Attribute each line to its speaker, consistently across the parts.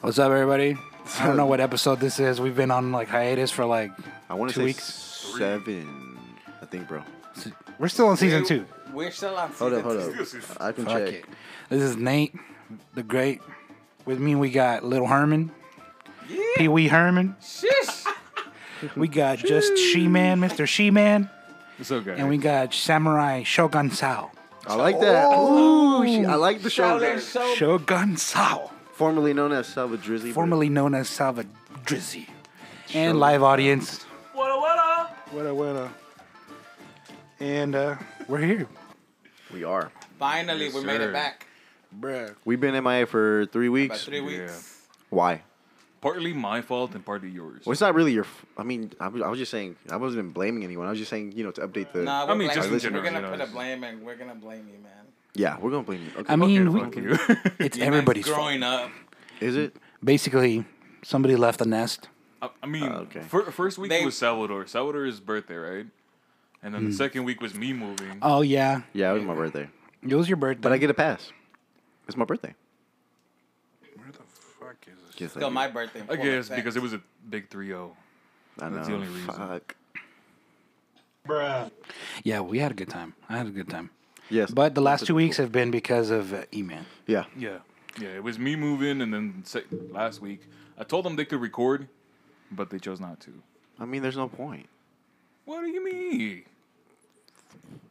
Speaker 1: What's up, everybody? I don't know what episode this is. We've been on like hiatus for like
Speaker 2: I want to
Speaker 1: two
Speaker 2: say
Speaker 1: weeks.
Speaker 2: seven. I think, bro.
Speaker 1: We're still in season two.
Speaker 3: We're still on
Speaker 2: Hold
Speaker 3: season
Speaker 2: up, hold
Speaker 3: two.
Speaker 2: up. I can
Speaker 1: Fuck
Speaker 2: check.
Speaker 1: it. This is Nate, the Great. With me, we got Little Herman, Pee Wee Herman.
Speaker 3: Shish.
Speaker 1: We got just She Man, Mr. She Man,
Speaker 4: It's okay.
Speaker 1: and we got Samurai Shogun Sao.
Speaker 2: I like that. Ooh, she- I like the show.
Speaker 3: Shaolin Show.
Speaker 1: Shogun Sao,
Speaker 2: Formerly known as Salva Drizzly. bro.
Speaker 1: formerly known as Salva Drizzy, and live audience.
Speaker 3: What up, what up?
Speaker 1: What a what a. And uh, we're here,
Speaker 2: We are.
Speaker 3: Finally, we made
Speaker 4: sir.
Speaker 3: it back.
Speaker 1: bruh.
Speaker 2: We've been MIA for three
Speaker 3: About
Speaker 2: weeks.
Speaker 3: three weeks.
Speaker 2: Why?
Speaker 4: partly my fault and partly yours.
Speaker 2: Well, it's not really your. F- I mean, I was, I was just saying. I wasn't even blaming anyone. I was just saying, you know, to update the.
Speaker 3: Nah, we're,
Speaker 4: I mean, just
Speaker 3: blaming-
Speaker 4: in general,
Speaker 3: we're gonna
Speaker 4: you know,
Speaker 3: put a
Speaker 4: it's-
Speaker 3: blame and we're gonna blame you, man.
Speaker 2: Yeah, we're gonna blame you. Okay.
Speaker 1: I mean,
Speaker 4: Fuck
Speaker 1: we,
Speaker 4: you.
Speaker 1: it's
Speaker 3: Your man's
Speaker 1: everybody's fault.
Speaker 3: growing up.
Speaker 2: is it?
Speaker 1: Basically, somebody left the nest.
Speaker 4: I, I mean,
Speaker 2: Ah, okay.
Speaker 4: fir- first week
Speaker 3: They-
Speaker 4: was Salvador. Salvador's birthday, right? And then the
Speaker 2: Hmm.
Speaker 4: second week was me moving.
Speaker 1: Oh yeah,
Speaker 2: Yeah, it was my birthday,
Speaker 1: it was your birthday.
Speaker 2: but I get a pass. It's my birthday.
Speaker 1: Where the fuck is
Speaker 2: Yes, I
Speaker 3: Still
Speaker 2: do.
Speaker 3: my birthday.
Speaker 4: I guess because it was a big oh. 3 0.
Speaker 2: I know.
Speaker 4: that's the only reason.
Speaker 2: Fuck.
Speaker 1: Yeah, we had a good time. I had a good time.
Speaker 2: Yes,
Speaker 1: But the last two weeks have been because of uh, E-Man.
Speaker 2: Yeah.
Speaker 4: Yeah. Yeah, it was me moving, and then se- last week, I told them they could record, but they chose not to.
Speaker 2: I mean, there's no point.
Speaker 4: What do you mean?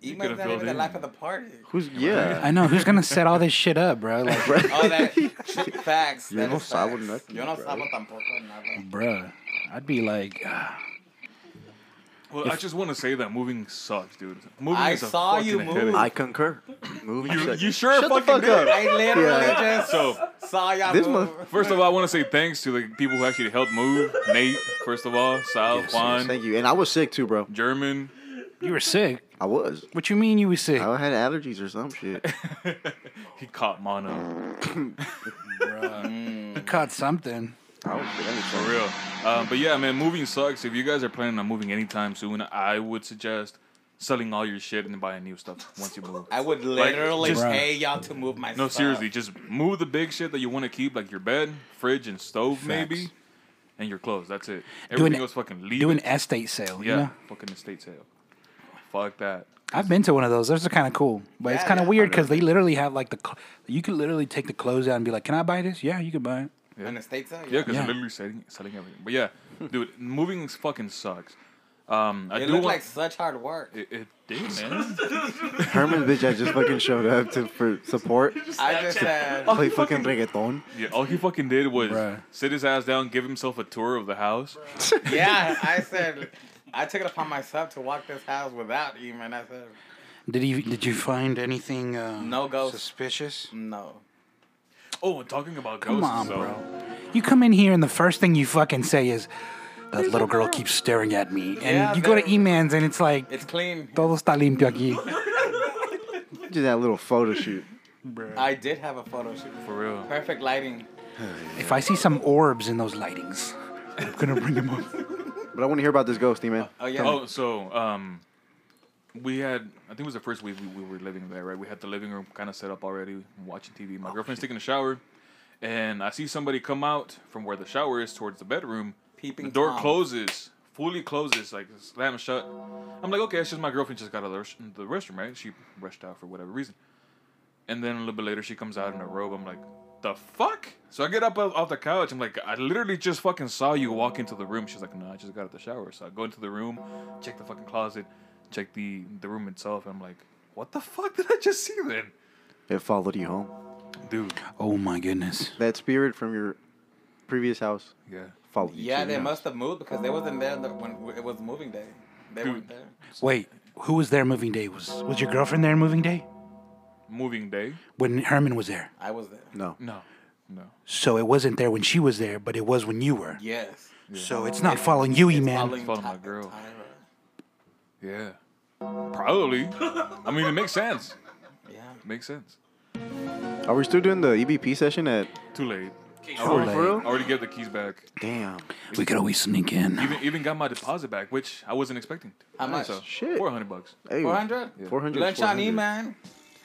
Speaker 3: Eman's
Speaker 4: could've
Speaker 3: not even
Speaker 4: filled
Speaker 3: the
Speaker 4: in.
Speaker 3: life of the party.
Speaker 2: Who's? Yeah.
Speaker 1: I know who's gonna set all this shit up, bro. Like,
Speaker 3: All that shit facts.
Speaker 2: Yo
Speaker 3: that
Speaker 2: no
Speaker 3: is
Speaker 2: sabo
Speaker 3: facts.
Speaker 2: nothing,
Speaker 3: Yo no
Speaker 2: bro.
Speaker 3: sabo tampoco nada.
Speaker 1: bro, I'd be like, ah,
Speaker 4: Well, I just want to say that moving sucks, dude. Moving
Speaker 3: I
Speaker 4: is a
Speaker 3: saw you
Speaker 4: fucking
Speaker 3: move.
Speaker 4: headache.
Speaker 2: I concur. Moving.
Speaker 4: You-
Speaker 2: shut-
Speaker 4: you sure
Speaker 2: Shut the
Speaker 4: fucking
Speaker 2: fuck
Speaker 4: did.
Speaker 2: up.
Speaker 3: I literally
Speaker 2: Yeah.
Speaker 3: just
Speaker 4: So-
Speaker 3: saw y'all
Speaker 2: This
Speaker 3: move.
Speaker 2: mother-
Speaker 4: First of all, I want to say thanks to the people who actually helped move. Nate, first of all, Sal, Juan,
Speaker 2: Thank you. And I was sick too, bro.
Speaker 4: German.
Speaker 1: you were sick.
Speaker 2: I was.
Speaker 1: What you mean you were sick?
Speaker 2: I had allergies or some shit.
Speaker 4: He caught mono
Speaker 1: I caught something.
Speaker 2: I was sick. I was
Speaker 4: for
Speaker 2: sick.
Speaker 4: real. Um, but yeah, man, moving sucks. If you guys are planning on moving anytime soon, I would suggest selling all your shit and buying new stuff once you move.
Speaker 3: I would literally
Speaker 4: just-
Speaker 3: pay y'all to move my
Speaker 4: No,
Speaker 3: stuff.
Speaker 4: seriously, just move the big shit that you want to keep, like your bed, fridge, and stove, maybe, and your clothes. That's it. Everything else, fucking leave.
Speaker 1: Do an
Speaker 4: it.
Speaker 1: estate sale.
Speaker 4: yeah,
Speaker 1: You know?
Speaker 4: fucking estate sale. Fuck that.
Speaker 1: I've been to one of those. Those are kind of cool, but it's
Speaker 3: Yeah,
Speaker 1: kind of
Speaker 3: yeah.
Speaker 1: 'cause weird because they literally have like the. Cl- you could literally take the clothes out and be like, "Can I buy this? Yeah, you can buy it."
Speaker 4: Yeah.
Speaker 3: In the states, huh?
Speaker 4: Yeah, because
Speaker 1: Yeah.
Speaker 4: they're literally selling, selling everything. But yeah, dude, moving is fucking sucks. Um, I
Speaker 3: It
Speaker 4: do
Speaker 3: looked
Speaker 4: want.
Speaker 3: like such hard work.
Speaker 4: it, it did, man.
Speaker 2: Herman, bitch, I just fucking showed up to for support.
Speaker 3: I just said,
Speaker 2: Play fucking reggaeton.
Speaker 4: yeah, all he fucking did was
Speaker 1: Bruh.
Speaker 4: sit his ass down, give himself a tour of the house.
Speaker 3: yeah, I said, I took it upon myself to walk this house without you, man. I said,
Speaker 1: Did you Did you find anything? Uh,
Speaker 3: No ghost.
Speaker 1: Suspicious.
Speaker 3: no.
Speaker 4: Oh, and talking about
Speaker 1: Come
Speaker 4: ghosts,
Speaker 1: on,
Speaker 4: so-
Speaker 1: bro. You come in here and the first thing you fucking say is, "That little girl keeps staring at me," and
Speaker 3: Yeah,
Speaker 1: you go to
Speaker 3: they're-
Speaker 1: E-Man's and it's like,
Speaker 3: It's clean.
Speaker 1: "Todo está limpio aquí."
Speaker 2: Did that little photo shoot.
Speaker 3: I did have a photo shoot.
Speaker 4: For real.
Speaker 3: Perfect lighting.
Speaker 1: If I see some orbs in those lightings, I'm gonna bring them up.
Speaker 2: But I want to hear about this ghost, man.
Speaker 3: Oh, yeah.
Speaker 4: Oh, so um, we had I think it was the first week we, we were living there, right? We had the living room kind of set up already, watching TV.
Speaker 1: Oh,
Speaker 4: My girlfriend's taking a shower, and I see somebody come out from where the shower is towards the bedroom.
Speaker 3: Peeping
Speaker 4: the door
Speaker 3: Tom.
Speaker 4: closes, fully closes, like slam shut. I'm like, okay, it's just my girlfriend just got out of the, rest- the restroom, right? She rushed out for whatever reason. And then a little bit later, she comes out in a robe. I'm like, the fuck? So I get up off off the couch. I'm like, I literally just fucking saw you walk into the room. She's like, no, I just got out the shower. So I go into the room, check the fucking closet, check the, the room itself. And I'm like, what the fuck did I just see then?
Speaker 2: It followed you home.
Speaker 4: Dude,
Speaker 1: Oh my goodness.
Speaker 2: That spirit from your previous house
Speaker 4: yeah.
Speaker 2: followed you.
Speaker 3: Yeah,
Speaker 2: to
Speaker 3: they
Speaker 2: your
Speaker 3: must have moved because they wasn't there the- when it was moving day. They weren't there.
Speaker 1: Wait, who was there moving day? Was Was your girlfriend there moving day?
Speaker 4: Moving day?
Speaker 1: When Herman was there,
Speaker 3: I was there.
Speaker 2: house. No.
Speaker 4: No. No.
Speaker 1: so it wasn't there when she was there, but it was when you were.
Speaker 3: Yes.
Speaker 1: So it's not following you, E-Man.
Speaker 3: Following
Speaker 4: Follow my
Speaker 3: Ty-
Speaker 4: girl.
Speaker 3: Tyra.
Speaker 4: Yeah. Probably. I mean, it makes sense.
Speaker 3: Yeah.
Speaker 4: Makes sense.
Speaker 2: Are we still doing the EVP session at?
Speaker 4: Too late. I
Speaker 2: Oh,
Speaker 4: already,
Speaker 1: late.
Speaker 2: for
Speaker 4: I
Speaker 2: real?
Speaker 4: already get the keys back.
Speaker 2: Damn.
Speaker 1: We could always sneak in.
Speaker 4: Even even got my deposit back, which I wasn't expecting.
Speaker 3: How much?
Speaker 2: Shit.
Speaker 4: Four hundred bucks.
Speaker 2: Hey.
Speaker 3: 400?
Speaker 2: 400,
Speaker 3: Lunch on
Speaker 2: 400.
Speaker 3: E, man.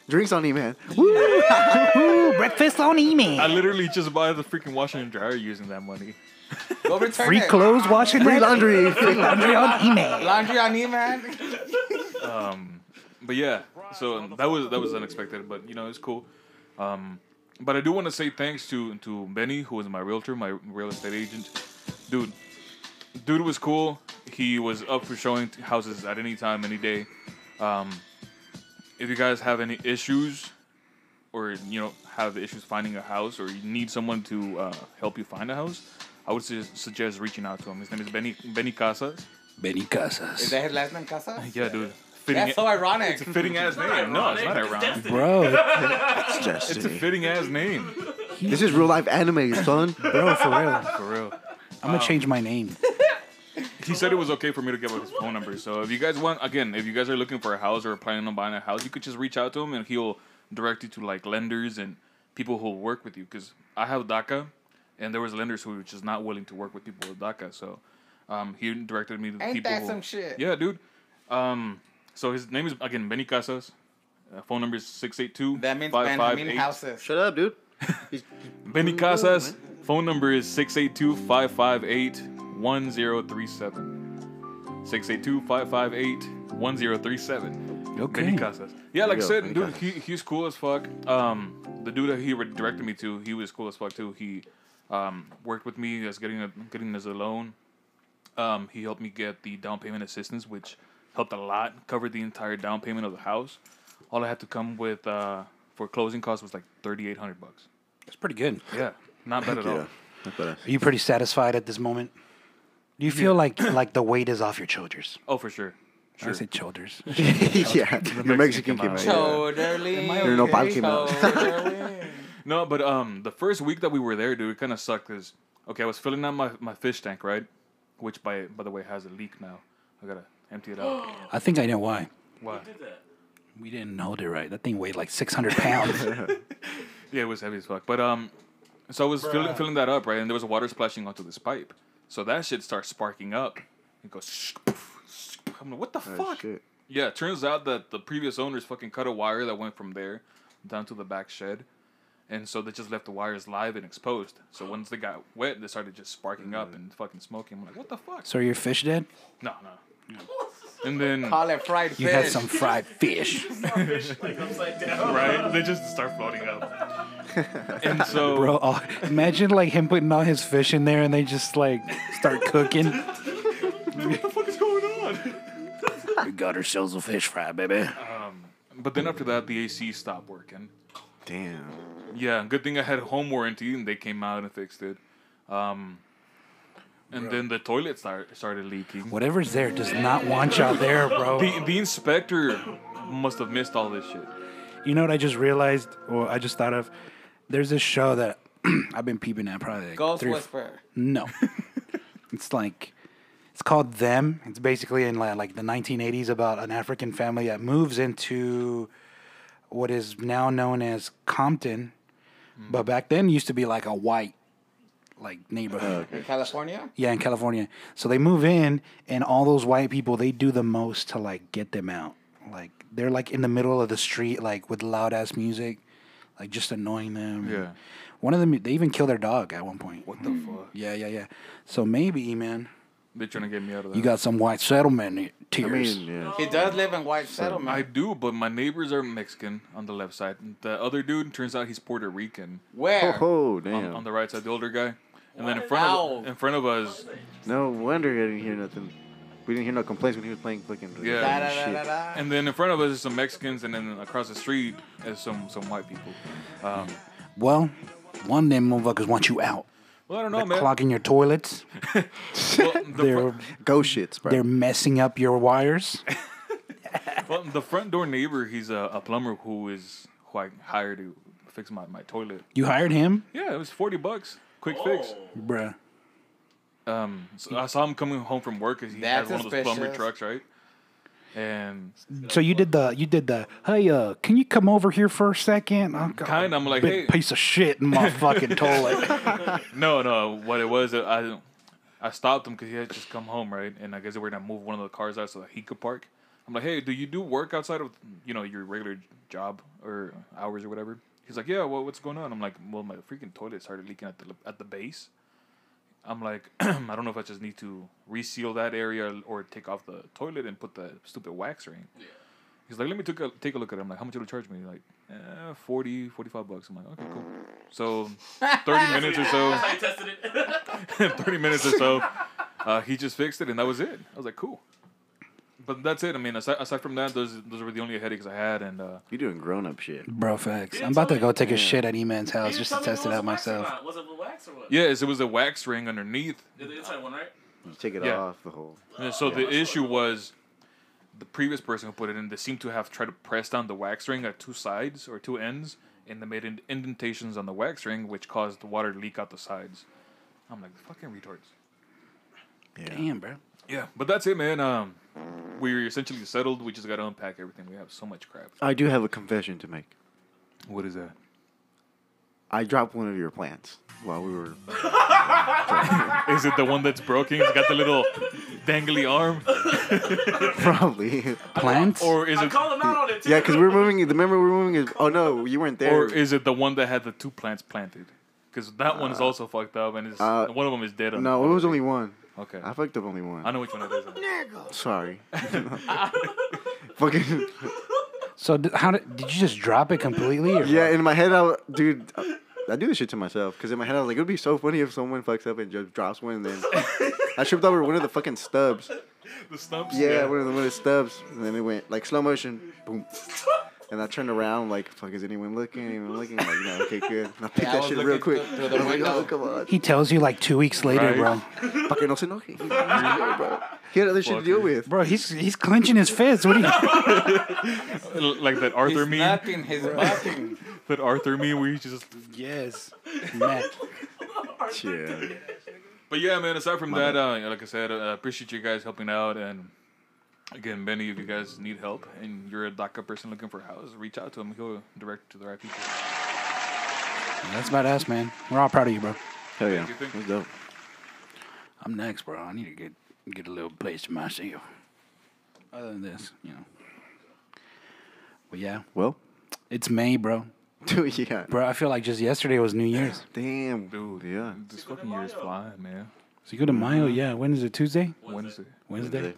Speaker 2: Drinks on E Man. Woo!
Speaker 1: Ooh, breakfast on
Speaker 4: I
Speaker 1: email.
Speaker 4: literally just buy the freaking washer and dryer using that money.
Speaker 3: Go return
Speaker 1: Free
Speaker 3: it.
Speaker 1: clothes washing,
Speaker 2: Free laundry.
Speaker 1: laundry on email.
Speaker 3: Laundry on E-Man.
Speaker 4: But yeah, so that was that was unexpected, but you know it's cool. Um, but I do want to say thanks to to Benny, who was my realtor, my real estate agent, dude. Dude was cool. He was up for showing t- houses at any time, any day. Um, if you guys have any issues, or you know have issues finding a house, or you need someone to uh, help you find a house, I would su- suggest reaching out to him. His name is Benny Benny Casas.
Speaker 1: Benny
Speaker 3: Is
Speaker 1: Casas.
Speaker 3: that his last name, Casa?
Speaker 4: Yeah, dude. Fitting
Speaker 3: That's so ironic.
Speaker 4: it's a fitting ass name. No, it's not ironic.
Speaker 1: Bro,
Speaker 2: It's
Speaker 4: It's a
Speaker 2: destiny.
Speaker 4: fitting ass name.
Speaker 2: This is real life anime, son.
Speaker 1: bro, for real.
Speaker 4: For real.
Speaker 1: I'm gonna change my name.
Speaker 4: He said it was okay for me to give out his phone number. So if you guys want, again, if you guys are looking for a house or planning on buying a house, you could just reach out to him and he'll direct you to like lenders and people who work with you. Because I have DACA, and there was lenders who were just not willing to work with people with DACA. So um, he directed me to the
Speaker 3: Ain't
Speaker 4: people.
Speaker 3: that
Speaker 4: who-
Speaker 3: some shit?
Speaker 4: Yeah, dude. Um, so his name is again Benny Casas. Uh, phone number is six eight two.
Speaker 3: That means man, I mean houses.
Speaker 2: Shut up, dude.
Speaker 4: Benny Casas. Phone number is 682 558 1037. 682 558 1037. Benny
Speaker 1: Okay.
Speaker 4: Casas. Yeah, like I
Speaker 2: go,
Speaker 4: said,
Speaker 2: Benny
Speaker 4: dude,
Speaker 2: Casas.
Speaker 4: he, he's cool as fuck. Um, the dude that he re- directed me to, he was cool as fuck too. He um, worked with me as getting a, getting us a loan. Um, he helped me get the down payment assistance, which helped a lot. Covered the entire down payment of the house. All I had to come with uh, for closing costs was like thirty eight hundred bucks.
Speaker 1: That's pretty good.
Speaker 4: Yeah, not bad at all.
Speaker 2: Yeah. that's what I-
Speaker 1: Are you pretty satisfied at this moment? Do you feel like like the weight is off your shoulders?
Speaker 4: Oh, for sure.
Speaker 1: I said shoulders.
Speaker 2: yeah, you're Mexican
Speaker 4: Mexican
Speaker 2: came out.
Speaker 4: came out.
Speaker 2: Yeah.
Speaker 3: Totally.
Speaker 2: You're no Palki, man.
Speaker 3: Totally.
Speaker 4: No, but um, the first week that we were there, dude, it kind of sucked. Cause okay, I was filling out my, my fish tank, right? Which by by the way has a leak now. I gotta empty it out.
Speaker 1: I think I know why.
Speaker 4: Why?
Speaker 1: We didn't hold it right. That thing weighed like 600 pounds.
Speaker 4: Yeah, it was heavy as fuck. But um, so I was filling filling that up, right? And there was water splashing onto this pipe. So that shit starts sparking up. It goes. I'm like, what the
Speaker 2: Oh,
Speaker 4: fuck?
Speaker 2: shit.
Speaker 4: Yeah, it turns out that the previous owners fucking cut a wire that went from there down to the back shed. And so they just left the wires live and exposed. So once they got wet, they started just sparking up and fucking smoking. I'm like, what the fuck?
Speaker 1: so your fish dead?
Speaker 4: No, no. And then,
Speaker 3: Call it fried
Speaker 1: You
Speaker 3: fish.
Speaker 1: had some fried fish.
Speaker 5: like upside down.
Speaker 4: right? They just start floating up. and so,
Speaker 1: Bro, oh, imagine like him putting all his fish in there and they just like start cooking.
Speaker 4: what the fuck is going on?
Speaker 1: we got ourselves a fish fry, baby.
Speaker 4: But then after that, the AC stopped working.
Speaker 2: Damn.
Speaker 4: Yeah, good thing I had a home warranty and they came out and fixed it. Um, and then the toilet start, started leaking.
Speaker 1: Whatever's there does not want you out there, bro.
Speaker 4: The, the inspector must have missed all this shit.
Speaker 1: You know what I just realized, or I just thought of? There's this show that I've been peeping at probably like
Speaker 3: Ghost
Speaker 1: three or
Speaker 3: Whisperer.
Speaker 1: No. it's like it's called Them. It's basically in like, like the 1980s about an African family that moves into what is now known as Compton,
Speaker 3: Hmm.
Speaker 1: but back then used to be like a white like neighborhood.
Speaker 3: In California?
Speaker 1: Yeah, in California. So they move in, and all those white people, they do the most to like get them out. Like they're like in the middle of the street, like with loud ass music, like just annoying them.
Speaker 4: Yeah.
Speaker 1: One of them, they even kill their dog at one point.
Speaker 4: What the fuck?
Speaker 1: Yeah, yeah, yeah. So maybe, man,
Speaker 4: They're trying to get me out of that.
Speaker 1: you got some white settlement
Speaker 2: I
Speaker 1: tears.
Speaker 2: mean, yeah.
Speaker 3: He does live in White
Speaker 4: I
Speaker 3: Settlement.
Speaker 4: do, but my neighbors are Mexican on the left side. The other dude turns out he's Puerto Rican
Speaker 2: Oh,
Speaker 3: Where?
Speaker 2: ho,
Speaker 4: on,
Speaker 2: damn.
Speaker 4: on the right side, the older guy. And then in
Speaker 5: What?
Speaker 4: front of
Speaker 3: Ow.
Speaker 4: in front of us,
Speaker 2: No wonder I didn't hear nothing. We didn't hear no complaints when he was playing fucking
Speaker 4: Yeah.
Speaker 2: fucking
Speaker 3: Da, da, da,
Speaker 2: shit.
Speaker 3: da, da.
Speaker 4: and then in front of us is some Mexicans, and then across the street is some some white people. Um,
Speaker 1: well, one of them motherfuckers want you out.
Speaker 4: well, I don't know,
Speaker 1: they're
Speaker 4: man.
Speaker 1: clogging your toilets.
Speaker 4: Well, the,
Speaker 1: They're
Speaker 2: Go shits, bro.
Speaker 1: they're messing up your wires.
Speaker 4: fr- well, the front door neighbor, he's a, a plumber who is who I hired to fix my, my toilet.
Speaker 1: You hired him,
Speaker 4: Yeah, it was forty bucks, quick fix.
Speaker 3: Oh.
Speaker 1: bruh.
Speaker 4: Um, so I saw him coming home from work because he has
Speaker 3: That's
Speaker 4: one of those plumber
Speaker 3: suspicious.
Speaker 4: trucks, right? And
Speaker 1: So you did the you did the hey uh can you come over here for a second? I'm
Speaker 4: kind of, I'm like, hey,
Speaker 1: big piece of shit in my fucking toilet.
Speaker 4: no, no. What it was, uh, I, I stopped him because he had just come home, right? And I guess they were gonna move one of the cars out so that he could park. I'm like, hey, do you do work outside of you know your regular job or hours or whatever? He's like, yeah. Well, what's going on? I'm like, well, my freaking toilet started leaking at the at the base. I'm like, I don't know if I just need to reseal that area or take off the toilet and put the stupid wax ring. Yeah. He's like, let me take a, take a look at it. I'm like, how much it'll charge me? Like, eh, 40, 45 bucks. I'm like, okay, cool. So, 30 minutes or so.
Speaker 5: I tested it.
Speaker 4: 30 minutes or so. Uh, he just fixed it, and that was it. I was like, cool. But that's it. I mean, aside, aside from that, those those were the only headaches I had, and uh,
Speaker 2: You're doing grown up shit.
Speaker 1: Bro, facts.
Speaker 5: You
Speaker 1: I'm
Speaker 5: didn't
Speaker 1: about
Speaker 5: tell
Speaker 1: to go
Speaker 5: me.
Speaker 1: take a
Speaker 2: Yeah.
Speaker 1: shit at E-Man's
Speaker 5: You
Speaker 1: house
Speaker 5: didn't
Speaker 1: just
Speaker 5: tell
Speaker 1: to
Speaker 5: me if
Speaker 1: test it
Speaker 5: was
Speaker 1: out
Speaker 5: a wax or
Speaker 1: myself.
Speaker 5: not. Was it a wax or what?
Speaker 4: yes, it was a wax ring underneath.
Speaker 5: Did the inside one, right?
Speaker 2: You take it
Speaker 4: Yeah.
Speaker 2: off the whole.
Speaker 4: And so the issue was, the previous person who put it in, they seemed to have tried to press down the wax ring at two sides or two ends, and they made ind- indentations on the wax ring, which caused the water to leak out the sides. I'm like, fucking retards.
Speaker 2: Yeah.
Speaker 1: Damn, bro.
Speaker 4: Yeah, but that's it, man. Um, we're essentially settled. We just got to unpack everything. We have so much crap.
Speaker 2: I do have a confession to make.
Speaker 4: What is that?
Speaker 2: I dropped one of your plants while we were.
Speaker 4: Is it the one that's broken? It's got the little dangly arm,
Speaker 2: Probably.
Speaker 1: Plants?
Speaker 4: or is
Speaker 5: I
Speaker 4: it,
Speaker 5: called him out on it too.
Speaker 2: Yeah, because we were moving. Remember, we were moving. His, oh no, you weren't there.
Speaker 4: or is it the one that had the two plants planted? Because that one's also fucked up, and it's,
Speaker 2: uh,
Speaker 4: one of them is dead. on
Speaker 2: no,
Speaker 4: the
Speaker 2: it was
Speaker 4: other.
Speaker 2: only one.
Speaker 4: Okay,
Speaker 2: I fucked up only
Speaker 4: I
Speaker 2: one.
Speaker 4: know which one it is.
Speaker 2: Sorry. Fucking
Speaker 1: so d- how did, did you just drop it completely? Or
Speaker 2: yeah. In my head, I w- dude. I do this shit to myself because in my head I was like, it would be so funny if someone fucks up and just drops one. And then I tripped over one of the fucking stubs.
Speaker 4: The stumps.
Speaker 2: Yeah, one of the one of the stubs. And then it went like slow motion, boom. And I turned around like, fuck, is anyone looking? Anyone looking? Like, no, okay, good. And I picked
Speaker 3: I
Speaker 2: that
Speaker 3: was
Speaker 2: shit real
Speaker 3: looking
Speaker 2: quick.
Speaker 3: through- through the
Speaker 2: I was like,
Speaker 3: window.
Speaker 2: oh, come on.
Speaker 1: He tells you like two weeks later,
Speaker 4: Right.
Speaker 1: bro.
Speaker 2: Fucking no se enoje. He had other shit to deal
Speaker 4: Fucker.
Speaker 2: with.
Speaker 1: Bro, he's he's clenching his fist. What are you?
Speaker 4: L- like that Arthur
Speaker 3: He's
Speaker 4: meme.
Speaker 3: nothing. He's nothing.
Speaker 4: That Arthur meme where you just.
Speaker 1: yes, Matt.
Speaker 2: Yeah.
Speaker 4: But yeah, man. Aside from
Speaker 2: My
Speaker 4: that, uh, like I said, uh, appreciate you guys helping out, and again, many of you guys need help, and you're a DACA person looking for a house, reach out to him. He'll direct you to the right people.
Speaker 1: That's about us, man. We're all proud of you, bro.
Speaker 2: Hell yeah.
Speaker 4: you think?
Speaker 2: That's dope.
Speaker 1: I'm next, bro. I need to get get a little place to myself. Other than this, you know. But yeah,
Speaker 2: Well,
Speaker 1: it's May, bro.
Speaker 2: dude, yeah.
Speaker 1: Bro, I feel like just yesterday was New Year's.
Speaker 2: Damn,
Speaker 4: Dude.
Speaker 2: dude. Yeah.
Speaker 4: This
Speaker 5: Cinco de
Speaker 4: fucking year's
Speaker 5: Mayo.
Speaker 4: flying, man.
Speaker 1: So you go to Mayo, yeah. When is it? Tuesday?
Speaker 4: Wednesday.
Speaker 1: Wednesday?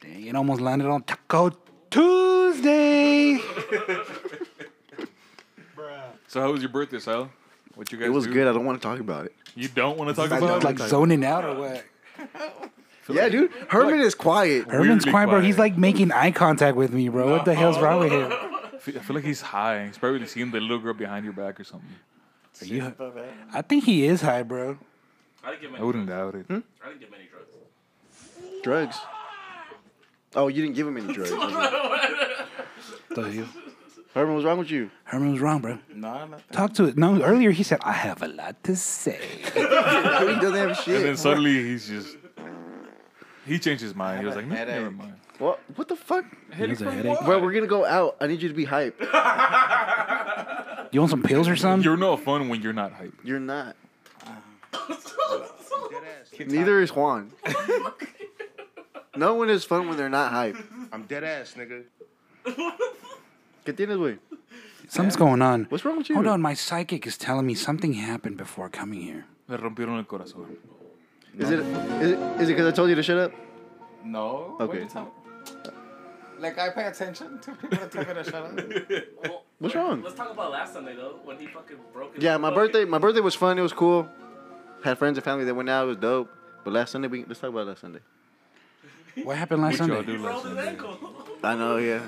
Speaker 1: Dang, it almost landed on Taco Tuesday.
Speaker 4: So how was your birthday, Sal? What you guys?
Speaker 2: It was
Speaker 4: do?
Speaker 2: good. I don't want to talk about it.
Speaker 4: You don't want to talk
Speaker 2: I
Speaker 4: about
Speaker 2: don't
Speaker 4: it.
Speaker 1: like zoning out or what?
Speaker 2: Yeah, dude. Herman is quiet.
Speaker 1: Herman's
Speaker 4: Weirdly
Speaker 1: quiet, bro. He's
Speaker 4: quiet.
Speaker 1: like making eye contact with me, bro. What the hell's wrong with him?
Speaker 4: I feel, I feel like he's high. He's probably seeing the little girl behind your back or something.
Speaker 1: Are you- I think he is high, bro.
Speaker 5: I didn't get
Speaker 4: I
Speaker 5: many.
Speaker 4: wouldn't doubt it.
Speaker 5: I didn't get many drugs.
Speaker 2: Drugs. Oh, you didn't give him any drugs. was it?
Speaker 1: So you-
Speaker 2: Herman, what's wrong with you?
Speaker 1: Herman was wrong, bro.
Speaker 3: No, nothing.
Speaker 1: Talk to it. No, earlier he said, I have a lot to say.
Speaker 2: He doesn't have
Speaker 4: And then
Speaker 2: shit.
Speaker 4: suddenly he's just. He changed his mind. He was
Speaker 3: a
Speaker 4: like, "No, never
Speaker 3: headache."
Speaker 4: mind.
Speaker 2: What? What the fuck?
Speaker 1: He has a headache.
Speaker 2: Bro, we're gonna go out. I need you to be hype.
Speaker 1: You want some pills or something?
Speaker 4: You're no fun when you're not hype.
Speaker 2: You're not.
Speaker 3: Keep
Speaker 2: Neither is Juan. no one is fun when they're not hype.
Speaker 6: I'm dead ass, nigga.
Speaker 2: Get in this way.
Speaker 1: Something's going on.
Speaker 2: What's wrong with you?
Speaker 1: Hold on, my psychic is telling me something happened before coming here.
Speaker 4: Me rompieron el corazón.
Speaker 2: Is it? Is it? Is it because I told you to shut up?
Speaker 3: talking. No. what
Speaker 2: Okay.
Speaker 3: you talking- Like I pay attention to people that tell me to shut up.
Speaker 5: Well,
Speaker 2: What's wrong?
Speaker 5: Let's talk about last Sunday though, when he fucking broke his
Speaker 2: Yeah, my
Speaker 5: fucking-
Speaker 2: birthday. My birthday was fun. It was cool. Had friends and family that went out. It was dope. But last Sunday, we let's talk about last Sunday.
Speaker 1: What happened last
Speaker 4: What y'all
Speaker 1: Sunday?
Speaker 4: do
Speaker 5: He
Speaker 4: last
Speaker 5: rolled his
Speaker 4: Sunday?
Speaker 5: ankle.
Speaker 2: I know. Yeah,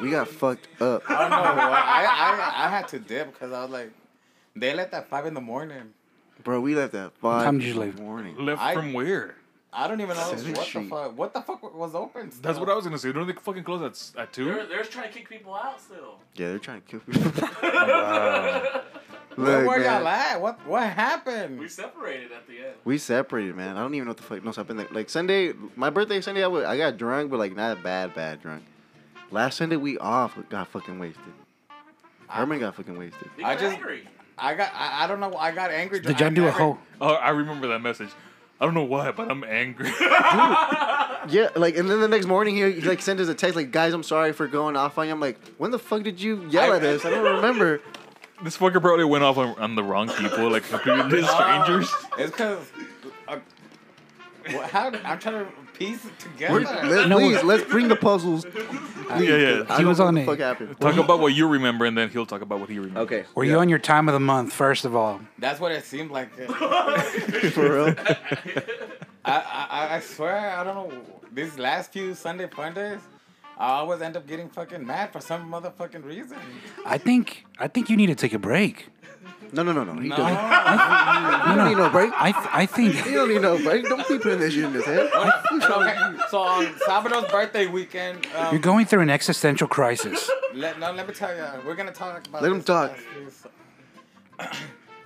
Speaker 2: we got fucked up.
Speaker 3: I don't know. why. I, I I had to dip because I was like, they left at five in the morning.
Speaker 2: Bro, we left at five.
Speaker 1: time did you leave?
Speaker 2: Morning.
Speaker 4: Left
Speaker 3: I-
Speaker 4: from where?
Speaker 3: I don't even know what
Speaker 2: Seventh
Speaker 3: the
Speaker 2: Street.
Speaker 3: fuck. What the fuck was open? Still?
Speaker 4: That's what I was gonna say. Don't they fucking close at s- at
Speaker 5: They're,
Speaker 4: two?
Speaker 5: they're trying to kick people out still.
Speaker 2: Yeah, they're trying to kill me.
Speaker 3: Where
Speaker 2: Look,
Speaker 3: were y'all
Speaker 2: man,
Speaker 3: at? What what
Speaker 5: We
Speaker 3: happened?
Speaker 5: separated at the end.
Speaker 2: we separated, man. I don't even know what the fuck knows happened. Like, like Sunday, my birthday Sunday, I, was, I got drunk, but like not bad, bad drunk. Last Sunday we off got fucking wasted.
Speaker 1: Ah.
Speaker 2: Herman got fucking wasted.
Speaker 5: They
Speaker 3: I
Speaker 5: got
Speaker 3: just-
Speaker 5: angry.
Speaker 3: I got I, I don't know. I got angry.
Speaker 1: Did y'all do a
Speaker 3: I got
Speaker 1: whole?
Speaker 4: Oh, I remember that message. I don't know why, but I'm angry.
Speaker 2: Yeah, like, and then the next morning he like sent us a text like, "Guys, I'm sorry for going off on you." I'm like, "When the fuck did you yell
Speaker 4: I-
Speaker 2: at us? I don't remember."
Speaker 4: this fucker probably went off on, on the wrong people, like completely strangers.
Speaker 3: It's because. Uh, well, how did, I'm trying to piece it together.
Speaker 2: We're- let,
Speaker 1: No,
Speaker 2: please,
Speaker 1: we're-
Speaker 2: let's bring the puzzles. Please,
Speaker 4: yeah.
Speaker 2: 'cause I
Speaker 4: He
Speaker 2: don't
Speaker 1: was
Speaker 2: know
Speaker 1: on
Speaker 2: what
Speaker 1: it.
Speaker 2: the fuck happened.
Speaker 4: Talk about what you remember, and then he'll talk about what he remembers.
Speaker 2: Okay,
Speaker 1: Were you on your time of the month, first of all?
Speaker 3: That's what it seemed like.
Speaker 2: for real?
Speaker 3: I, I I- I swear I don't know. These last few Sunday fun days, I always end up getting fucking mad for some motherfucking reason.
Speaker 1: I think I think you need to take a break.
Speaker 2: No, no, no, no. You don't.
Speaker 3: No,
Speaker 2: You don't need no break.
Speaker 1: I th- I
Speaker 2: You
Speaker 1: think
Speaker 2: don't need no break. Don't be putting that shit in his head.
Speaker 3: okay. So on Salvador's birthday weekend, um,
Speaker 1: you're going through an existential crisis.
Speaker 3: let, no, let me tell you, we're gonna talk about.
Speaker 2: Let him
Speaker 3: this
Speaker 2: talk.
Speaker 3: last few- so-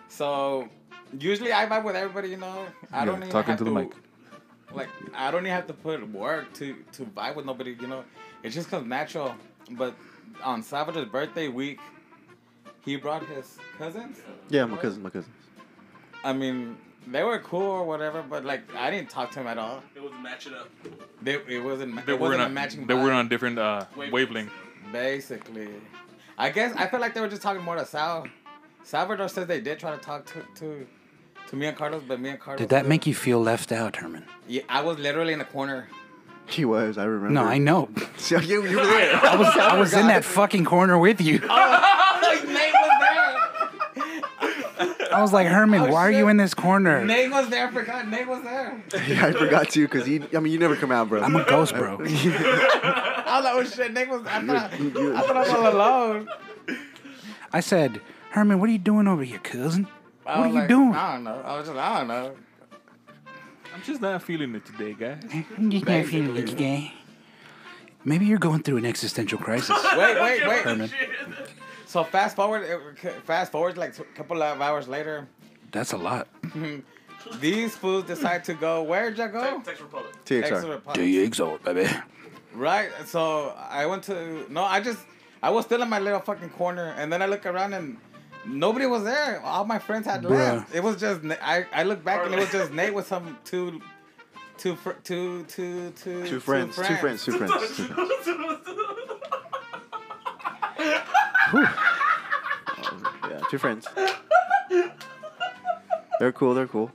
Speaker 3: so, usually I vibe with everybody, you know. I don't even
Speaker 4: talking
Speaker 3: have
Speaker 4: to the mic.
Speaker 3: Like I don't even have to put work to to vibe with nobody, you know. It just comes natural. But on Salvador's birthday week, he brought his cousins.
Speaker 2: Yeah, my cousin, my cousin.
Speaker 3: I mean, they were cool or whatever, but like I didn't talk to him at all.
Speaker 5: It was matching up.
Speaker 3: They, it wasn't.
Speaker 4: They
Speaker 3: it
Speaker 4: were
Speaker 3: wasn't
Speaker 4: on
Speaker 3: a matching.
Speaker 4: They
Speaker 3: vibe.
Speaker 4: were on different uh, wavelength.
Speaker 3: Basically, I guess I feel like they were just talking more to Sal. Salvador says they did try to talk to to, to me and Carlos, but me and Carlos.
Speaker 1: Did that make you feel left out, Herman?
Speaker 3: Yeah, I was literally in the corner.
Speaker 2: He was. I remember.
Speaker 1: No, I know.
Speaker 2: So you, you were there.
Speaker 1: I was I was in that fucking corner with you.
Speaker 3: Like, Nate was
Speaker 1: I was like, Herman,
Speaker 3: Oh,
Speaker 1: why are you
Speaker 3: shit.
Speaker 1: in this corner?
Speaker 3: there. Nate was there. I forgot Nate was there.
Speaker 2: Yeah, I forgot too, cause he. I mean, you never come out, bro.
Speaker 1: I'm a ghost, bro.
Speaker 3: I was like, oh shit, Nate was. I thought,
Speaker 2: You-
Speaker 3: I thought I was all alone.
Speaker 1: I said, Herman, what are you doing over here, cousin? What
Speaker 3: I
Speaker 1: are
Speaker 3: was
Speaker 1: you
Speaker 3: like,
Speaker 1: doing?
Speaker 3: I don't know. I was just, I don't know.
Speaker 4: I'm just not feeling it today, guys.
Speaker 1: I'm just not feeling it today. Maybe you're going through an existential crisis.
Speaker 3: Wait, wait, wait.
Speaker 1: Herman,
Speaker 3: So fast forward, it- fast forward like a couple of hours later,
Speaker 1: that's a lot.
Speaker 3: these fools decide to go. Where'd you go?
Speaker 5: Text Republic.
Speaker 3: Texas
Speaker 2: TXR.
Speaker 3: Republic.
Speaker 1: DXO, baby.
Speaker 3: Right. So I went to no. I just I was still in my little fucking corner, and then I look around and nobody was there. All my friends had left. It was just Na- I. I looked back and it was just Nate with some two, two, fr- two, two, two,
Speaker 2: Two friends. Two friends. Two friends. Two friends. Yeah, two friends. They're cool. They're cool.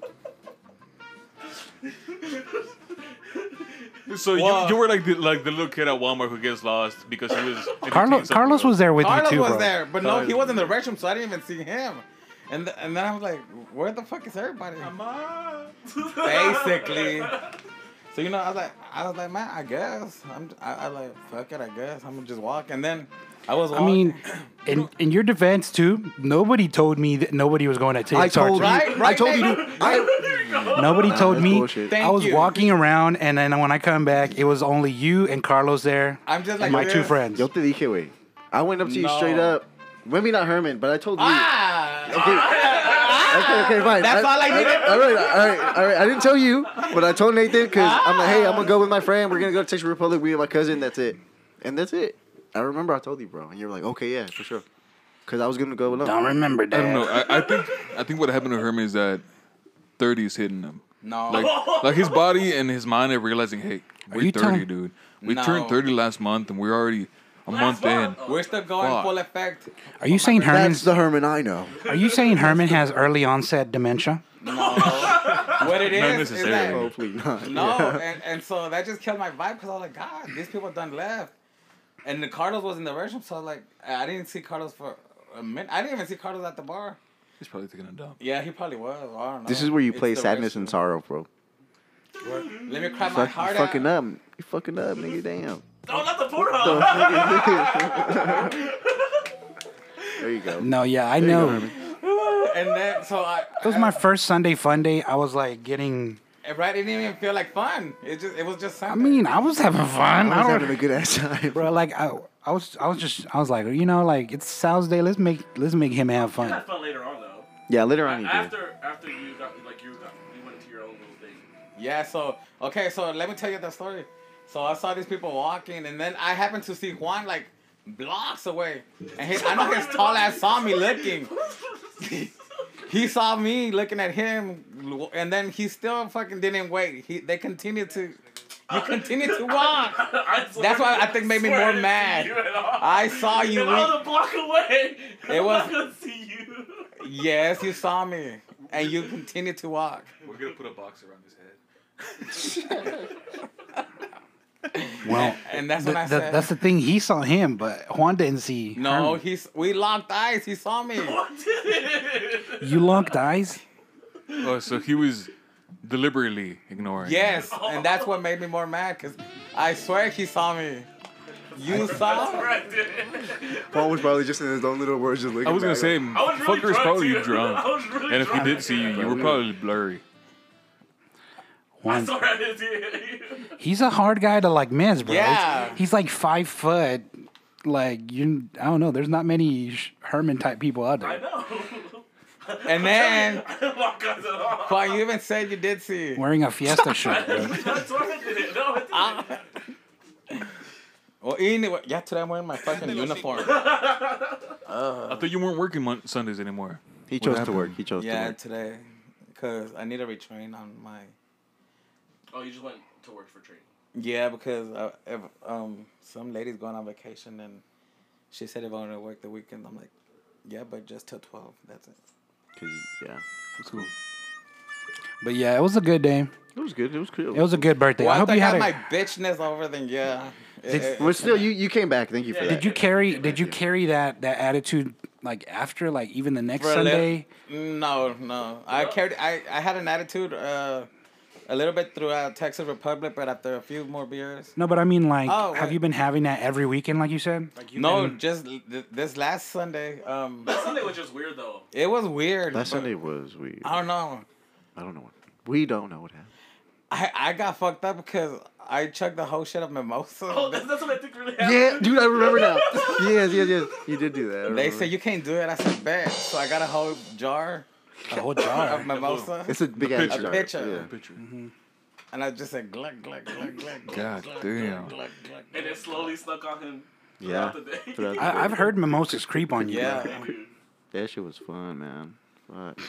Speaker 4: So
Speaker 3: Whoa.
Speaker 4: you, you were like the, like the little kid at Walmart who gets lost because he was.
Speaker 1: Carlos, Carlos was there with
Speaker 3: Carlos
Speaker 1: you too,
Speaker 3: was
Speaker 1: bro.
Speaker 3: there, but no, he was in the restroom, so I didn't even see him. And th- and then I was like, where the fuck is everybody? basically. So you know, I was like, I was like, man, I guess I'm. I, I like, fuck it, I guess I'm gonna just walk. And then I was.
Speaker 1: I
Speaker 3: Walking.
Speaker 1: mean, in in your defense too, nobody told me that nobody was going to take
Speaker 2: I told you.
Speaker 3: Right,
Speaker 2: I
Speaker 3: right,
Speaker 2: told you.
Speaker 3: Nate?
Speaker 2: dude. I.
Speaker 1: Nobody told
Speaker 2: that's
Speaker 1: me.
Speaker 2: bullshit.
Speaker 1: I was
Speaker 3: Thank you.
Speaker 1: walking around, and then when I come back, it was only you and Carlos there,
Speaker 3: I'm just like
Speaker 1: my two
Speaker 3: this.
Speaker 1: friends.
Speaker 2: Yo te dije, wey. I went up to you
Speaker 3: No.
Speaker 2: straight up. Maybe not Herman, but I told you.
Speaker 3: Ah,
Speaker 2: Okay. okay, okay, fine.
Speaker 3: That's all I needed.
Speaker 2: All right, all right, all right. I didn't tell you, but I told Nathan because I'm like, hey, I'm gonna go with my friend. We're gonna go to Texas Republic. We and my cousin. That's it, and that's it. I remember I told you, bro, and you were like, okay, yeah, for sure, because I was gonna go alone.
Speaker 1: Don't remember that.
Speaker 4: I don't know. I, I think I think what happened to Herman is that 30 is hitting him.
Speaker 3: no.
Speaker 4: Like, like his body and his mind are realizing, hey, we're
Speaker 1: you
Speaker 4: 30,
Speaker 1: telling-
Speaker 4: dude. We
Speaker 3: No.
Speaker 4: turned 30 last month, and we're already a month,
Speaker 5: month?
Speaker 4: in.
Speaker 5: Oh.
Speaker 3: we're still going
Speaker 4: Fuck.
Speaker 3: full effect.
Speaker 1: Are you saying
Speaker 2: That's
Speaker 1: Herman's?
Speaker 2: the Herman I know.
Speaker 1: Are you saying Herman has early onset dementia?
Speaker 3: No, what it is
Speaker 4: Not
Speaker 3: is that
Speaker 4: necessarily.
Speaker 2: Hopefully not.
Speaker 3: No,
Speaker 2: Yeah.
Speaker 3: and, and so that just killed my vibe because I was like, God, these people done left. And the Carlos was in the restroom, so I was like, I didn't see Carlos for a minute. I didn't even see Carlos at the bar.
Speaker 4: He's probably taking a dump.
Speaker 3: Yeah, he probably was. I don't know.
Speaker 2: This is where you
Speaker 3: It's
Speaker 2: play
Speaker 3: the
Speaker 2: sadness
Speaker 3: restroom.
Speaker 2: and sorrow, bro.
Speaker 3: Let me cry my
Speaker 2: Fuck,
Speaker 3: heart
Speaker 2: you
Speaker 3: out.
Speaker 2: fucking up. You fucking up, nigga. Damn.
Speaker 5: Oh, not the Pornhub.
Speaker 2: There you go.
Speaker 1: No, yeah, I know.
Speaker 2: Herman.
Speaker 1: It
Speaker 3: And then, so I.
Speaker 1: was my first Sunday fun day. I was like getting.
Speaker 3: Right, it didn't even feel like fun. It just, it was just
Speaker 1: I
Speaker 3: Sunday.
Speaker 1: mean, I was having fun.
Speaker 2: I was
Speaker 1: I
Speaker 2: having a
Speaker 1: don't,
Speaker 2: good ass time,
Speaker 1: bro, like I, I was, I was just, I was like, you know, like it's Sal's day. Let's make, let's make him have
Speaker 5: I
Speaker 1: fun.
Speaker 5: felt later on though.
Speaker 2: Yeah, later on you did.
Speaker 5: After after you got like you got you went into your own little thing.
Speaker 3: Yeah, so okay, so let me tell you the story. So I saw these people walking, and then I happened to see Juan like blocks away, and he, I know his tall ass saw me looking. he saw me looking at him, and then he still fucking didn't wait. He they continued to, you continued to walk. That's why I think made me more mad. I saw you.
Speaker 5: And I was a block away.
Speaker 3: It
Speaker 5: I'm
Speaker 3: was-
Speaker 5: not gonna see you.
Speaker 3: Yes, you saw me, and you continued to walk.
Speaker 4: We're gonna put a box around his head.
Speaker 1: Well,
Speaker 3: And that's
Speaker 1: th-
Speaker 3: when I
Speaker 1: th-
Speaker 3: said,
Speaker 1: that's the thing. He saw him, but Juan didn't see.
Speaker 3: no,
Speaker 1: her.
Speaker 3: he's we locked eyes. He saw me.
Speaker 1: you locked eyes.
Speaker 4: Oh, so he was deliberately ignoring.
Speaker 3: Yes, and that's what made me more mad because I swear he saw me. You saw?
Speaker 5: I did.
Speaker 2: Paul was probably just in his own little words, just looking.
Speaker 4: I was gonna
Speaker 2: back.
Speaker 4: say,
Speaker 5: I was really
Speaker 4: fucker's
Speaker 5: drunk,
Speaker 4: probably
Speaker 5: too. I
Speaker 4: drunk.
Speaker 5: was really
Speaker 4: And if he
Speaker 5: drunk.
Speaker 4: did see you, you were probably blurry.
Speaker 5: I
Speaker 1: Juan,
Speaker 5: saw I did see
Speaker 1: he's a hard guy to like miss, bro. It's-
Speaker 3: Yeah.
Speaker 1: he's like five foot. Like you, I don't know. There's not many sh- Herman type people out
Speaker 5: I
Speaker 1: there.
Speaker 5: know.
Speaker 3: And then,
Speaker 5: I didn't walk out at all.
Speaker 3: fuck, you even said you did see.
Speaker 1: Wearing a Fiesta shirt. Bro.
Speaker 5: That's what I did. No, I didn't.
Speaker 3: Well, anyway, yeah, today I'm wearing my fucking uniform.
Speaker 4: I thought you weren't working mon- Sundays anymore.
Speaker 2: he chose to
Speaker 4: happened?
Speaker 2: work. He chose to
Speaker 3: Yeah,
Speaker 2: work.
Speaker 3: today, because I need to retrain on my.
Speaker 5: Oh, you just went to work for training.
Speaker 3: Yeah, because I, if, um, some lady's going on vacation and she said if I want to work the weekend, I'm like, yeah, but just till twelve. That's it.
Speaker 2: 'Cause he- yeah,
Speaker 4: Cool.
Speaker 1: But yeah, it was a good day.
Speaker 2: it was good. It was cool.
Speaker 1: It was a good birthday.
Speaker 3: Well,
Speaker 1: I hope
Speaker 3: I
Speaker 1: you had.
Speaker 3: got
Speaker 1: A,
Speaker 3: my bitchness over. Then yeah. It-
Speaker 2: But still, you, you came back. Thank you for
Speaker 5: Yeah.
Speaker 2: that.
Speaker 1: did you carry? Did you carry that that attitude like after like even the next
Speaker 3: For a little-
Speaker 1: Sunday?
Speaker 3: No, no. I carried. I, I had an attitude uh, a little bit throughout Texas Republic, but after a few more beers.
Speaker 1: No, but I mean like,
Speaker 3: Oh,
Speaker 1: have
Speaker 3: wait.
Speaker 1: you been having that every weekend like you said?
Speaker 3: No, just l- th- this last Sunday. Um,
Speaker 5: That Sunday was just weird though.
Speaker 3: it was weird.
Speaker 2: That
Speaker 3: but
Speaker 2: Sunday was weird.
Speaker 3: I don't know.
Speaker 2: I don't know what. We don't know what happened.
Speaker 3: I, I got fucked up because I chugged the whole shit of mimosa.
Speaker 5: Oh, that's, that's what I think really happened.
Speaker 2: Yeah, dude, I remember now. yes, yes, yes. You did do that. I
Speaker 3: they
Speaker 2: remember.
Speaker 3: said you can't do it. I said bet. So I got a whole jar
Speaker 1: The whole jar.
Speaker 3: of mimosa,
Speaker 2: it's a big ass
Speaker 4: picture.
Speaker 2: jar.
Speaker 3: Picture.
Speaker 2: Yeah.
Speaker 4: Picture.
Speaker 3: and I just said glug glug glug glug. glug,
Speaker 4: God
Speaker 3: glug,
Speaker 4: damn.
Speaker 3: glug, glug, glug.
Speaker 5: And it slowly stuck on him
Speaker 2: Yeah.
Speaker 5: throughout the day.
Speaker 2: Throughout the-
Speaker 1: I, I've heard mimosas creep on you.
Speaker 3: Yeah.
Speaker 5: Dude.
Speaker 2: That shit was fun, man. Fuck.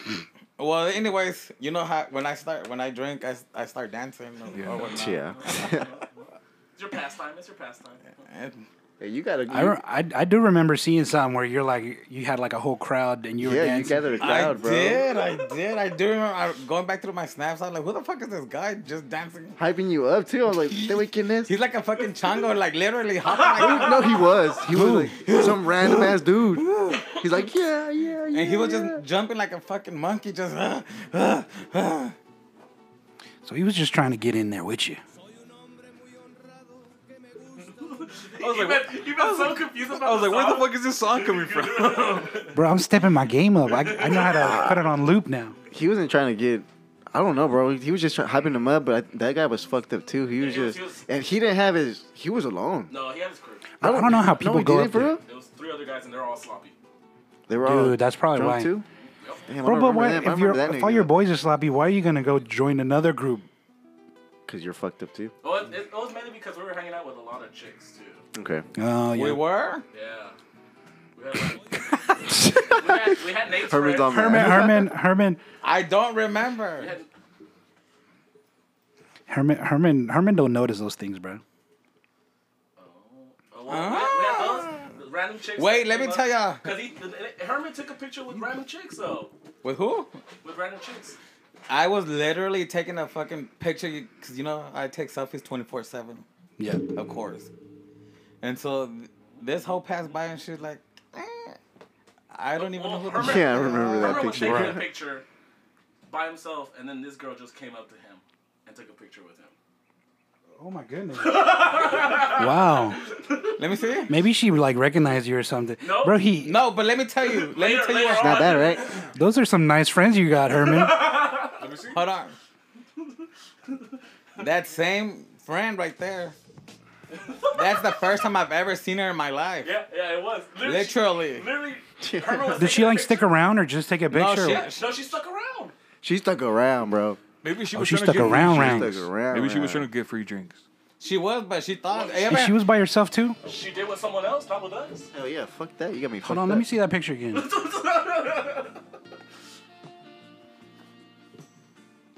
Speaker 3: Well, anyways, you know how when I start when I drink, I, s- I start dancing or,
Speaker 4: Yeah.
Speaker 3: or whatnot.
Speaker 2: Yeah.
Speaker 5: It's your pastime. It's your pastime.
Speaker 3: And-
Speaker 2: Hey, you gotta.
Speaker 1: I, re- I, I do remember seeing some where you're like you had like a whole crowd and you were
Speaker 2: yeah, you
Speaker 1: dancing.
Speaker 2: gathered a crowd,
Speaker 3: I
Speaker 2: bro.
Speaker 3: did, I did, I do remember. I, going back through my snaps, I'm like, who the fuck is this guy just dancing?
Speaker 2: Hyping you up too. I was like, they waking this.
Speaker 3: He's like a fucking chango, like literally hopping. Like,
Speaker 2: no, he was. He was like some random ass dude. He's like, yeah, yeah, yeah.
Speaker 3: and he was
Speaker 2: yeah.
Speaker 3: just jumping like a fucking monkey, just. Uh, uh, uh.
Speaker 1: So he was just trying to get in there with you.
Speaker 4: I was
Speaker 5: You
Speaker 4: like,
Speaker 5: got,
Speaker 4: what?
Speaker 5: you got so confused about
Speaker 4: I was like, where the
Speaker 5: song.
Speaker 4: fuck is this song coming from?
Speaker 1: Bro, I'm stepping my game up. I, I know how to put it on loop now.
Speaker 2: he wasn't trying to get. I don't know, bro. He was just try- hyping him up, but I, that guy was fucked up too. He was
Speaker 5: he was-
Speaker 2: just,
Speaker 5: he was-
Speaker 2: and he didn't have his. He was alone.
Speaker 5: No, he had his crew.
Speaker 1: I don't know how
Speaker 2: No,
Speaker 1: people
Speaker 2: he
Speaker 1: go
Speaker 2: didn't
Speaker 1: up
Speaker 2: for
Speaker 1: there.
Speaker 2: real.
Speaker 5: There was three other guys and they're all sloppy.
Speaker 2: They were all
Speaker 1: Dude, that's probably
Speaker 2: drunk
Speaker 1: why.
Speaker 2: too. Damn,
Speaker 1: Bro,
Speaker 2: I
Speaker 1: but
Speaker 2: remember
Speaker 1: why,
Speaker 2: them. I
Speaker 1: if,
Speaker 2: remember
Speaker 1: you're,
Speaker 2: that
Speaker 1: if all your boys are sloppy, why are you gonna go join another group?
Speaker 2: because you're fucked up too.
Speaker 5: Well, it, it was mainly because we were hanging out with a lot of chicks too.
Speaker 2: Okay.
Speaker 1: Oh yeah.
Speaker 3: We were.
Speaker 5: Yeah. We had like, we had, we had Nate's
Speaker 2: Herman's
Speaker 5: friend.
Speaker 2: on
Speaker 1: Herman, Herman, Herman,
Speaker 3: I don't
Speaker 5: We
Speaker 3: remember.
Speaker 5: had- uh,
Speaker 1: Herman, Herman, Herman don't notice those things, bro.
Speaker 5: Oh, well, we had- we had those random chicks.
Speaker 3: Wait, let me tell y'all.
Speaker 5: Because he, the- Herman took a picture with random chicks though.
Speaker 3: With who?
Speaker 5: With random chicks.
Speaker 3: I was literally taking a fucking picture because you know I take selfies twenty four seven.
Speaker 1: Yeah.
Speaker 3: of course. And so th- this whole passed by and she's like, eh, I don't even know who the
Speaker 5: Well,
Speaker 2: Yeah, I remember that
Speaker 5: Herman was
Speaker 2: picture.
Speaker 5: taking
Speaker 1: Right.
Speaker 5: a picture by himself, and then this girl just came up to him and took a picture with him.
Speaker 1: Oh my goodness. wow.
Speaker 3: Let me see.
Speaker 1: Maybe she like recognized you or something.
Speaker 5: Nope.
Speaker 1: Bro, he.
Speaker 3: No, but let me tell you. Let me
Speaker 5: Later-
Speaker 3: tell you.
Speaker 5: later
Speaker 3: what-
Speaker 5: on.
Speaker 2: Not bad, right?
Speaker 1: Those are some nice friends you got, Herman.
Speaker 3: Hold on. That same friend right there. That's the first time I've ever seen her in my life.
Speaker 5: Yeah, yeah, it was. Literally.
Speaker 3: Literally.
Speaker 5: literally Herman was
Speaker 1: Did she
Speaker 5: taking a
Speaker 1: like stick
Speaker 5: picture-
Speaker 1: around or just take a
Speaker 3: No,
Speaker 1: picture?
Speaker 3: she,
Speaker 5: No, she stuck around.
Speaker 2: She stuck around, bro.
Speaker 4: Maybe she
Speaker 1: Oh,
Speaker 4: was
Speaker 1: she
Speaker 4: trying
Speaker 1: stuck
Speaker 4: to get free
Speaker 1: around,
Speaker 4: drinks.
Speaker 1: around.
Speaker 2: Stuck around.
Speaker 4: Maybe she was
Speaker 2: around.
Speaker 4: trying to get free drinks.
Speaker 3: she was, but she thought. Hey,
Speaker 1: And
Speaker 3: man.
Speaker 1: she was by herself too.
Speaker 5: She did with someone else, not with us.
Speaker 2: Hell yeah, fuck that. You got me fucked
Speaker 1: Hold on,
Speaker 2: up.
Speaker 1: let me see that picture again.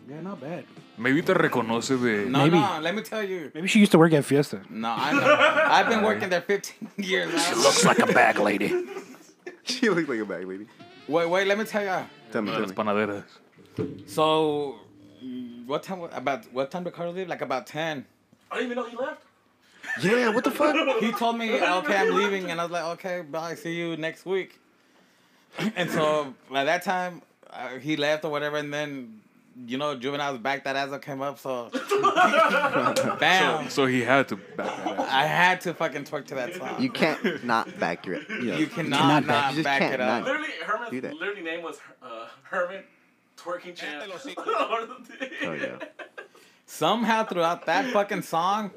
Speaker 1: Yeah, not bad.
Speaker 4: Maybe te reconoce de.
Speaker 3: No,
Speaker 1: Maybe.
Speaker 3: no, let me tell you.
Speaker 1: Maybe she used to work at Fiesta.
Speaker 3: No, I know. I've been working there 15 years. Now.
Speaker 1: like a bag lady.
Speaker 2: She looked like a bag lady.
Speaker 3: Wait, wait, let me tell you.
Speaker 2: Tell me,
Speaker 4: Una de
Speaker 2: tell
Speaker 4: las
Speaker 2: me.
Speaker 4: panaderas.
Speaker 3: So, mm, what time? wa- About what time did Carlos leave? Like about 10.
Speaker 5: I didn't even know he left.
Speaker 2: Yeah, what the fuck?
Speaker 3: He told me, okay, I'm leaving, and I was like, okay, bye, see you next week. And so by that time, uh, he left or whatever, and then. You know, juvenile's back that ass came up, so bam!
Speaker 4: So he had to back that up.
Speaker 3: I had to fucking twerk to that song.
Speaker 2: You can't not back your. You know.
Speaker 3: You cannot,
Speaker 1: cannot back-
Speaker 3: not
Speaker 2: you just
Speaker 3: back
Speaker 2: can't
Speaker 3: it up.
Speaker 2: not.
Speaker 5: Literally, Herman's
Speaker 2: Do that.
Speaker 5: literally name was uh, Herman Twerking Champ.
Speaker 2: Oh, yeah.
Speaker 3: somehow throughout that fucking song,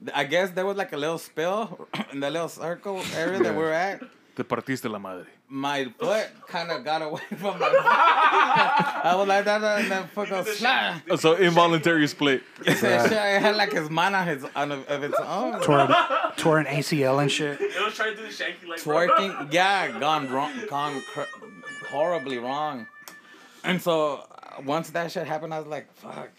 Speaker 3: th- I guess there was like a little spill in the little circle area that we're at.
Speaker 4: Te partiste la madre.
Speaker 3: My foot kind of got away from my. I was like that, and then foot goes slap.
Speaker 4: So involuntary split.
Speaker 3: It said, "Shit, it had like his mind on his on a, of its own.
Speaker 1: Tore, an- tore an ACL and shit.
Speaker 5: It was trying to do the shanky like bro.
Speaker 3: Twerking, yeah, gone wrong, gone cr- horribly wrong. And so uh, once that shit happened, I was like, fuck.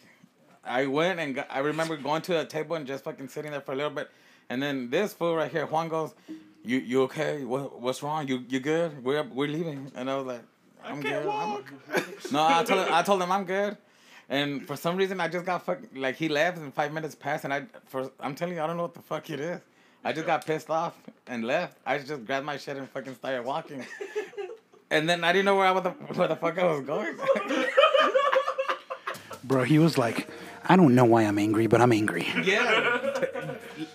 Speaker 3: I went and got, I remember going to a table and just fucking sitting there for a little bit. And then this fool right here, Juan goes, "You you okay? What what's wrong? You you good? We're we're leaving." And I was like, "I'm good. I'm- no, I told him, I told him I'm good. And for some reason, I just got fuck like he left and five minutes passed, and I for I'm telling you, I don't know what the fuck it is. I just got pissed off and left. I just grabbed my shit and fucking started walking. And then I didn't know where I was the, where the fuck I was going.
Speaker 1: Bro, he was like, I don't know why I'm angry, but I'm angry.
Speaker 3: yeah,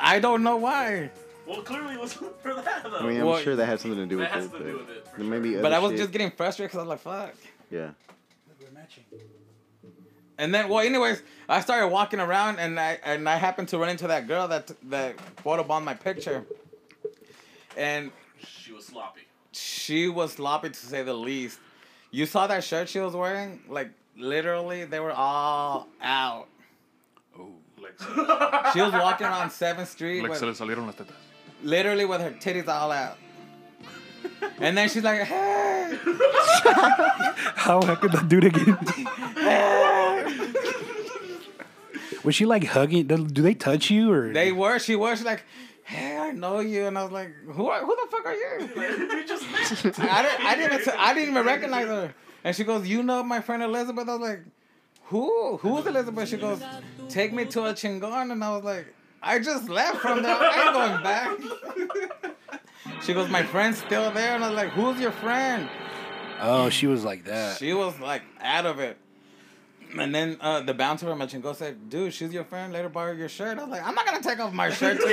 Speaker 3: I don't know why,
Speaker 5: Well, clearly it was for that though.
Speaker 2: I mean, I'm
Speaker 3: Well,
Speaker 2: sure that had something to do with
Speaker 5: that
Speaker 2: it.
Speaker 5: has
Speaker 2: but
Speaker 5: to do with it. for
Speaker 2: there may be
Speaker 3: but
Speaker 2: other
Speaker 3: I was
Speaker 2: shit.
Speaker 3: just getting frustrated because I was like, fuck.
Speaker 2: Yeah.
Speaker 3: And then, well, anyways, I started walking around, and I and I happened to run into that girl that that photobombed my picture, and
Speaker 5: sure. She was sloppy.
Speaker 3: she was sloppy to say the least. You saw that shirt she was wearing? Like literally, they were all out.
Speaker 4: Like,
Speaker 3: She was walking around Seventh Street,
Speaker 4: like
Speaker 3: with,
Speaker 4: se le salieron las tetas.
Speaker 3: literally with her titties all out. And then she's like, "Hey!"
Speaker 1: How I could that dude again? was she like hugging? Do do they touch you or?
Speaker 3: They were. She was. She's like, "Hey, I know you." And I was like, "Who? Are, who the fuck are you?"
Speaker 5: you just left.
Speaker 3: I didn't. I didn't. Even, I didn't even recognize her. And she goes, "You know my friend Elizabeth?" I was like, "Who? Who's Elizabeth?" She goes, "Take me to a chingon," and I was like, "I just left from there. I ain't going back." she goes, "My friend's still there," and I was like, "Who's your friend?"
Speaker 1: oh, she was like that.
Speaker 3: She was like out of it. And then uh, the bouncer from Machingo said, "Dude, she's your friend. Let her borrow your shirt." I was like, "I'm not gonna take off my shirt. To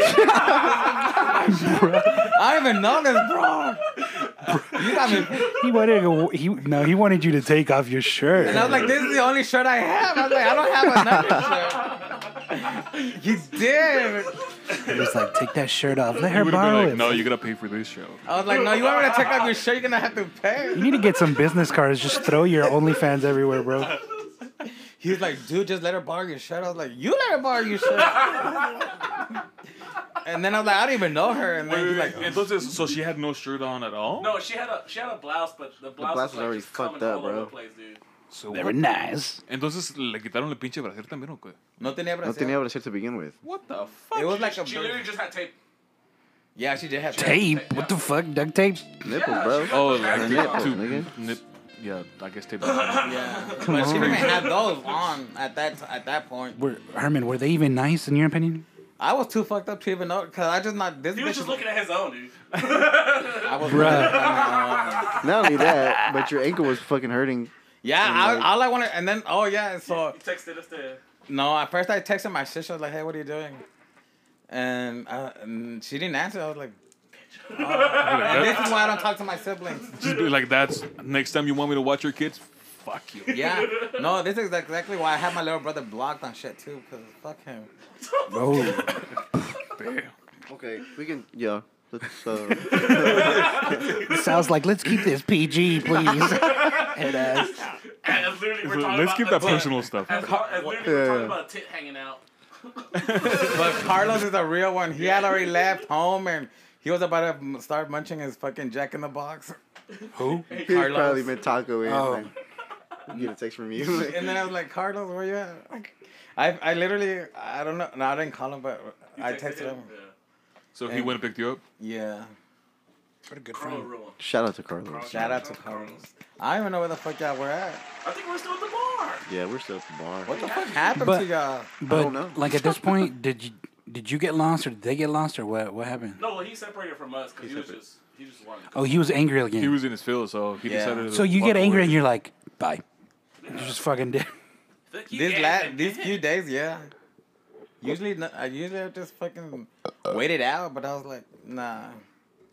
Speaker 3: I don't even know this, bro. You got me.
Speaker 1: he wanted to, he no, he wanted you to take off your shirt.
Speaker 3: And I was like, this is the only shirt I have. I was like, I don't have another shirt. He did.
Speaker 1: he was like, take that shirt off. Let
Speaker 4: You
Speaker 1: her
Speaker 4: would have been
Speaker 1: borrow
Speaker 4: like,
Speaker 1: it.
Speaker 4: no, you gotta pay for this show.
Speaker 3: I was like, no, you want me to take off your shirt? You're gonna have to
Speaker 1: You
Speaker 3: pay.
Speaker 1: need to get some business cards. Just throw your OnlyFans everywhere, bro.
Speaker 3: He was like, dude, just let her borrow your shirt. I was like, you let her borrow your shirt. and then I was like, I don't even know her. And then he's like,
Speaker 4: Eh, Entonces, so she had no shirt on at all?
Speaker 5: No, she had a she had a blouse, but the blouse,
Speaker 2: blouse was
Speaker 5: like,
Speaker 2: already
Speaker 5: just coming
Speaker 2: fucked up,
Speaker 5: all over
Speaker 2: bro.
Speaker 5: the Place, dude.
Speaker 4: So,
Speaker 1: They were nice.
Speaker 4: entonces, ¿le quitaron el pinche brasier también o qué?
Speaker 3: no tenía
Speaker 2: No tenía
Speaker 3: bracelet.
Speaker 2: able to begin with.
Speaker 4: What the fuck?
Speaker 3: It was like a.
Speaker 5: She literally just had tape.
Speaker 3: Yeah, she did have
Speaker 1: Tape? What the fuck? Duct tape?
Speaker 2: Nipples,
Speaker 5: Yeah,
Speaker 2: bro.
Speaker 5: she-
Speaker 4: Oh, like
Speaker 5: Nipple,
Speaker 4: nip,
Speaker 2: nigga.
Speaker 4: nip. Yeah, I guess tape. I
Speaker 3: Yeah, but she didn't even have those on at that at that point.
Speaker 1: Were, Herman, were they even nice in your opinion?
Speaker 3: I was too fucked up to even know because I just not this
Speaker 5: He
Speaker 3: bitch.
Speaker 5: was just looking at his own, dude.
Speaker 3: I was
Speaker 2: Not only that, but your ankle was fucking hurting.
Speaker 3: Yeah, I, all I wanted, and then oh yeah, so
Speaker 5: He texted us the.
Speaker 3: no, at first I texted my sister I was like, "Hey, what are you doing?" And, uh, and she didn't answer. I was like, and "This is why I don't talk to my siblings."
Speaker 4: Just be like, that's next time you want me to watch your kids? Fuck you.
Speaker 3: Yeah, no, this is exactly why I have my little brother blocked on shit too, cause fuck him.
Speaker 1: Oh,
Speaker 4: Damn.
Speaker 2: Okay, we can. Yeah. Let's, uh,
Speaker 1: sounds like let's keep this PG, please. Head ass.
Speaker 5: As literally we're
Speaker 4: So
Speaker 5: talking
Speaker 4: let's
Speaker 5: about,
Speaker 4: keep that personal stuff.
Speaker 5: As, hard, as literally
Speaker 2: Yeah.
Speaker 5: we're talking about a tit hanging out.
Speaker 3: But Carlos is a real one. He had already left home and he was about to m- start munching his fucking Jack in the Box.
Speaker 1: Who?
Speaker 2: he's probably been taco in.
Speaker 1: Oh.
Speaker 2: like, You get a text from you.
Speaker 3: and then I was like, Carlos, where you at? Like, I, I literally, I don't know. No, I didn't call him, but I texted him.
Speaker 5: Yeah.
Speaker 4: So he
Speaker 3: And-
Speaker 4: went and picked you up.
Speaker 3: Yeah.
Speaker 1: What a good
Speaker 5: Carl
Speaker 1: friend.
Speaker 5: Ruin.
Speaker 2: Shout out to Carlos.
Speaker 3: Shout out to Carlos. I don't even know where the fuck y'all were at.
Speaker 5: I think we're still at the bar.
Speaker 2: Yeah, we're still at the bar.
Speaker 3: What the fuck happened
Speaker 1: But-
Speaker 3: to y'all?
Speaker 1: But
Speaker 2: don't know.
Speaker 1: like at this point, did you did you get lost or did they get lost or what? What happened?
Speaker 5: No, well, he separated from us because he, was
Speaker 2: separate.
Speaker 5: just he just wanted. To
Speaker 1: Oh, he was angry again.
Speaker 4: He was in his field, so he
Speaker 3: Yeah.
Speaker 4: decided. To
Speaker 1: so you
Speaker 4: walk
Speaker 1: get angry
Speaker 4: away.
Speaker 1: and you're like, bye. You just fucking did.
Speaker 5: Fuck you
Speaker 3: This
Speaker 5: guys,
Speaker 3: last,
Speaker 5: man.
Speaker 3: these few days, yeah. Usually, no- I usually I just fucking wait it out, but I was like, nah.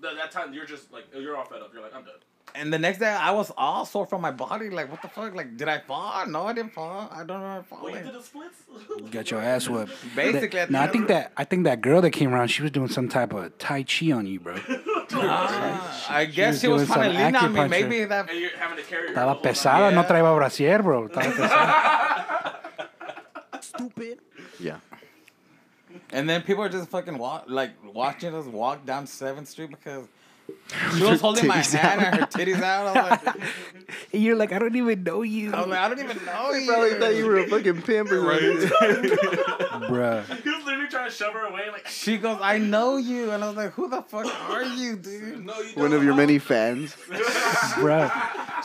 Speaker 5: Th- that time you're just like you're all fed up. You're like I'm done.
Speaker 3: And the next day, I was all sore from my body. Like, what the fuck? Like, did I fall? No, I didn't fall. I don't remember
Speaker 5: Well, you
Speaker 3: falling.
Speaker 5: did the splits.
Speaker 1: Got your ass whipped.
Speaker 3: Basically,
Speaker 1: That- no, I think that I think that girl that came around, she was doing some type of tai chi on you, bro.
Speaker 3: Ah, I guess
Speaker 1: was
Speaker 3: she was
Speaker 1: doing
Speaker 3: trying to lean
Speaker 1: some
Speaker 3: on me.
Speaker 1: acupuncture.
Speaker 3: Maybe that.
Speaker 5: And you're having to carry. her the
Speaker 1: Estaba
Speaker 5: whole night.
Speaker 1: pesada, no
Speaker 3: Yeah.
Speaker 1: traía brasier, bro. Estaba pesada.
Speaker 2: Yeah.
Speaker 3: And then people are just fucking walk, like watching us walk down Seventh Street because she was holding my
Speaker 2: titties
Speaker 3: hand and her titties out. I was like,
Speaker 1: And you're like, I don't even know you,
Speaker 3: I, was like, I don't even know you.
Speaker 2: Probably thought you were a fucking pimp or something.
Speaker 1: bro.
Speaker 5: He was literally trying to shove her away. Like
Speaker 3: She goes, I know you, and I was like, Who the fuck are you, dude?
Speaker 5: no, you.
Speaker 2: One
Speaker 5: don't.
Speaker 2: of your many fans.
Speaker 1: Bro,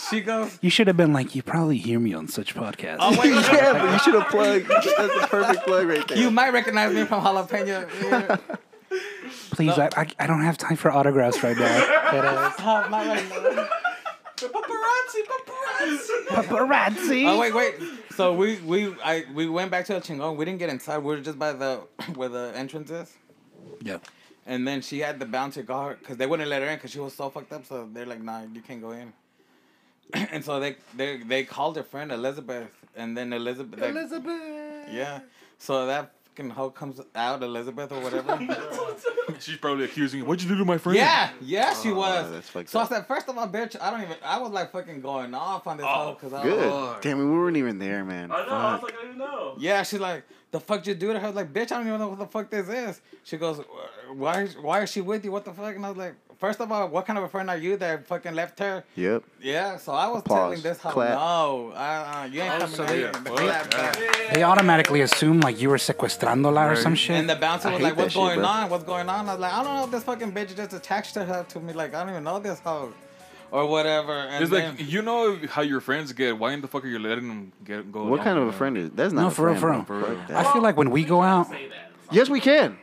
Speaker 3: She goes,
Speaker 1: you should have been like, you probably hear me on such podcasts.
Speaker 3: Oh wait,
Speaker 2: yeah, but you should have plugged. That's the perfect plug right there.
Speaker 3: you might recognize me from Jalapeno. Yeah.
Speaker 1: Please, I, I I don't have time for autographs right now. But, uh,
Speaker 3: Oh, my God.
Speaker 5: Paparazzi, paparazzi.
Speaker 1: paparazzi.
Speaker 3: Oh, wait, wait. So we we I we went back to El Chingon. We didn't get inside. We were just by the where the entrance is.
Speaker 1: Yeah.
Speaker 3: And then she had the bouncer guard because they wouldn't let her in because she was so fucked up. So they're like, nah, you can't go in. and so they they they called her friend Elizabeth, and then Elizabeth. they-
Speaker 1: Elizabeth.
Speaker 3: Yeah. So that fucking hoe comes out, Elizabeth or whatever.
Speaker 4: She's probably accusing him. What'd you do to my friend?
Speaker 3: yeah, yeah, she was.
Speaker 2: Oh, that's fucked
Speaker 3: so
Speaker 2: up.
Speaker 3: I said, first of all, bitch, I don't even. I was like fucking going off on this hoe because I was.
Speaker 2: Oh, Good. Damn it, we weren't even there, man.
Speaker 5: Oh, I know. I was
Speaker 2: Fuck.
Speaker 5: like, I didn't know.
Speaker 3: Yeah, she's like, the fuck you do to her? I was like, bitch, I don't even know what the fuck this is. She goes, why, why is she with you? What the fuck? And I was like, first of all, what kind of a friend are you that fucking left her?
Speaker 2: Yep.
Speaker 3: Yeah, so I was
Speaker 2: Pause.
Speaker 3: telling this hoe,
Speaker 2: Clap.
Speaker 3: no, uh, uh, you ain't coming
Speaker 4: Oh, so
Speaker 3: out
Speaker 4: yeah,
Speaker 3: here.
Speaker 4: fuck
Speaker 3: Clap
Speaker 4: that.
Speaker 3: back.
Speaker 1: They automatically assume like you were sequestrándola or some shit.
Speaker 3: And the bouncer
Speaker 2: I
Speaker 3: was
Speaker 2: hate
Speaker 3: like,
Speaker 2: that
Speaker 3: what's
Speaker 2: shit,
Speaker 3: going
Speaker 2: bro.
Speaker 3: on? What's going on? I was like, I don't know if this fucking bitch just attached her to me. Like, I don't even know this hoe. Or whatever. And
Speaker 4: It's
Speaker 3: then,
Speaker 4: like you know how your friends get. Why in the fuck are you letting them get go?
Speaker 2: What
Speaker 4: along
Speaker 2: kind of a
Speaker 4: with
Speaker 2: friend is that's not
Speaker 1: No,
Speaker 2: a
Speaker 1: for real,
Speaker 2: friend,
Speaker 1: for real.
Speaker 2: bro.
Speaker 4: For real.
Speaker 2: Fuck
Speaker 1: I
Speaker 2: that.
Speaker 1: feel like when we go out,
Speaker 5: Say that.
Speaker 2: Yes, we can.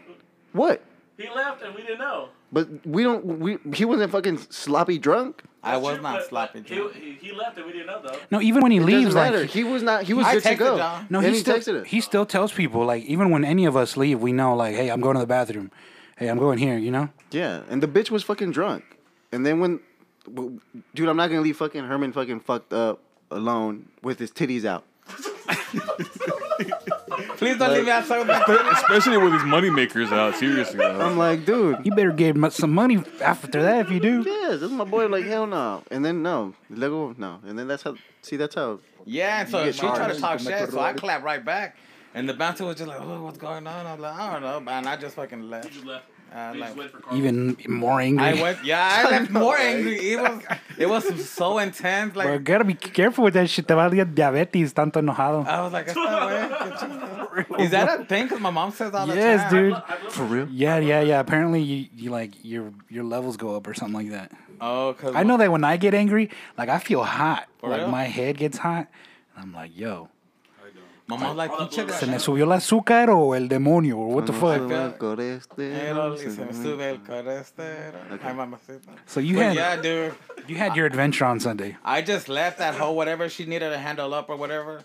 Speaker 2: What?
Speaker 5: He left and we didn't know.
Speaker 2: But we don't. We he wasn't fucking sloppy drunk.
Speaker 3: I was
Speaker 5: Shoot,
Speaker 3: not
Speaker 5: but-
Speaker 3: sloppy.
Speaker 5: He,
Speaker 3: drunk.
Speaker 5: he, he left and we didn't know though.
Speaker 1: no, even when he leaves,
Speaker 2: Doesn't matter.
Speaker 1: like
Speaker 2: He was not. He was
Speaker 3: I
Speaker 2: good to
Speaker 3: texted
Speaker 2: go.
Speaker 3: John.
Speaker 1: no,
Speaker 2: and
Speaker 1: he
Speaker 2: he
Speaker 1: still
Speaker 2: texted us.
Speaker 1: he still tells people like even when any of us leave, we know like, hey, I'm going to the bathroom. Hey, I'm going here. You know.
Speaker 2: Yeah, and the bitch was fucking drunk. And then when, w- dude, I'm not gonna leave fucking Herman fucking fucked up alone with his titties out.
Speaker 3: Please don't leave me outside with my
Speaker 4: that? Especially with these money makers out. Seriously, though.
Speaker 2: I'm like, dude.
Speaker 1: You better give mu- some money after that if you do.
Speaker 2: Yes, this is my boy. Like hell no, and then no, let go no, and then that's how. See, that's how.
Speaker 3: Yeah, and so
Speaker 2: get
Speaker 3: she tried to
Speaker 2: charged.
Speaker 3: talk
Speaker 2: You can
Speaker 3: shit,
Speaker 2: make
Speaker 3: so I
Speaker 2: a road.
Speaker 3: clapped right back. And the bouncer was just like, oh, what's going on? I was like, I don't know, man. I just fucking
Speaker 5: He
Speaker 3: left.
Speaker 5: just left.
Speaker 3: Uh,
Speaker 5: he
Speaker 3: like-
Speaker 5: just waited for Carl.
Speaker 1: Even more angry.
Speaker 3: I went, yeah, I left more angry. It was, it was so intense. Like,
Speaker 1: Bro, gotta be careful with that shit. Te va a dar diabetes, tanto enojado.
Speaker 3: I was like, "Esta wea, qué chingada." is that a thing? Because my mom says all the
Speaker 1: Yes,
Speaker 3: time.
Speaker 1: dude.
Speaker 5: I love
Speaker 2: For real.
Speaker 1: Yeah, yeah, yeah. Apparently, you, you like your your levels go up or something like that.
Speaker 3: Oh, cause
Speaker 1: I know that when I get angry, like I feel hot, like
Speaker 3: real?
Speaker 1: my head gets hot, and I'm like, yo,
Speaker 3: My mom's like,
Speaker 5: All the
Speaker 3: "Pinche
Speaker 5: blood
Speaker 1: se me
Speaker 3: gacha."
Speaker 1: subió el azúcar o el demonio or what the
Speaker 2: No
Speaker 1: fuck.
Speaker 2: se me coreste,
Speaker 3: Pero
Speaker 2: eh, no
Speaker 3: se
Speaker 2: se me-
Speaker 3: me sube el colesterol. Ay, mamacita.
Speaker 1: So you
Speaker 3: But yeah,
Speaker 1: had
Speaker 3: dude.
Speaker 1: you had your adventure on Sunday.
Speaker 3: I just left that hoe whatever she needed to handle up or whatever.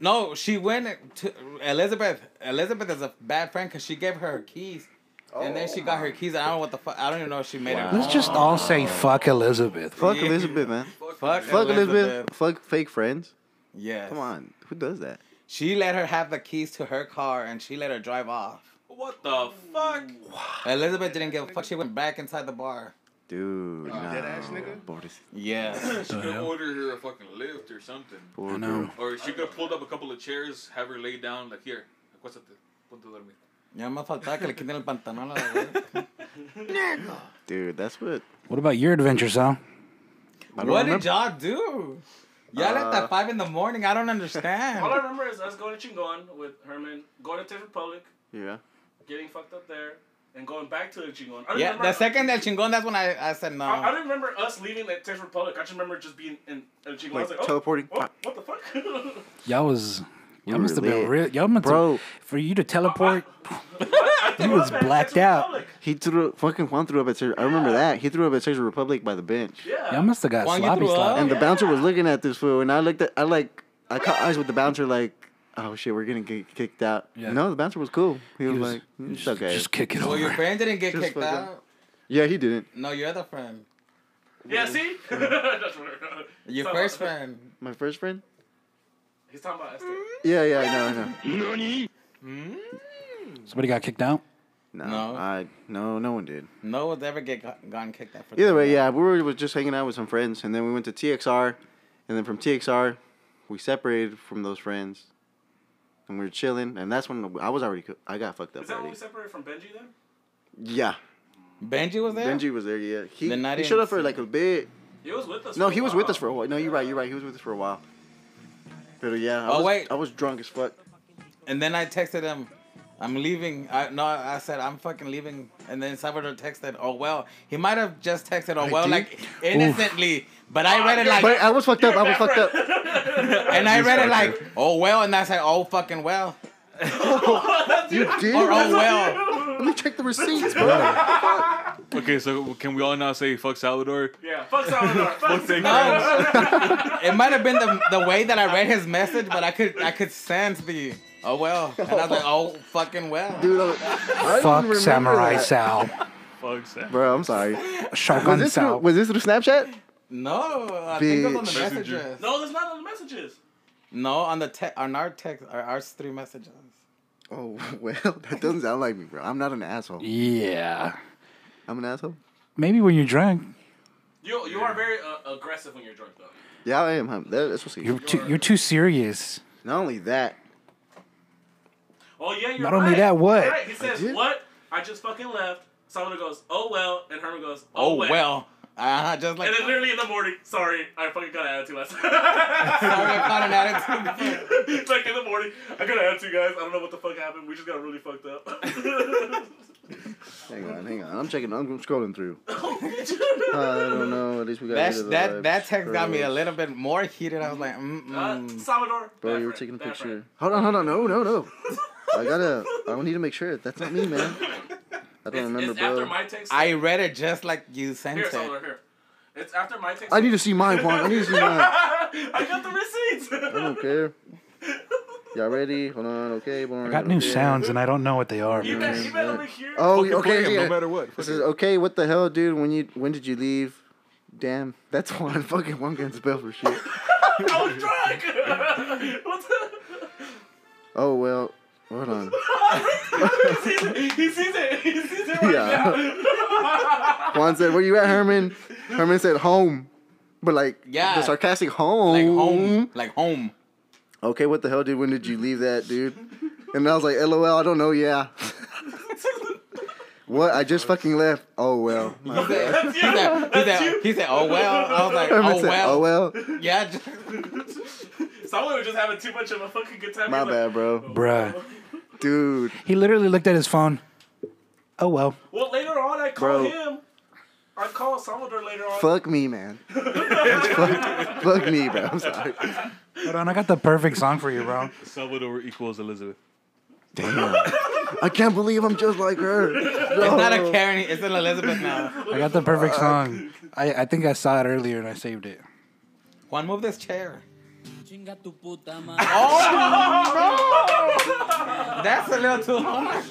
Speaker 3: No, she went to Elizabeth. Elizabeth is a bad friend because she gave her her keys, and then she got her keys. And I don't know what the fuck. I don't even know if she made it.
Speaker 1: Let's just all say fuck Elizabeth.
Speaker 2: Fuck
Speaker 3: Yeah.
Speaker 2: Elizabeth, man.
Speaker 3: fuck,
Speaker 2: Fuck Elizabeth. Fuck fake friends.
Speaker 3: Yeah.
Speaker 2: Come on, who does that?
Speaker 3: She let her have the keys to her car, and she let her drive off.
Speaker 5: What the fuck?
Speaker 3: Elizabeth didn't give a fuck. She went back inside the bar.
Speaker 2: Dude, no. Boris-
Speaker 3: Yeah.
Speaker 4: She could order her a fucking lift or something,
Speaker 2: poor
Speaker 1: know.
Speaker 2: girl.
Speaker 4: or she could have pulled up a couple of chairs, have her lay down like here. acuéstate, ponte a dormir."
Speaker 3: Ya me faltaba que le quiten el pantalón a la güey.
Speaker 2: Dude, that's what.
Speaker 1: What about your adventure, Sal?
Speaker 2: I don't
Speaker 3: What
Speaker 2: remember.
Speaker 3: did y'all do? Y'all left
Speaker 2: Uh,
Speaker 3: at five in the morning. I don't understand.
Speaker 5: All I remember is us going to Chingon with Herman, going to Czech Republic,
Speaker 2: Yeah.
Speaker 5: getting fucked up there, and going back to Chingon. I don't
Speaker 3: yeah,
Speaker 5: remember,
Speaker 3: the second El Chingon, that's when I, I said no.
Speaker 5: I, I don't remember us leaving the Czech Republic. I just remember just being in El Chingon. I was
Speaker 2: Like
Speaker 5: like, oh,
Speaker 2: teleporting.
Speaker 5: What, what the fuck?
Speaker 1: Y'all was. Y'all
Speaker 2: were
Speaker 1: must have been
Speaker 2: lit.
Speaker 1: real. Y'all must
Speaker 2: Bro.
Speaker 1: Have, for you to teleport.
Speaker 5: I, I
Speaker 1: He was
Speaker 5: threw up at
Speaker 1: blacked
Speaker 5: Czech
Speaker 1: out.
Speaker 5: Republic.
Speaker 2: He threw fucking Juan threw up at. Czech- I remember that he threw up at Czech Republic by the bench,
Speaker 5: Yeah.
Speaker 1: Y'all must have got
Speaker 3: Juan, you
Speaker 1: sloppy
Speaker 3: threw up?
Speaker 1: sloppy.
Speaker 2: and the bouncer was looking at this fool, and I looked at. I like. I caught eyes with the bouncer, like, oh shit, we're gonna get kicked out.
Speaker 1: Yeah.
Speaker 2: No, the bouncer was cool. He, was,
Speaker 1: was-
Speaker 2: like, "Mm, it's okay.
Speaker 1: Just kick it
Speaker 3: well, your
Speaker 1: over.
Speaker 3: friend didn't get
Speaker 2: Just
Speaker 3: kicked
Speaker 2: fucking-
Speaker 3: out.
Speaker 2: yeah, he didn't.
Speaker 3: No, your other friend.
Speaker 5: Yeah, see? That's what I-
Speaker 3: Your
Speaker 5: Talking
Speaker 3: first
Speaker 5: about-
Speaker 3: friend.
Speaker 2: My first friend.
Speaker 5: He's talking about Esther.
Speaker 2: Yeah, yeah, I know, I know.
Speaker 1: Somebody got kicked out.
Speaker 2: No,
Speaker 3: No.
Speaker 2: I no, no one did.
Speaker 3: No one's ever get go- gotten kicked out. For
Speaker 2: Either way, yeah, we were was just hanging out with some friends, and then we went to TXR, and then from TXR, we separated from those friends, and we were chilling, and that's when I was already co- I got fucked
Speaker 5: Is
Speaker 2: up
Speaker 5: that when we
Speaker 2: already.
Speaker 5: separated from Benji then?
Speaker 2: Yeah,
Speaker 3: Benji was there.
Speaker 2: Benji was there. Yeah, he,
Speaker 3: Then I
Speaker 2: he
Speaker 3: didn't
Speaker 2: showed up for
Speaker 3: see
Speaker 2: like a bit.
Speaker 5: He was with us.
Speaker 2: No,
Speaker 5: for a
Speaker 2: he was with
Speaker 5: while.
Speaker 2: us for a while. No, you're right. You're right. He was with us for a while. But uh, yeah, I
Speaker 3: Oh,
Speaker 2: was,
Speaker 3: wait.
Speaker 2: I was drunk as fuck.
Speaker 3: And then I texted him, I'm leaving. I no, I said I'm fucking leaving. And then Salvador texted, "Oh well." He might have just texted, "Oh
Speaker 2: I
Speaker 3: well,"
Speaker 2: did?
Speaker 3: like innocently. But I
Speaker 5: Oh,
Speaker 3: read it like,
Speaker 2: But I was fucked up. I was fucked up.
Speaker 3: and I
Speaker 2: He's
Speaker 3: read it
Speaker 2: fucked
Speaker 3: like, "Oh well," and I said, "Oh fucking well,"
Speaker 2: You did?
Speaker 3: or "Oh well."
Speaker 2: Let me check the receipts, bro.
Speaker 4: Okay, so can we all now say fuck Salvador?
Speaker 5: Yeah, fuck Salvador. Fuck
Speaker 4: Thank
Speaker 5: Salvador.
Speaker 2: Oh.
Speaker 3: No. it might have been the the way that I read his message, but I could I could sense the "Oh well," and I was like, "Oh fucking well."
Speaker 2: Dude, I, was- I didn't
Speaker 1: Fuck
Speaker 2: remember
Speaker 1: Samurai
Speaker 2: that.
Speaker 1: Sal.
Speaker 4: Fuck Salvador.
Speaker 2: Bro, I'm sorry. Was
Speaker 1: Shogun
Speaker 2: this, through,
Speaker 1: Sal.
Speaker 2: was this through Snapchat?
Speaker 3: No, I think it was on the
Speaker 2: Bitch.
Speaker 3: messages.
Speaker 5: No, there's not on the messages.
Speaker 3: No, on the te- on our text, our, our three messages.
Speaker 2: Oh well, that doesn't sound like me, bro. I'm not an asshole.
Speaker 1: Yeah.
Speaker 2: I'm an asshole.
Speaker 1: Maybe when you're drunk,
Speaker 5: You you are very uh, aggressive when you're drunk though.
Speaker 2: Yeah, I am. Hum. That, that's what's
Speaker 1: you're
Speaker 2: you
Speaker 1: too, you're too serious.
Speaker 2: Not only that,
Speaker 5: Oh yeah, you're
Speaker 1: Not
Speaker 5: right.
Speaker 1: only that, what?
Speaker 5: You're Right. He says
Speaker 2: did?
Speaker 5: what? I just fucking left. Salvador goes, oh well, and Herman goes, oh,
Speaker 3: Oh well, uh, just like
Speaker 5: And then literally in the morning, sorry, I fucking got an attitude last night.
Speaker 3: Sorry, I caught an attitude.
Speaker 5: like in the morning, I got an attitude, guys. I don't know what the fuck happened. We just got really fucked up.
Speaker 2: Uh, hang on, hang on. I'm checking. I'm scrolling through. I don't know. At least we got rid of
Speaker 3: That
Speaker 2: the
Speaker 3: that that
Speaker 2: vibes,
Speaker 3: text got me a
Speaker 2: bros.
Speaker 3: little bit more heated. I was like,
Speaker 5: Uh,
Speaker 3: mm-mm.
Speaker 5: Salvador.
Speaker 2: mm. Bro,
Speaker 5: that
Speaker 2: you were
Speaker 5: friend,
Speaker 2: taking a
Speaker 5: that
Speaker 2: picture.
Speaker 5: friend.
Speaker 2: Hold on, hold on. No, no, no. I gotta. I need to make sure that's not me, man. I don't
Speaker 5: It's,
Speaker 2: remember,
Speaker 5: it's
Speaker 2: bro.
Speaker 5: after my text.
Speaker 3: I read it just like you sent
Speaker 5: here,
Speaker 3: it.
Speaker 5: Salvador, here. It's after my text.
Speaker 2: I need to see my one. I need to see mine.
Speaker 5: I got the receipts.
Speaker 2: I don't care. Y'all ready? Hold on. Okay, boring.
Speaker 1: I got
Speaker 2: don't
Speaker 1: new
Speaker 2: care.
Speaker 1: sounds and I don't know what they are.
Speaker 5: You
Speaker 1: man.
Speaker 5: bet, you bet over here.
Speaker 2: Oh,
Speaker 4: Fucking play
Speaker 2: okay.
Speaker 4: him,
Speaker 2: Yeah.
Speaker 4: No matter what.
Speaker 2: This
Speaker 4: Fuck
Speaker 2: is
Speaker 4: it.
Speaker 2: okay. What the hell, dude? When you when did you leave? Damn, that's one fucking one gun spell for shit.
Speaker 5: I was drunk. what the?
Speaker 2: Oh well, hold on.
Speaker 5: he sees it. He sees it. He sees it right
Speaker 2: Yeah.
Speaker 5: now.
Speaker 2: Juan said, "Where you at, Herman?" Herman said, "Home," but like
Speaker 3: Yeah.
Speaker 2: the sarcastic home.
Speaker 3: Like home,
Speaker 2: Mm-hmm.
Speaker 3: like home.
Speaker 2: Okay, what the hell, dude? When did you leave that, dude? And I was like, "LOL, I don't know." Yeah. what? I just fucking left. Oh well. My
Speaker 3: He
Speaker 2: bad.
Speaker 3: said, he said, he said, he said, oh well. I was like,
Speaker 2: Herman
Speaker 3: oh
Speaker 2: said, "Oh
Speaker 3: well.
Speaker 2: well."
Speaker 3: Yeah, just,
Speaker 5: Someone was just having too much of a fucking good time.
Speaker 2: My
Speaker 5: He's like,
Speaker 2: bad, bro.
Speaker 1: Bruh.
Speaker 2: Dude,
Speaker 1: He literally looked at his phone. Oh well.
Speaker 5: Well, later on, I call
Speaker 2: Bro.
Speaker 5: him. I call Salvador later on.
Speaker 2: fuck me, man. fuck, fuck me, bro. I'm sorry.
Speaker 1: Hold on, I got the perfect song for you, bro.
Speaker 4: Salvador equals Elizabeth.
Speaker 2: I can't believe I'm just like her.
Speaker 3: it's not
Speaker 2: Oh.
Speaker 3: a Karen. It's an Elizabeth now.
Speaker 1: I got the perfect song. I, I think I saw it earlier and I saved it.
Speaker 3: Juan, move this chair. Oh,
Speaker 6: Chinga tu puta madre.
Speaker 3: That's a little too hard.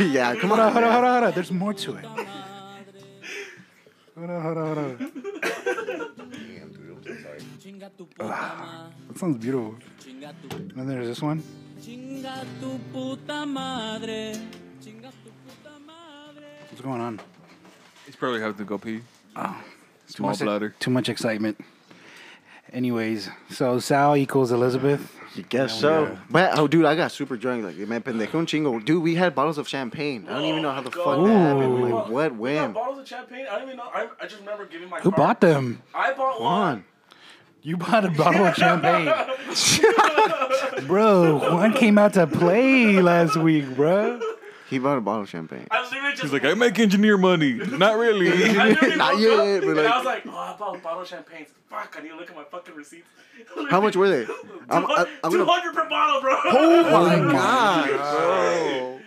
Speaker 2: yeah, come on.
Speaker 1: Hold on, hold on,
Speaker 2: man.
Speaker 1: hold on, hold on. There's more to it. Hold on, hold on, hold on.
Speaker 6: Chinga tu puta madre.
Speaker 1: That sounds beautiful.
Speaker 6: Chinga tu,
Speaker 1: And then there's this one.
Speaker 6: chinga tu puta madre. Chinga tu puta madre.
Speaker 1: What's going on?
Speaker 4: He's probably having to go pee.
Speaker 1: Too
Speaker 4: Oh. Small
Speaker 1: much-
Speaker 4: bladder.
Speaker 1: Too much excitement. Anyways, so Sal equals Elizabeth.
Speaker 2: You guess so. But oh, dude, I got super drunk. Like, man, pendejo un chingo. Dude, we had bottles of champagne. I don't even know how the fuck that happened.
Speaker 1: Oh.
Speaker 2: Like, what
Speaker 5: Oh We got
Speaker 2: when?
Speaker 5: bottles of champagne. I don't even know. I, I just remember giving my
Speaker 1: Who
Speaker 5: card.
Speaker 1: bought them?
Speaker 5: I bought one.
Speaker 2: Juan.
Speaker 1: You bought a bottle of champagne. bro, Juan came out to play last week, bro.
Speaker 2: He bought a bottle of champagne.
Speaker 5: I literally just
Speaker 4: He's like, I make engineer money. Not really.
Speaker 5: I literally
Speaker 2: Not
Speaker 5: woke
Speaker 2: yet,
Speaker 5: up,
Speaker 2: but
Speaker 5: and
Speaker 2: like-
Speaker 5: I was like, oh, I bought a bottle of champagne. Fuck, I need to look at my fucking receipts.
Speaker 2: How much were they? I'm, I, I'm
Speaker 5: Two
Speaker 2: gonna.
Speaker 5: hundred per bottle, bro.
Speaker 2: Oh my
Speaker 1: my
Speaker 2: god,
Speaker 4: Oh.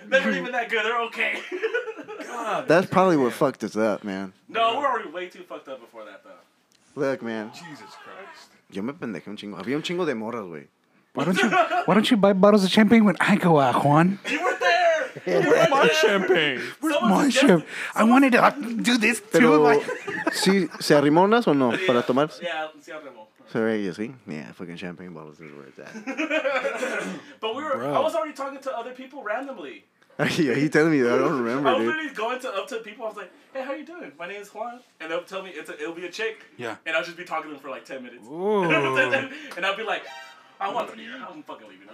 Speaker 5: They weren't even that good. They're okay.
Speaker 2: That's probably what fucked us up, man.
Speaker 5: no, we're already way too fucked up before that, though.
Speaker 2: Look, man.
Speaker 4: Jesus Christ.
Speaker 2: Yo me pendejé un chingo. Había un chingo de morras, güey.
Speaker 1: Why don't you why don't you buy bottles of champagne when I go out, Juan?
Speaker 5: You were there. You were
Speaker 4: Where's my
Speaker 5: there.
Speaker 4: champagne?
Speaker 1: Where's
Speaker 5: Someone
Speaker 1: my
Speaker 5: suggested-
Speaker 1: ship? I wanted to uh, do this too.
Speaker 2: Pero,
Speaker 1: Like,
Speaker 2: ¿sí, ¿se arrimó unas o no? Para tomar.
Speaker 5: Yeah, sí, I'll drink one.
Speaker 2: Sorry, you see? Yeah, fucking champagne bottles is where it's at.
Speaker 5: But we were. I was already talking to other people randomly.
Speaker 2: Yo, he telling me that. I don't
Speaker 5: I
Speaker 2: remember,
Speaker 5: was
Speaker 2: dude.
Speaker 5: literally going to up to people. I was like, "Hey, how you doing? My name is Juan," and they'll tell me it's a, it'll be a chick.
Speaker 1: Yeah.
Speaker 5: And I'll just be talking to them for like ten minutes.
Speaker 1: Ooh.
Speaker 5: and I'll be like, "I want three. I'm fucking leaving."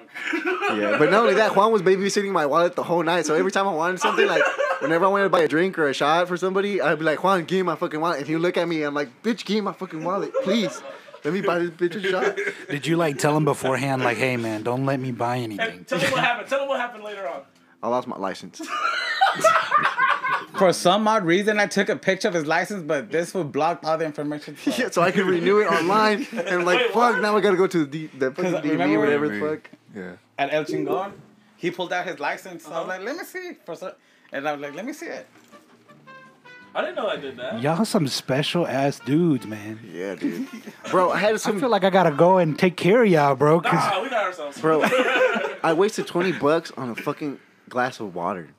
Speaker 5: I'm
Speaker 2: Yeah, but not only that, Juan was babysitting my wallet the whole night. So every time I wanted something, like whenever I wanted to buy a drink or a shot for somebody, I'd be like, Juan, give me my fucking wallet. And he'd look at me and I'm like, bitch, give me my fucking wallet, please. Let me buy this bitch a shot.
Speaker 1: Did you like tell him beforehand, like, hey man, don't let me buy anything?
Speaker 5: And tell them what happened. Tell them what happened later on.
Speaker 2: I lost my license.
Speaker 3: For some odd reason, I took a picture of his license, but this would block all the information. So.
Speaker 2: Yeah, so I could renew it online. And I'm like,
Speaker 5: Wait,
Speaker 2: fuck, now I gotta go to the, D- the fucking DMV,
Speaker 3: remember-
Speaker 2: whatever the fuck.
Speaker 4: Yeah.
Speaker 3: At El Chingon, he pulled out his license. So I
Speaker 2: Uh-huh.
Speaker 3: was like, let me see. For some, and I was like, let me see it.
Speaker 5: I didn't know I did that.
Speaker 1: Y'all some special ass dudes, man.
Speaker 2: Yeah, dude. Bro, I had
Speaker 1: I
Speaker 2: some
Speaker 1: feel like I gotta go and take care of y'all, bro. Cause
Speaker 5: Ah, we got ourselves.
Speaker 2: Bro, I wasted 20 bucks on a fucking glass of water.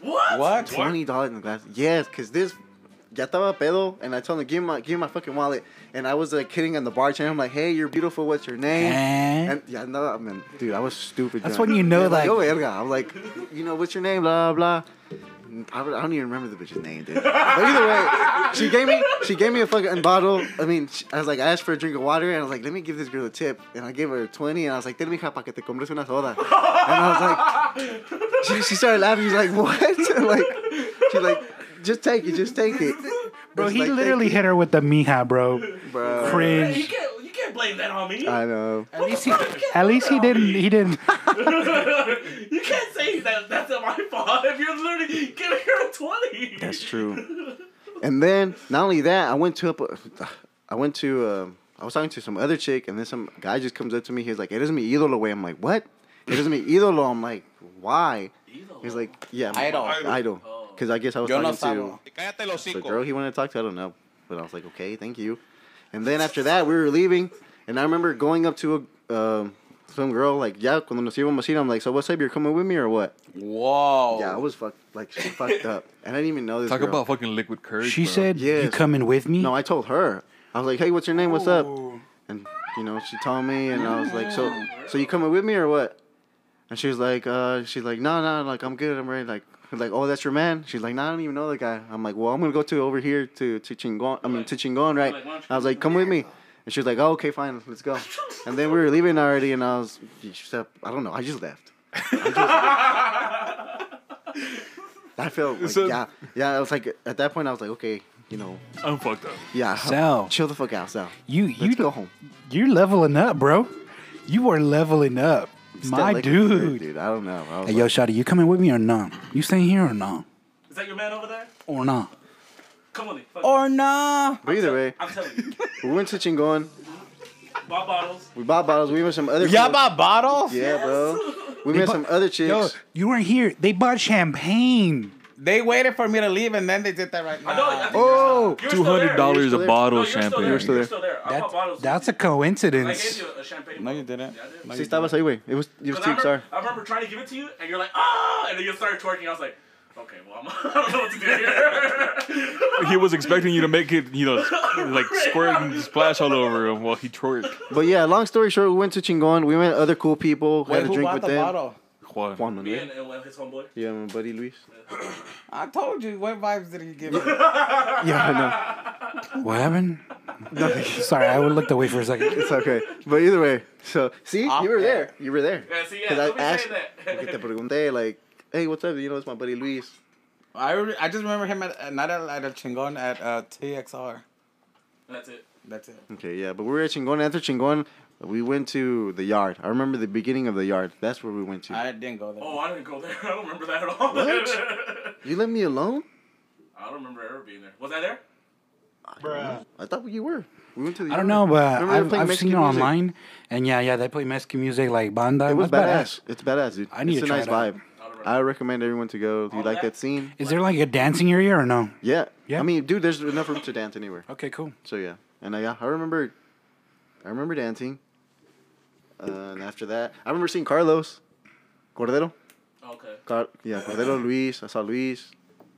Speaker 5: What?
Speaker 3: What?
Speaker 2: $20 in a glass. Yes, because this. Ya estaba pedo, and I told him, give me, my, give me my fucking wallet. And I was like kidding on the bartender. I'm like, hey, you're beautiful. What's your name?
Speaker 1: Eh?
Speaker 2: And yeah, no, I mean, dude, I was stupid.
Speaker 1: That's
Speaker 2: drunk.
Speaker 1: when you know,
Speaker 2: He was
Speaker 1: like-
Speaker 2: oh, verga. I'm like, you know, what's your name? Blah blah. I don't I don't even remember the bitch's name, dude. But either way, she gave me she gave me a fucking bottle. I mean, she, I was like, I asked for a drink of water, and I was like, let me give this girl a tip, and I gave her twenty, and I was like, ten mija pa que te compres una soda, and I was like, she, she started laughing. She's like, what? And like, she's like, just take it, just take it,
Speaker 1: bro,
Speaker 2: It's
Speaker 1: he
Speaker 2: like,
Speaker 1: literally
Speaker 2: thank Uh,
Speaker 1: hit her with the mija, bro.
Speaker 2: you, bro.
Speaker 5: Hey, you
Speaker 1: Cringe.
Speaker 5: can't. You can't blame that on me.
Speaker 2: I know.
Speaker 1: Uh, At least he, at least he didn't. He didn't.
Speaker 5: you can't say that. That's not my fault. If you're literally giving her a twenty.
Speaker 2: That's true. and then not only that, I went to up, I went to um, I was talking to some other chick, and then some guy just comes up to me. He's like, "It doesn't mi ídolo way." I'm like, "What?" It doesn't mi ídolo. I'm like, "Why?" He's like, "Yeah, my-
Speaker 3: Idol.
Speaker 2: idol." Because I guess I was
Speaker 3: Oh. Yo no
Speaker 2: talking
Speaker 3: sabo.
Speaker 2: to the girl he wanted to talk to. I don't know, but I was like, "Okay, thank you." And then after that, we were leaving, and I remember going up to a. Um, some girl like yeah, cuando nos íbamos a ir, I'm like, so what's up? You're coming with me or what?
Speaker 3: Whoa.
Speaker 2: Yeah, I was fucked like fucked up, and I didn't even know this.
Speaker 4: Talk
Speaker 2: girl.
Speaker 4: about fucking liquid courage.
Speaker 1: She
Speaker 4: bro.
Speaker 1: said, "You
Speaker 2: Yes.
Speaker 1: coming with me?"
Speaker 2: No, I told her. I was like, "Hey, what's your name? What's up?" And you know, she told me, and I was like, "So, so you coming with me or what?" And she was like, uh, "She's like, no, no, like I'm good. I'm ready." Like, like, oh, that's your man. She's like, no, I don't even know the guy. I'm like, well, I'm gonna go to over here to to Chingon. I mean, to Chingon, right? I was like, come with me. And she was like, oh, okay, fine, let's go. And then we were leaving already, and I was, she said, I don't know, I just left. I felt like,
Speaker 4: So-
Speaker 2: yeah, yeah. I was like, at that point, I was like, okay, you know,
Speaker 4: I'm fucked up.
Speaker 2: yeah,
Speaker 1: Sal.
Speaker 2: chill the fuck out, Sal.
Speaker 1: you you
Speaker 2: Let's go home.
Speaker 1: you're leveling up, bro. You are leveling up,
Speaker 2: Still
Speaker 1: my
Speaker 2: like it,
Speaker 1: dude.
Speaker 2: dude. I don't know. I was
Speaker 1: Hey, yo,
Speaker 2: like,
Speaker 1: Shotty, you coming with me or not? You staying here or not?
Speaker 5: Is that your man over there?
Speaker 1: Or not?
Speaker 5: Come on, in. Fuck.
Speaker 1: Oh.
Speaker 3: Or nah.
Speaker 2: but either way,
Speaker 5: I'm telling you,
Speaker 2: we went to Chingon.
Speaker 5: my bottles.
Speaker 2: We bought bottles. We met some other.
Speaker 3: Y'all
Speaker 2: girls.
Speaker 3: bought bottles?
Speaker 2: Yeah, bro. We met
Speaker 1: bought-
Speaker 2: some other chicks.
Speaker 1: Yo, you weren't here. They bought champagne.
Speaker 3: They waited for me to leave and then they did that right now.
Speaker 5: I know. I think
Speaker 2: Oh,
Speaker 5: you're
Speaker 4: Two
Speaker 5: still there.
Speaker 4: hundred dollars
Speaker 2: still
Speaker 4: a
Speaker 2: there.
Speaker 4: bottle
Speaker 5: No,
Speaker 4: of
Speaker 5: you're still there.
Speaker 4: champagne.
Speaker 5: You're
Speaker 2: still there.
Speaker 5: still there. I
Speaker 1: That-
Speaker 5: bought bottles.
Speaker 1: that's a
Speaker 5: I gave
Speaker 1: coincidence.
Speaker 5: you a champagne.
Speaker 3: No, you
Speaker 5: bottle.
Speaker 3: didn't.
Speaker 5: Yeah, I did.
Speaker 3: No,
Speaker 2: Sí,
Speaker 3: you
Speaker 2: estabas
Speaker 3: didn't.
Speaker 2: ahí, güey. It was, it was
Speaker 5: 'Cause I
Speaker 2: cheap, sorry.
Speaker 5: remember, I remember trying to give it to you, and you're like, ah, and then you started twerking. I was like, okay, well, I'm, I don't know what to do here.
Speaker 4: He was expecting you to make it, you know, like squirt and splash all over him while he twerked.
Speaker 2: But yeah, long story short, we went to Chingon. We met other cool people.
Speaker 3: Wait,
Speaker 2: had a
Speaker 3: who
Speaker 2: drink
Speaker 3: bought
Speaker 2: with
Speaker 3: the
Speaker 2: them.
Speaker 3: bottle?
Speaker 4: Juan.
Speaker 2: Juan
Speaker 5: Me
Speaker 2: Manuel.
Speaker 5: and, and his homeboy.
Speaker 2: Yeah, my buddy Luis.
Speaker 3: I told you. What vibes did he give me?
Speaker 2: Yeah, I know.
Speaker 1: What happened? Sorry, I looked away for a second.
Speaker 2: It's okay. But either way, so see,
Speaker 3: Off
Speaker 2: you were
Speaker 3: air.
Speaker 2: there. You were there.
Speaker 5: Yeah, see, yeah,
Speaker 2: Because
Speaker 5: don't be
Speaker 2: I asked,
Speaker 5: saying
Speaker 2: te
Speaker 5: that.
Speaker 2: pregunté, like, hey, what's up? You know, it's my buddy Luis.
Speaker 3: I, re- I just remember him at, at- not at, at a Chingon, at uh, TXR.
Speaker 5: That's it.
Speaker 3: That's it.
Speaker 2: Okay, yeah, but we were at Chingon. After Chingon, we went to the yard. I remember the beginning of the yard. That's where we went to.
Speaker 3: I didn't go there.
Speaker 5: Oh, I didn't go there. I don't remember that at all.
Speaker 2: What? you let me alone?
Speaker 5: I don't remember ever being there. Was I there?
Speaker 2: I thought you were. We went to the
Speaker 1: I
Speaker 2: yard.
Speaker 1: don't know, but
Speaker 2: Remember they
Speaker 1: I've,
Speaker 2: played
Speaker 1: I've seen it
Speaker 2: Mexican music?
Speaker 1: online, and yeah, yeah, they play Mexican music like banda.
Speaker 2: It was
Speaker 1: That's
Speaker 2: badass. It's badass, dude.
Speaker 1: I need
Speaker 2: it's
Speaker 1: to
Speaker 2: a
Speaker 1: try
Speaker 2: nice
Speaker 1: it out.
Speaker 2: vibe.
Speaker 5: I don't remember.
Speaker 2: I recommend everyone to go. If you
Speaker 5: All
Speaker 2: like
Speaker 5: that?
Speaker 2: that scene,
Speaker 1: Is there like a dancing area or no?
Speaker 2: yeah.
Speaker 1: Yeah.
Speaker 2: I mean, dude, there's enough room to dance anywhere.
Speaker 1: Okay, cool.
Speaker 2: So yeah, and I I remember, I remember dancing. Uh, and after that, I remember seeing Carlos, Cordero.
Speaker 5: okay.
Speaker 2: Car- yeah, Cordero Luis. I saw Luis,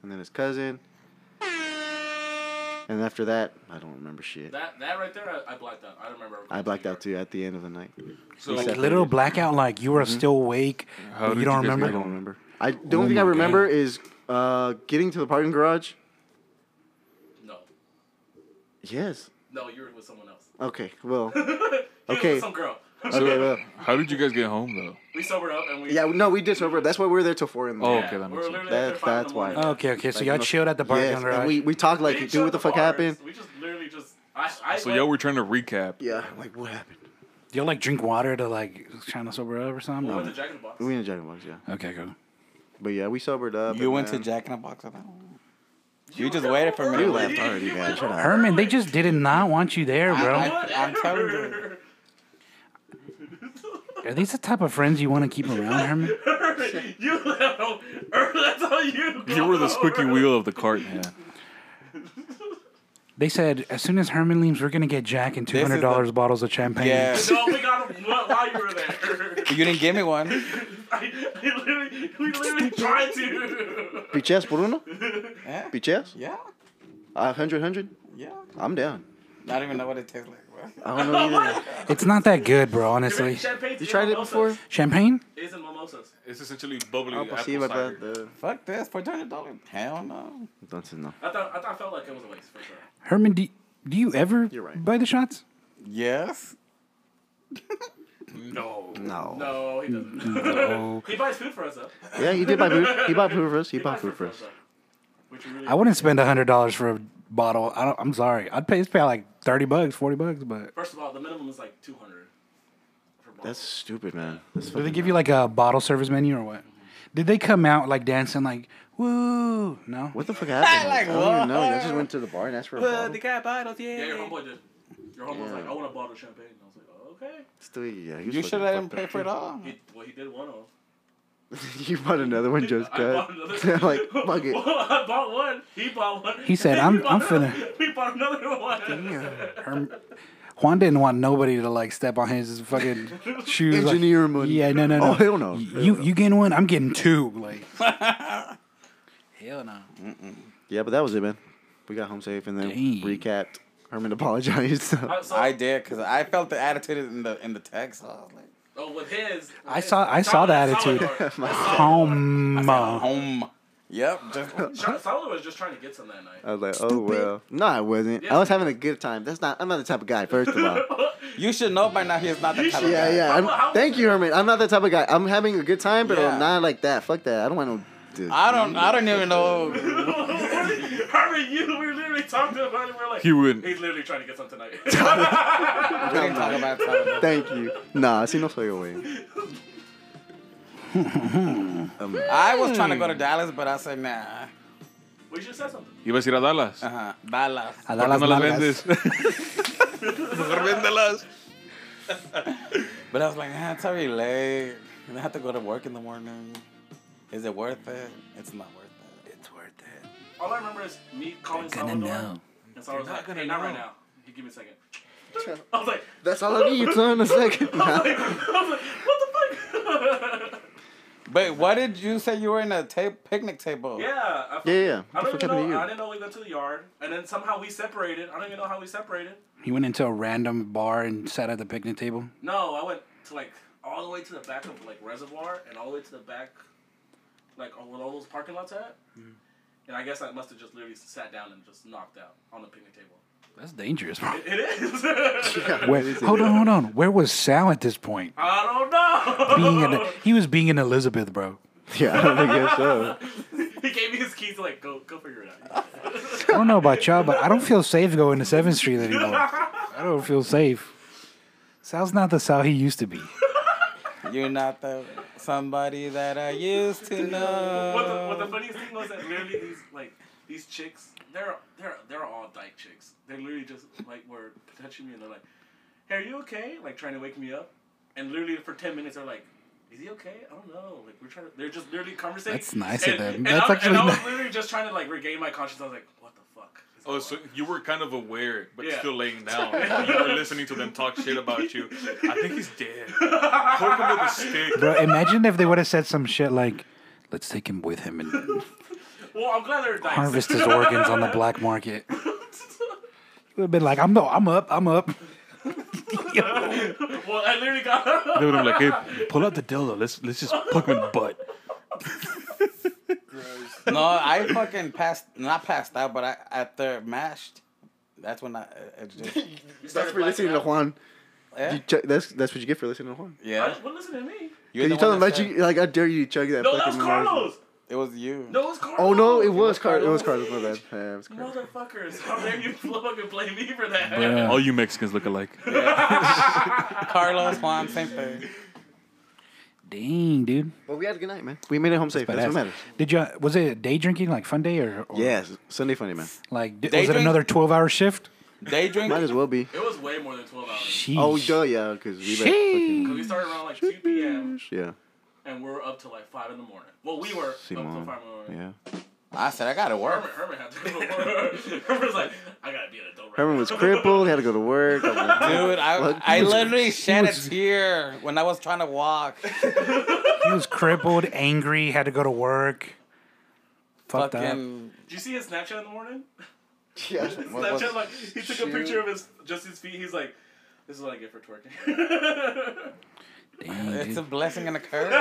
Speaker 2: and then his cousin. And after that, I don't remember shit.
Speaker 5: That that right there, I, I blacked out. I don't remember. ever
Speaker 2: I
Speaker 5: going
Speaker 2: blacked
Speaker 5: to
Speaker 2: out too at the end of the night.
Speaker 4: So
Speaker 1: Like
Speaker 2: Exactly.
Speaker 1: literal blackout, like you were
Speaker 2: Mm-hmm.
Speaker 1: still awake, but
Speaker 4: How did
Speaker 1: you
Speaker 4: you
Speaker 1: don't
Speaker 4: guys
Speaker 2: I
Speaker 1: remember.
Speaker 4: make
Speaker 2: don't remember. I the only thing I
Speaker 1: my
Speaker 2: remember is uh, getting to the parking garage.
Speaker 5: Europe. No.
Speaker 2: Yes.
Speaker 5: No, you were with someone else.
Speaker 2: Okay. Well.
Speaker 5: You were
Speaker 2: Okay.
Speaker 5: With some girl.
Speaker 2: Okay. Well.
Speaker 4: how did you guys get home though?
Speaker 5: we sobered up and we.
Speaker 2: Yeah. No, we did sober. up. That's why we were there till four in the
Speaker 4: Oh,
Speaker 2: morning.
Speaker 5: Yeah,
Speaker 4: okay, that makes
Speaker 5: we were
Speaker 4: sense.
Speaker 5: literally
Speaker 2: That-
Speaker 5: there five in the
Speaker 2: that's why.
Speaker 5: morning.
Speaker 1: Okay, okay, Oh, so
Speaker 2: Like,
Speaker 1: y'all
Speaker 2: no-
Speaker 1: chilled at the parking
Speaker 2: yes,
Speaker 1: garage.
Speaker 2: and we, we talked
Speaker 5: We
Speaker 2: like, dude,
Speaker 5: showed
Speaker 2: what the fuck
Speaker 5: bars.
Speaker 2: happened?
Speaker 5: We just literally just. I, I
Speaker 4: So
Speaker 5: like,
Speaker 4: y'all were trying to recap.
Speaker 2: Yeah, like what happened?
Speaker 1: Do y'all like drink water to like trying to sober up or something?
Speaker 5: we went to Jack in the Box.
Speaker 2: We went to Jack in the Box, yeah.
Speaker 1: Okay, cool.
Speaker 2: But yeah, we sobered up.
Speaker 3: You
Speaker 2: and
Speaker 3: went to
Speaker 2: then-
Speaker 3: Jack in the Box. I don't know. You just waited for me to
Speaker 2: You
Speaker 3: leave.
Speaker 2: left already, man. Shut up.
Speaker 1: Herman, they just did not want you there, bro.
Speaker 3: I, I'm telling you.
Speaker 1: Are these the type of friends you want to keep around, Herman?
Speaker 5: you left. That's all you.
Speaker 4: You were the squeaky wheel of the cart, man.
Speaker 1: They said as soon as Herman leaves, we're gonna get Jack and two
Speaker 3: This is
Speaker 1: hundred dollars bottles of champagne.
Speaker 3: Yeah.
Speaker 5: No, we got him while you were there.
Speaker 3: You didn't give me one.
Speaker 5: I, I literally, we literally tried to.
Speaker 2: Piches por uno?
Speaker 3: Yeah.
Speaker 2: Piches?
Speaker 3: Yeah.
Speaker 2: A Uh, hundred, hundred?
Speaker 3: Yeah.
Speaker 2: I'm down.
Speaker 3: I don't even know what it tastes like. bro.
Speaker 2: I don't know either.
Speaker 1: It's not that good, bro. Honestly,
Speaker 5: Champagne's
Speaker 2: You
Speaker 5: in
Speaker 2: tried it before?
Speaker 5: mimosas.
Speaker 1: champagne.
Speaker 5: It's in mimosas.
Speaker 4: It's essentially bubbly
Speaker 2: Ah,
Speaker 4: apple
Speaker 2: pues sí,
Speaker 4: cider.
Speaker 2: ¿verdad? Uh,
Speaker 3: Fuck this for two hundred dollars. Hell no.
Speaker 2: Entonces, no.
Speaker 5: I thought, I thought, I felt like it was a waste for sure.
Speaker 1: Herman, do, do you ever
Speaker 2: You're right.
Speaker 1: buy the shots?
Speaker 3: Yes.
Speaker 5: No.
Speaker 2: No.
Speaker 5: No, he doesn't. he buys food for us though.
Speaker 2: Yeah, he did buy food. He bought food for us. He bought food for us.
Speaker 5: though. Which we really
Speaker 1: I wouldn't spend hundred dollars for a bottle. I don't, I'm sorry, I'd pay, pay like thirty bucks, forty bucks. But
Speaker 5: First of all, the minimum is like two hundred.
Speaker 2: That's stupid, man. That's
Speaker 1: do they
Speaker 2: fucking-
Speaker 1: give you like a bottle service menu or what? Did they come out like dancing like woo? No.
Speaker 2: What the fuck happened?
Speaker 3: Like,
Speaker 2: I don't even know.
Speaker 3: what?
Speaker 2: Y'all just went to the bar and asked for a bottle.
Speaker 5: Yeah, your homeboy did. Your homeboy was like, I want a bottle of champagne. And I was like, oh, okay.
Speaker 2: Still, yeah, he was
Speaker 3: You
Speaker 2: fucking
Speaker 3: should let him
Speaker 2: fucked
Speaker 3: pay
Speaker 2: up.
Speaker 3: for it all.
Speaker 5: He, well, he did one of them.
Speaker 2: you bought another one just
Speaker 5: I bought
Speaker 2: cut.
Speaker 5: another.
Speaker 2: like, fuck it.
Speaker 5: Well, I bought one. He bought one.
Speaker 1: He said,
Speaker 5: and
Speaker 1: "I'm-
Speaker 5: we bought
Speaker 1: I'm
Speaker 5: another-
Speaker 1: finna-"
Speaker 5: We bought another one.
Speaker 1: Herm- Juan didn't want nobody to like step on his fucking shoes. like-
Speaker 2: Engineer money.
Speaker 1: Yeah, no, no, no.
Speaker 2: Oh, hell no.
Speaker 1: Y-
Speaker 2: Hell
Speaker 1: You
Speaker 2: no.
Speaker 1: you getting one? I'm getting two. Like. hell no.
Speaker 2: Yeah, but that was it, man. We got home safe and then
Speaker 1: Dang.
Speaker 2: recapped. Herman apologized.
Speaker 5: I, so,
Speaker 3: I did because I felt the attitude in the in the text. So I was like,
Speaker 5: oh, with his.
Speaker 1: I saw I saw the attitude. Home.
Speaker 3: home. Yep. Just,
Speaker 5: Solid was just trying to get some that
Speaker 1: Uh,
Speaker 5: night.
Speaker 2: I was like, oh well. No, I wasn't. I was having a good time. That's not. I'm not the type of guy. First of all.
Speaker 3: you should know by now he's not the type of
Speaker 2: Yeah,
Speaker 3: guy.
Speaker 2: yeah.
Speaker 5: How- how-
Speaker 2: I'm, thank you, Herman. I'm not that type of guy. I'm having a good time, but
Speaker 3: Yeah.
Speaker 2: I'm not like that. Fuck that. I don't want no. Dude.
Speaker 3: I don't. I don't even know.
Speaker 5: Harvey, you we were literally talking about it. We're like,
Speaker 4: He wouldn't.
Speaker 5: he's literally trying to get some tonight.
Speaker 3: We didn't talk about it.
Speaker 2: Thank you. Nah, así no soy yo, güey. um,
Speaker 3: I was trying to go to Dallas, but I said nah.
Speaker 5: we should say something.
Speaker 4: Ibas a ir a Dallas.
Speaker 2: Ah,
Speaker 3: Uh huh. Dallas.
Speaker 1: I love
Speaker 4: ¿Por qué
Speaker 1: las
Speaker 4: no las
Speaker 1: nalgas.
Speaker 4: vendes? Mejor véndelas.
Speaker 3: But I was like, nah, it's already late. And I have to go to work in the morning. Is it worth it? It's not worth it.
Speaker 1: It's worth it.
Speaker 5: All I remember is me calling
Speaker 1: Gonna
Speaker 5: Salvador.
Speaker 1: know.
Speaker 5: And Salvador's
Speaker 4: They're not
Speaker 5: like,
Speaker 4: gonna
Speaker 5: hey, not right
Speaker 4: know.
Speaker 5: now. He give me a second. I was like,
Speaker 2: that's all I need. You turn a second.
Speaker 5: I
Speaker 2: Nah.
Speaker 5: was like, I was like what the fuck?
Speaker 3: But why did you say you were in a ta- picnic table?
Speaker 5: yeah. I,
Speaker 2: Yeah, yeah.
Speaker 5: I
Speaker 2: What
Speaker 5: don't
Speaker 2: the fuck
Speaker 5: even know.
Speaker 2: happened to
Speaker 5: I
Speaker 2: you?
Speaker 5: didn't know we went to the yard. And then somehow we separated. I don't even know how we separated.
Speaker 1: He went into a random bar and sat at the picnic table.
Speaker 5: No, I went to like all the way to the back of like Reservoir and all the way to the back, like oh, where all those parking lots at.
Speaker 4: Mm-hmm.
Speaker 5: And I guess I must have just literally sat down and just knocked out on the picnic table.
Speaker 1: That's dangerous, bro.
Speaker 5: It is.
Speaker 1: Wait, hold on, hold on. Where was Sal at this point?
Speaker 5: I don't know.
Speaker 1: Being an, he was being an Elizabeth, bro.
Speaker 2: uh, Yeah, I guess so.
Speaker 5: he gave me his keys to like go go figure it out.
Speaker 1: I don't know about y'all, but I don't feel safe going to Seventh Street anymore. I don't feel safe. Sal's not the Sal he used to be.
Speaker 3: You're not the somebody that I used to
Speaker 5: What the, what the
Speaker 3: know.
Speaker 5: funniest thing was that literally these like these chicks, they're they're they're all dyke chicks. They literally just like were touching me and they're like, "Hey, are you okay?" Like trying to wake me up, and literally for ten minutes they're like. Is he okay? I don't know. Like we're trying to, they're just literally conversating.
Speaker 1: That's nice
Speaker 5: and,
Speaker 1: of them.
Speaker 5: And
Speaker 1: That's
Speaker 5: I'm,
Speaker 1: actually
Speaker 5: and I was
Speaker 1: nice.
Speaker 5: literally just trying to like regain my conscience. I was like, what the fuck? is
Speaker 4: Oh,
Speaker 5: going
Speaker 4: so
Speaker 5: on?"
Speaker 4: you were kind of aware, but
Speaker 5: Yeah.
Speaker 4: still laying down. you were listening to them talk shit about you. I think he's dead. Poke him with a stick.
Speaker 1: Bro, imagine if they would have said some shit like, let's take him with him and
Speaker 5: Well, I'm glad they're nice.
Speaker 1: harvest his organs on the black market. You would have been like, I'm, no, I'm up, I'm up.
Speaker 5: well, I literally got.
Speaker 4: They would have like, hey, pull out the dildo. Let's let's just poke him in the butt.
Speaker 3: No, I fucking passed, not passed out, but I after mashed. That's when I it just
Speaker 2: That's for listening to Juan.
Speaker 3: yeah.
Speaker 2: You ch- that's that's what you get for listening to Juan.
Speaker 3: yeah.
Speaker 5: Well, listen to me.
Speaker 3: You're
Speaker 2: Cause you
Speaker 3: the
Speaker 2: told
Speaker 3: one
Speaker 2: him
Speaker 3: that
Speaker 2: let
Speaker 3: said-
Speaker 2: you like I dare you to chug that.
Speaker 5: No, that was
Speaker 2: fucking Mars.
Speaker 5: Carlos.
Speaker 3: It was you.
Speaker 5: No, it was Carlos.
Speaker 2: Oh no, it
Speaker 5: was.
Speaker 2: was Carlos. It was Carlos. My bad. Yeah, it was Carlos.
Speaker 5: Motherfuckers, how dare you fucking blame me for that?
Speaker 1: Bruh.
Speaker 4: All you Mexicans look alike.
Speaker 3: Carlos Juan, same thing.
Speaker 1: Dang, dude.
Speaker 2: But we had a good night, man. We made it home safe. That's,
Speaker 1: Badass.
Speaker 2: what matters.
Speaker 1: Did you? Was it day drinking, like fun day, or, or
Speaker 2: Yes, Sunday funny, man.
Speaker 1: Like, di-
Speaker 3: Day
Speaker 1: was it
Speaker 3: drink-
Speaker 1: another twelve-hour shift?
Speaker 3: Day drink.
Speaker 2: Might as well be.
Speaker 5: It was way more than 12 hours.
Speaker 1: Sheesh.
Speaker 2: Oh duh, yeah, because we like, fucking,
Speaker 5: We started around like 2 p.m.
Speaker 2: yeah,
Speaker 5: and we were up till like 5 in the morning. Well, we were up till 5 in
Speaker 2: Simon,
Speaker 5: the morning.
Speaker 2: yeah.
Speaker 3: I said I gotta
Speaker 5: Herman,
Speaker 3: work.
Speaker 5: Herman had to go to work. Herman was like, I gotta be an adult right
Speaker 2: Herman was crippled. had to go to work. I was like,
Speaker 3: Dude,
Speaker 2: What?
Speaker 3: I, I literally shed a tear when I was trying to walk.
Speaker 1: He was crippled, angry, had to go to work. Fucked up.
Speaker 3: Fucking
Speaker 5: now. Did you see his Snapchat in the morning?
Speaker 2: yeah.
Speaker 3: What was-
Speaker 5: Snapchat, like, he took a picture of his just his feet. He's like, this is what I get for twerking.
Speaker 1: Dang,
Speaker 3: It's a
Speaker 1: dude.
Speaker 3: blessing and a curse.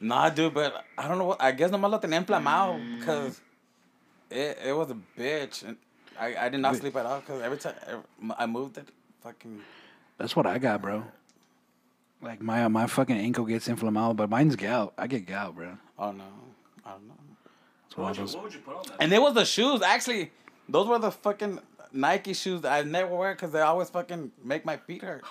Speaker 3: nah, dude, but I don't know. What, I guess no me lo tenía inflamado because it, it was a bitch. And I, I did not sleep at all because every time I moved it, fucking.
Speaker 1: That's what I got, bro. Like my my fucking ankle gets inflammable, but mine's gout. I get gout, bro.
Speaker 3: Oh, no. I don't know.
Speaker 1: It's one of
Speaker 5: what, would you,
Speaker 1: those.
Speaker 5: what would you put on that?
Speaker 3: And it was the shoes. Actually, those were the fucking Nike shoes that I never wear because they always fucking make my feet hurt.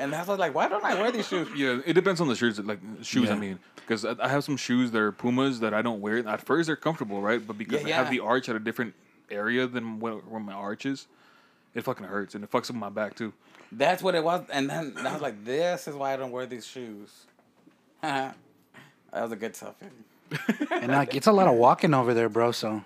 Speaker 3: And that's why I was like, why don't I wear these shoes?
Speaker 4: Yeah, it depends on the shoes. Like shoes, I
Speaker 1: Yeah.
Speaker 4: mean, because I, I have some shoes that are Pumas that I don't wear. At first, they're comfortable, right? But because
Speaker 3: Yeah,
Speaker 4: they have
Speaker 3: yeah.
Speaker 4: the arch at a different area than where, where my arch is, it fucking hurts and it fucks up my back too.
Speaker 3: That's what it was. And then I was like, this is why I don't wear these shoes. that was a good selfie.
Speaker 1: And like it's a lot of walking over there, bro. So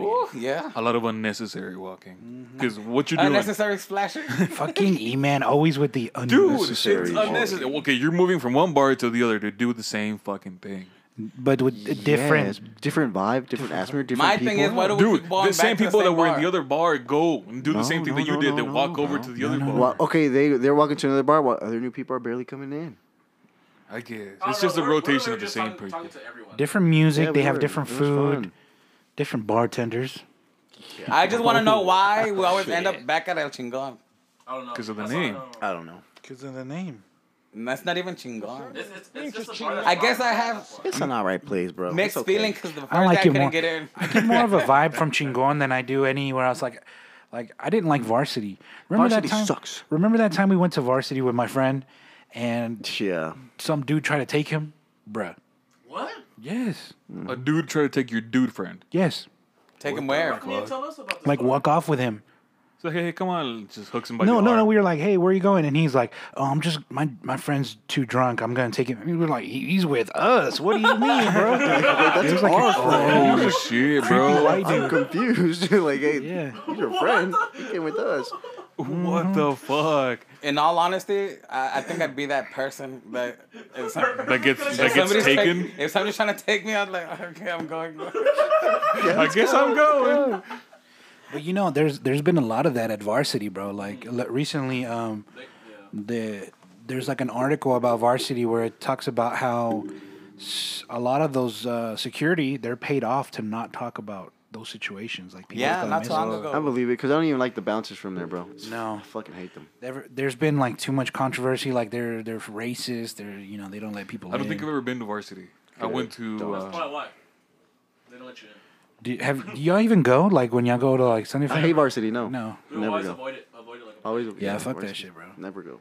Speaker 3: Ooh, yeah.
Speaker 4: A lot of unnecessary walking. Because what you're doing,
Speaker 3: Mm-hmm. Unnecessary splashing.
Speaker 1: fucking E man always with the
Speaker 4: dude,
Speaker 1: unnecessary.
Speaker 4: it's unnecessary. Okay, you're moving from one bar to the other to do the same fucking thing.
Speaker 1: but with a different.
Speaker 2: Yeah, it's different vibe, different atmosphere, different
Speaker 3: My
Speaker 2: people.
Speaker 3: thing is, why do we
Speaker 4: Dude,
Speaker 3: keep going
Speaker 4: the
Speaker 3: back
Speaker 4: same
Speaker 3: to
Speaker 4: people
Speaker 3: same
Speaker 4: that were in
Speaker 3: bar?
Speaker 4: the other bar go and do
Speaker 2: No,
Speaker 4: the same thing
Speaker 2: no,
Speaker 4: that you
Speaker 2: no,
Speaker 4: did.
Speaker 2: no,
Speaker 4: they
Speaker 2: no,
Speaker 4: walk over
Speaker 2: no.
Speaker 4: to the other
Speaker 1: no.
Speaker 4: bar.
Speaker 2: Well, okay, they they're walking to another bar. While other new people are barely coming in.
Speaker 4: I guess
Speaker 5: I don't
Speaker 4: it's just
Speaker 5: know,
Speaker 4: the
Speaker 5: we're- we're
Speaker 4: rotation
Speaker 5: literally
Speaker 4: of the
Speaker 5: just
Speaker 4: same
Speaker 5: talking,
Speaker 4: people.
Speaker 5: talking to everyone.
Speaker 1: Different music,
Speaker 2: Yeah,
Speaker 1: they
Speaker 2: we
Speaker 1: have
Speaker 2: were.
Speaker 1: different
Speaker 2: It was
Speaker 1: food,
Speaker 2: fun.
Speaker 1: different bartenders.
Speaker 3: I just want to know why we always end up back at El Chingon.
Speaker 5: I don't know.
Speaker 4: 'Cause of the
Speaker 5: That's all I
Speaker 4: name.
Speaker 5: know.
Speaker 2: I don't know.
Speaker 1: Because of the name.
Speaker 3: And that's not even Chingon.
Speaker 5: It's, it's, it's just a bar that's
Speaker 3: I guess
Speaker 5: fine.
Speaker 3: I have
Speaker 2: It's an alright place, bro.
Speaker 3: mixed
Speaker 2: it's okay.
Speaker 3: feeling 'cause feelings because the first
Speaker 1: like
Speaker 3: day I
Speaker 1: it
Speaker 3: couldn't
Speaker 1: more.
Speaker 3: get in.
Speaker 1: get more of a vibe from Chingon than I do anywhere else. Like, like I didn't like Varsity. Remember
Speaker 2: Varsity
Speaker 1: that time?
Speaker 2: sucks.
Speaker 1: Remember that time we went to Varsity with my friend, and
Speaker 2: Yeah.
Speaker 1: some dude tried to take him, bruh.
Speaker 5: What?
Speaker 1: Yes,
Speaker 4: A dude try to take your dude friend.
Speaker 1: yes.
Speaker 3: Take him where?
Speaker 5: Can you tell us about this?
Speaker 1: Like walk off with him.
Speaker 4: So hey, come on, just hook somebody.
Speaker 1: No, no, no.
Speaker 4: hard.
Speaker 1: We were like, "Hey, where are you going?" And he's like, "Oh, I'm just my my friend's too drunk. I'm gonna take him." And we were like, "He- "He's with us. What do you mean, bro?" It was like a-
Speaker 4: Oh shit, bro!
Speaker 1: white dude.
Speaker 2: I'm confused. like, hey,
Speaker 1: Yeah.
Speaker 2: he's your friend. He came with us.
Speaker 4: What the fuck?
Speaker 3: In all honesty, I, I think I'd be that person that if, some, if
Speaker 4: That gets that gets
Speaker 3: somebody's
Speaker 4: taken.
Speaker 3: take- if somebody's trying to take me, I'm like, okay, I'm going.
Speaker 4: I guess I'm going.
Speaker 1: But you know, there's there's been a lot of that at Varsity, bro. Like le- recently, um, the there's like an article about Varsity where it talks about how s- a lot of those uh, security they're paid off to not talk about those situations. Like people
Speaker 3: Yeah,
Speaker 1: that
Speaker 3: not
Speaker 1: miss
Speaker 3: too long
Speaker 1: it.
Speaker 3: ago.
Speaker 2: I believe it because I don't even like the bouncers from there, bro.
Speaker 1: No.
Speaker 2: I fucking hate them.
Speaker 1: There- There's been like too much controversy. Like they're they're racist. They're you know they don't let people.
Speaker 4: I don't think I've
Speaker 1: in.
Speaker 4: ever been to varsity. I went to.
Speaker 5: That's
Speaker 4: Uh,
Speaker 5: probably why. They don't let you in.
Speaker 1: Do you, have do y'all even go? Like when y'all go to like Sunny
Speaker 2: I
Speaker 1: Fair?
Speaker 2: hate varsity. No.
Speaker 1: No.
Speaker 5: We would
Speaker 2: Never
Speaker 5: always
Speaker 2: go. Oh,
Speaker 5: avoid it. Avoid it like a
Speaker 2: Always.
Speaker 1: Yeah,
Speaker 2: avoid
Speaker 1: fuck that
Speaker 2: varsity.
Speaker 1: shit, bro.
Speaker 2: Never go.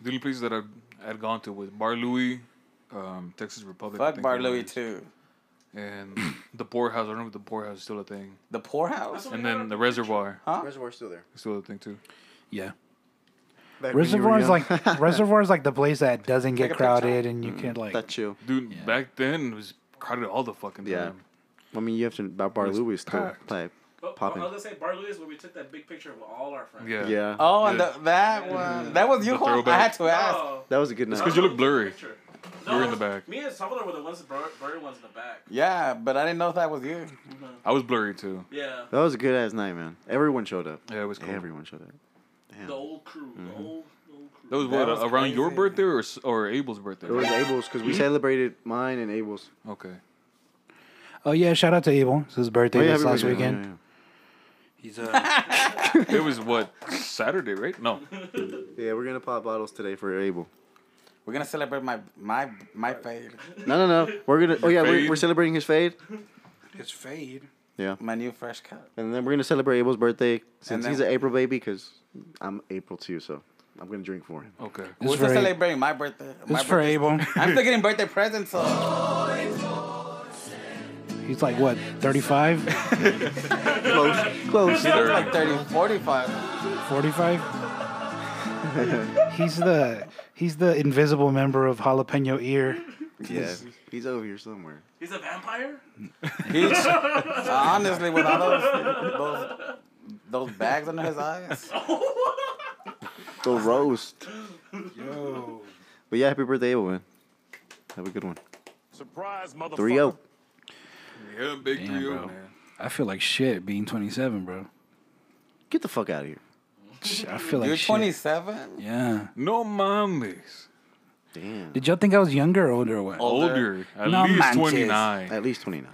Speaker 4: the only places that I had gone to was Bar Louie, um, Texas Republic. I
Speaker 3: Fuck
Speaker 4: think
Speaker 3: Bar
Speaker 4: it
Speaker 3: Louie
Speaker 4: was,
Speaker 3: too.
Speaker 4: And the poorhouse. I don't know if the poorhouse is still a thing.
Speaker 3: The poorhouse.
Speaker 4: And then the reservoir
Speaker 3: Huh?
Speaker 2: Reservoir's still there.
Speaker 4: is still a thing too.
Speaker 1: Yeah.
Speaker 2: Back when you were
Speaker 1: Reservoir is
Speaker 2: young.
Speaker 1: like Reservoir is like the place that doesn't
Speaker 3: Take
Speaker 1: get
Speaker 3: a picture.
Speaker 1: crowded and you can like
Speaker 2: that chill.
Speaker 4: Dude, back then it was crowded all the fucking time.
Speaker 2: Yeah. I mean, you have to about Bar
Speaker 4: It's
Speaker 2: Louis still
Speaker 4: Um, packed.
Speaker 2: like
Speaker 5: But, but I
Speaker 2: popping.
Speaker 5: was gonna say Bar Louis when we took that big picture of all our friends.
Speaker 4: Yeah.
Speaker 2: Yeah.
Speaker 3: Oh, and
Speaker 4: Yeah.
Speaker 3: the, that one. That was you.
Speaker 4: The
Speaker 3: Juan? I
Speaker 4: throwback.
Speaker 3: had to ask.
Speaker 5: Oh.
Speaker 2: That was a good night.
Speaker 4: 'cause you look blurry.
Speaker 5: Picture.
Speaker 4: You were in
Speaker 5: it
Speaker 4: the
Speaker 5: was-
Speaker 4: back.
Speaker 5: Me and Salvador were the ones that bur- buried ones in the back.
Speaker 3: Yeah, but I didn't know if that was you.
Speaker 4: I was blurry too.
Speaker 5: Yeah.
Speaker 2: That was a good ass night, man. Everyone showed up.
Speaker 4: Yeah, it was cool.
Speaker 2: Everyone showed up. Damn.
Speaker 5: The old crew. The old, the old crew.
Speaker 4: That was
Speaker 3: That
Speaker 4: what
Speaker 3: was
Speaker 4: around your
Speaker 3: crazy.
Speaker 4: birthday or s- or Abel's birthday.
Speaker 2: It was Abel's because we celebrated mine and Abel's.
Speaker 4: Okay.
Speaker 1: Oh yeah, shout out to Abel. It's his birthday this
Speaker 2: happy
Speaker 1: last
Speaker 2: birthday.
Speaker 1: weekend.
Speaker 2: Oh, Yeah,
Speaker 1: He's uh
Speaker 4: It was what Saturday, right? No,
Speaker 2: yeah. Yeah, we're gonna pop bottles today for Abel.
Speaker 3: We're gonna celebrate my my my fade,
Speaker 2: No, no, no. We're gonna. Oh yeah, we're,
Speaker 4: fade.
Speaker 2: we're celebrating his fade.
Speaker 1: his fade.
Speaker 2: Yeah,
Speaker 3: my new fresh cut.
Speaker 2: and then we're gonna celebrate Abel's birthday since
Speaker 3: then-
Speaker 2: he's an April baby because I'm April too, so I'm gonna drink for him.
Speaker 4: okay.
Speaker 1: This
Speaker 3: We're
Speaker 1: is for,
Speaker 3: still
Speaker 1: Abel.
Speaker 3: celebrating my birthday.
Speaker 1: this
Speaker 3: My
Speaker 1: is for
Speaker 3: birthday.
Speaker 1: Abel.
Speaker 3: I'm still getting birthday presents. So.
Speaker 1: He's like what, thirty five?
Speaker 2: Close,
Speaker 1: Oh,
Speaker 2: close.
Speaker 3: She looks like 30, 45.
Speaker 1: Forty five? He's the he's the invisible member of jalapeno ear.
Speaker 2: yeah, he's over here somewhere.
Speaker 5: He's a vampire?
Speaker 3: He's, honestly, with all those, those those bags under his eyes.
Speaker 2: The roast. Yo. But yeah, happy birthday, Abel, man. Have a good one. oh.
Speaker 5: Surprise, motherfucker.
Speaker 2: 3 0.
Speaker 4: Yeah, big
Speaker 1: Damn,
Speaker 4: three
Speaker 1: bro.
Speaker 4: O, man.
Speaker 1: I feel like shit being twenty seven, bro.
Speaker 2: Get the fuck out of here.
Speaker 1: I feel like
Speaker 3: You're
Speaker 1: shit.
Speaker 3: 27.
Speaker 1: Yeah.
Speaker 4: No mames.
Speaker 2: Damn.
Speaker 1: Did y'all think I was younger or older or what?
Speaker 3: Oh.
Speaker 4: Older, at
Speaker 1: No
Speaker 4: least
Speaker 1: manches.
Speaker 4: twenty nine.
Speaker 2: At least 29.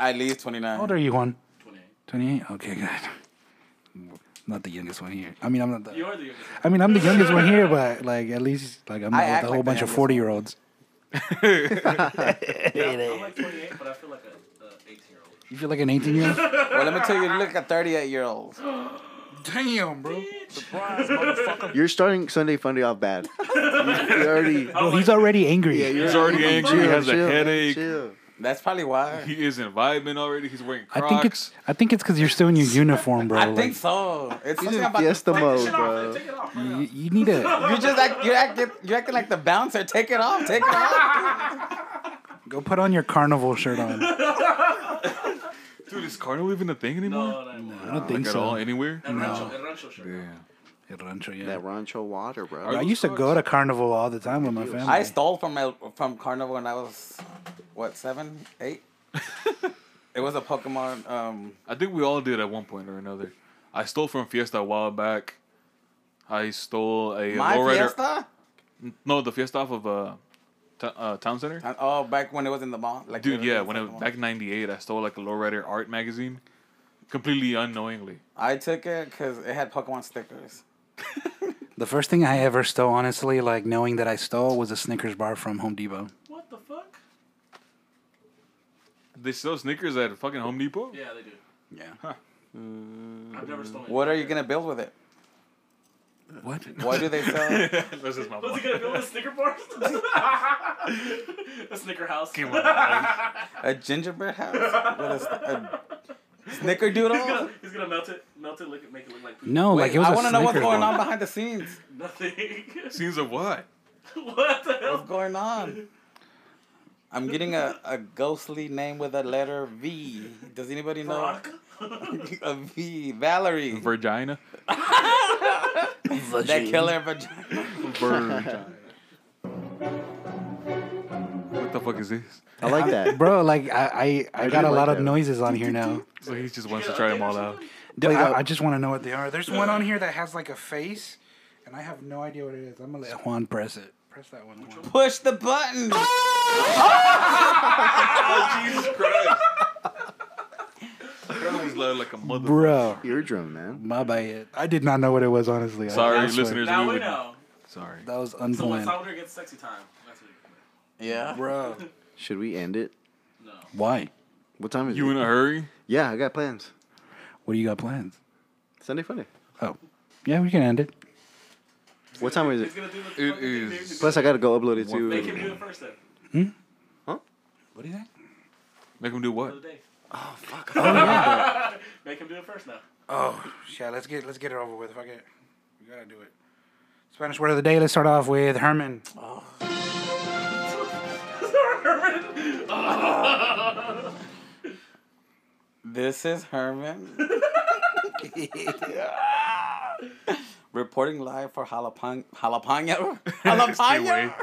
Speaker 3: At least 29.
Speaker 1: How old are you, Juan?
Speaker 5: 28.
Speaker 1: 28? Okay, good. Not the youngest one here. I mean, I'm not
Speaker 5: You
Speaker 1: the.
Speaker 5: are the youngest.
Speaker 1: I mean, I'm the youngest one here, but like at least like I'm
Speaker 3: I
Speaker 1: not
Speaker 3: act
Speaker 1: with a whole
Speaker 3: like the
Speaker 1: bunch of
Speaker 3: youngest
Speaker 1: 40 year olds.
Speaker 5: I'm like 28, but I feel like a 18 year old.
Speaker 1: You feel like an 18 year old?
Speaker 3: Well, let me tell you, you look at 38 year olds.
Speaker 1: Damn, bro.
Speaker 5: Surprise, motherfucker.
Speaker 2: You're starting Sunday Funday off bad. you you already.
Speaker 1: Bro, he's already angry.
Speaker 4: He's already angry. He
Speaker 2: Chill,
Speaker 4: has a
Speaker 2: chill,
Speaker 4: headache.
Speaker 2: chill.
Speaker 3: That's probably why.
Speaker 4: He isn't vibing already. He's wearing
Speaker 1: I
Speaker 4: Crocs.
Speaker 1: think it's I think it's because you're still in your uniform, bro.
Speaker 3: I
Speaker 1: like,
Speaker 3: think so.
Speaker 2: He's
Speaker 3: It's something
Speaker 2: in
Speaker 3: about the
Speaker 2: fiesta mode,
Speaker 5: Shit off, man.
Speaker 2: Oh, bro.
Speaker 5: Take it off.
Speaker 1: you, you need to
Speaker 3: You just act, you acting, you acting like the bouncer. Take it off, take it off.
Speaker 1: go put on your carnival shirt on. I
Speaker 4: Dude, is carnival even a thing anymore?
Speaker 5: No, no, no.
Speaker 1: don't think
Speaker 4: like at all,
Speaker 1: so.
Speaker 4: anywhere?
Speaker 5: El Oh, Rancho, El Rancho shirt.
Speaker 4: Yeah.
Speaker 1: El Rancho, yeah.
Speaker 2: That Rancho water,
Speaker 1: Bro,
Speaker 2: bro.
Speaker 1: I used to go to carnival all the time with my family.
Speaker 3: I stole from El, from Carnival when I was what seven, eight. it was a Pokemon. Um,
Speaker 4: I think we all did at one point or another. I stole from Fiesta a while back. I stole a
Speaker 3: my
Speaker 4: lowrider.
Speaker 3: Fiesta.
Speaker 4: No, the Fiesta off of uh, t- uh, Town Center.
Speaker 3: And- Oh, back when it was in the mall. Like
Speaker 4: Dude, yeah, when
Speaker 3: it
Speaker 4: I
Speaker 3: was in the
Speaker 4: was
Speaker 3: mall.
Speaker 4: back in '98, I stole like a lowrider art magazine, completely unknowingly.
Speaker 3: I took it because it had Pokemon stickers.
Speaker 1: The first thing I ever stole, honestly, like knowing that I stole, was a Snickers bar from Home Depot.
Speaker 5: What the fuck?
Speaker 4: They sell sneakers at fucking Home Depot.
Speaker 5: Yeah, they do.
Speaker 1: Yeah.
Speaker 5: I've never stolen
Speaker 3: What are you
Speaker 5: anything.
Speaker 3: gonna build with it?
Speaker 1: What?
Speaker 3: Why do they sell?
Speaker 4: This is my
Speaker 5: What's
Speaker 4: mind.
Speaker 5: he gonna build a snicker bar? a snicker house.
Speaker 4: Came on, man.
Speaker 3: A gingerbread house with a, s- a snickerdoodle?
Speaker 5: He's gonna melt it, melt it, look it, make it look like poop.
Speaker 1: No, like
Speaker 3: Wait,
Speaker 1: it was
Speaker 3: I
Speaker 1: a
Speaker 3: want to know what's
Speaker 1: Snickers
Speaker 3: going
Speaker 1: bar.
Speaker 3: on behind the scenes.
Speaker 5: Nothing.
Speaker 4: Scenes of what?
Speaker 5: what the
Speaker 3: What's
Speaker 5: hell?
Speaker 3: going on? I'm getting a, a ghostly name with a letter V. Does anybody know?
Speaker 5: Veronica?
Speaker 3: a V. Valerie.
Speaker 4: Virginia.
Speaker 3: that killer vagina.
Speaker 4: Virginia. what the fuck is this?
Speaker 2: I like that.
Speaker 1: Bro, like I, I, I got
Speaker 2: do
Speaker 1: a
Speaker 2: like
Speaker 1: lot of
Speaker 2: that.
Speaker 1: noises on here now.
Speaker 4: So he just wants to try them all out.
Speaker 1: Like, I, I just want to know what they are. There's one on here that has like a face, and I have no idea what it is. I'm gonna let Juan press it. Press that one. Juan.
Speaker 3: Push the button.
Speaker 4: Jesus Christ. That was loud like a mother.
Speaker 1: Bro,
Speaker 2: Eardrum, man.
Speaker 1: my bad. I did not know what it was honestly. I- I
Speaker 4: Sorry,
Speaker 1: swear.
Speaker 4: listeners.
Speaker 5: Now
Speaker 4: we
Speaker 5: we
Speaker 4: would-
Speaker 5: know.
Speaker 4: Sorry.
Speaker 1: That was
Speaker 5: So when
Speaker 1: unplanned.
Speaker 5: Salvador gets sexy time, that's what
Speaker 3: Yeah.
Speaker 1: Bro.
Speaker 2: Should we end it?
Speaker 5: No.
Speaker 1: Why?
Speaker 2: What time is
Speaker 4: You
Speaker 2: it?
Speaker 4: in a hurry?
Speaker 2: yeah, I got plans.
Speaker 1: What do you got plans?
Speaker 2: Sunday funny.
Speaker 1: Oh. Yeah, we can end it.
Speaker 2: What time is
Speaker 5: He's
Speaker 2: it?
Speaker 5: gonna do the
Speaker 4: It
Speaker 5: fucking thing,
Speaker 4: is-
Speaker 5: dude.
Speaker 2: Plus, I gotta go upload it
Speaker 5: Make
Speaker 2: to.
Speaker 5: him do it first then.
Speaker 1: What do you think?
Speaker 4: Make him do
Speaker 5: For the
Speaker 4: what?
Speaker 5: day.
Speaker 4: Oh,
Speaker 5: Make him do it first now.
Speaker 1: Oh, yeah, let's get let's get it over with. Fuck it. We gotta do it. Spanish word of the day, let's start off with Herman.
Speaker 3: This is Herman. Reporting live for jalapeno, jalapeno, jalapeno,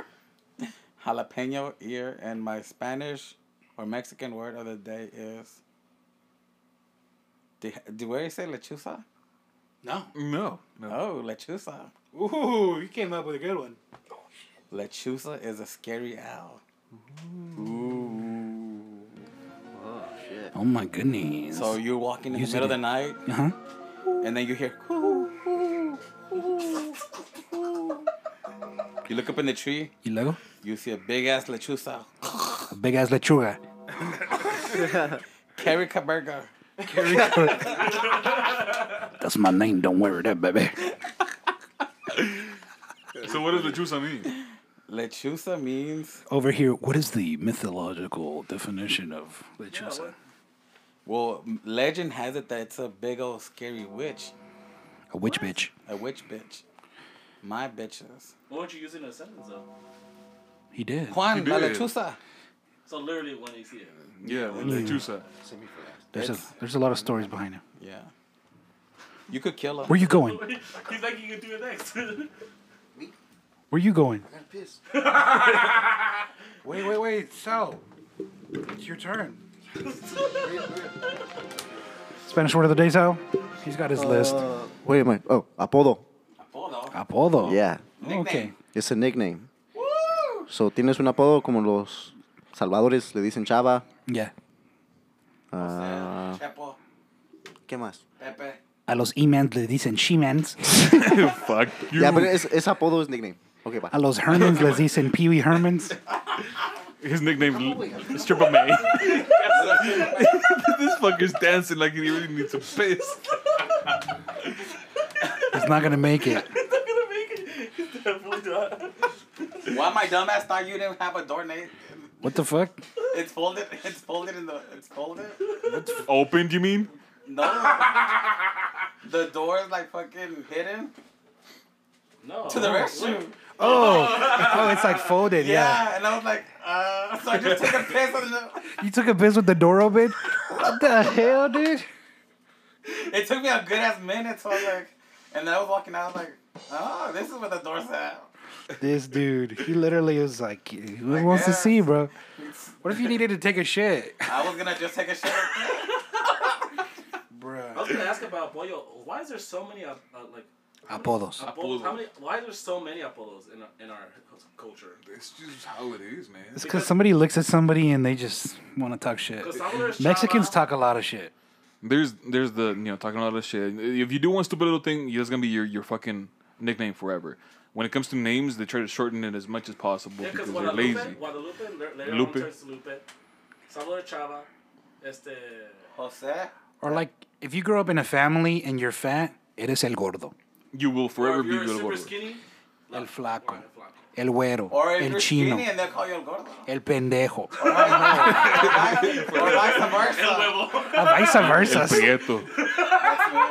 Speaker 3: jalapeno ear, and my Spanish or Mexican word of the day is. Do, do we already say lechuza?
Speaker 1: No.
Speaker 4: No. No.
Speaker 3: Oh, lechuza.
Speaker 1: Ooh, you came up with a good one.
Speaker 3: Lechuza is a scary owl.
Speaker 1: Oh my goodness.
Speaker 3: So you're walking in
Speaker 1: You
Speaker 3: the
Speaker 1: said
Speaker 3: middle of the night,
Speaker 1: huh?
Speaker 3: and then you hear. You look up in the tree,
Speaker 1: You logo?
Speaker 3: you see a big ass lechuza.
Speaker 1: A big ass lechuga.
Speaker 3: Carica burger.
Speaker 1: That's my name, don't worry that baby.
Speaker 4: So what does the juice I mean?
Speaker 3: Lechuza means
Speaker 1: Over here, what is the mythological definition of lechuga?
Speaker 3: well, m- legend has it that it's a big old scary witch,
Speaker 1: A witch bitch.
Speaker 3: a witch bitch. My bitches.
Speaker 5: What would you use it in a sentence though?
Speaker 1: He did.
Speaker 3: Juan la
Speaker 4: did.
Speaker 3: lechuza.
Speaker 5: So literally when you see it.
Speaker 4: Yeah, the juice.
Speaker 1: There's a
Speaker 3: It's-
Speaker 1: there's a lot of stories behind him.
Speaker 3: Yeah. You could kill her.
Speaker 1: Where you going?
Speaker 5: He's like you can do it next.
Speaker 1: Where you going? wait, wait, wait. So, it's your turn. Spanish word of the day, Sal. He's got his list.
Speaker 2: Wait a minute. Oh, apodo.
Speaker 1: Apodo.
Speaker 2: Yeah,
Speaker 1: Oh, okay.
Speaker 2: it's a nickname. So tienes un apodo como los salvadores le dicen chava. Ah.
Speaker 1: Yeah.
Speaker 3: Uh, Chepo,
Speaker 2: ¿Qué más?
Speaker 3: Pepe.
Speaker 1: A los E-mans le dicen She-mans.
Speaker 4: Fuck you.
Speaker 2: Yeah, but it's, it's apodo is nickname. Okay, bye.
Speaker 1: A los Hermans les dicen Pee-wee Hermans.
Speaker 4: His nickname is Triple May. this fucker's dancing like he really needs a piss.
Speaker 1: It's not going to make it.
Speaker 5: I'm gonna make it. He's definitely not.
Speaker 3: Why my dumbass thought you didn't have a door name?
Speaker 1: What the fuck?
Speaker 3: It's folded. It's folded in the. It's folded.
Speaker 4: Opened, you mean?
Speaker 3: No. the door is like fucking hidden
Speaker 5: No.
Speaker 3: to the restroom.
Speaker 1: Oh, it's like folded, yeah.
Speaker 3: Yeah, and I was like, uh, so I just took a piss on the.
Speaker 1: You took a piss with the door open? What the hell, dude?
Speaker 3: It took me a good ass minute, so I was like, and then I was walking out, I was like, oh, this is where the door's at.
Speaker 1: This dude, he literally was like, who wants to
Speaker 3: guess.
Speaker 1: see, bro? What if you needed to take a shit?
Speaker 3: I was gonna just take a shit.
Speaker 5: I
Speaker 1: Bruh.
Speaker 5: was gonna ask about Boyo. Why is there so many uh, uh, like
Speaker 1: Apodos.
Speaker 5: apodos? How many? Why is there so many apodos in in our culture?
Speaker 4: It's just how it is, man.
Speaker 1: It's because somebody looks at somebody and they just want to talk shit.
Speaker 5: 'Cause some of there's
Speaker 1: Mexicans
Speaker 5: Chava.
Speaker 1: talk a lot of shit.
Speaker 4: There's there's the you know talking a lot of shit. If you do one stupid little thing, that's gonna be your, your fucking nickname forever. When it comes to names, they try to shorten it as much as possible
Speaker 5: Yeah,
Speaker 4: because
Speaker 5: because
Speaker 4: they're
Speaker 5: Guadalupe,
Speaker 4: lazy.
Speaker 5: Guadalupe, l- later
Speaker 4: Lupe.
Speaker 5: on turns to Lupe. Salvador Chava, este.
Speaker 3: Jose,
Speaker 1: Or like, if you grow up in a family and you're fat, eres el gordo,
Speaker 4: You will
Speaker 5: Or
Speaker 4: forever
Speaker 5: if
Speaker 4: be
Speaker 5: you're
Speaker 4: good
Speaker 5: super
Speaker 4: at
Speaker 5: skinny,
Speaker 1: el
Speaker 5: or
Speaker 1: flaco,
Speaker 5: el flaco.
Speaker 1: el güero,
Speaker 3: or if
Speaker 1: el
Speaker 3: you're
Speaker 1: chino,
Speaker 3: skinny and they'll call you el gordo.
Speaker 1: el pendejo,
Speaker 3: or vice versa.
Speaker 1: Ah, vice
Speaker 4: El
Speaker 1: versa.
Speaker 4: Prieto.
Speaker 3: That's me.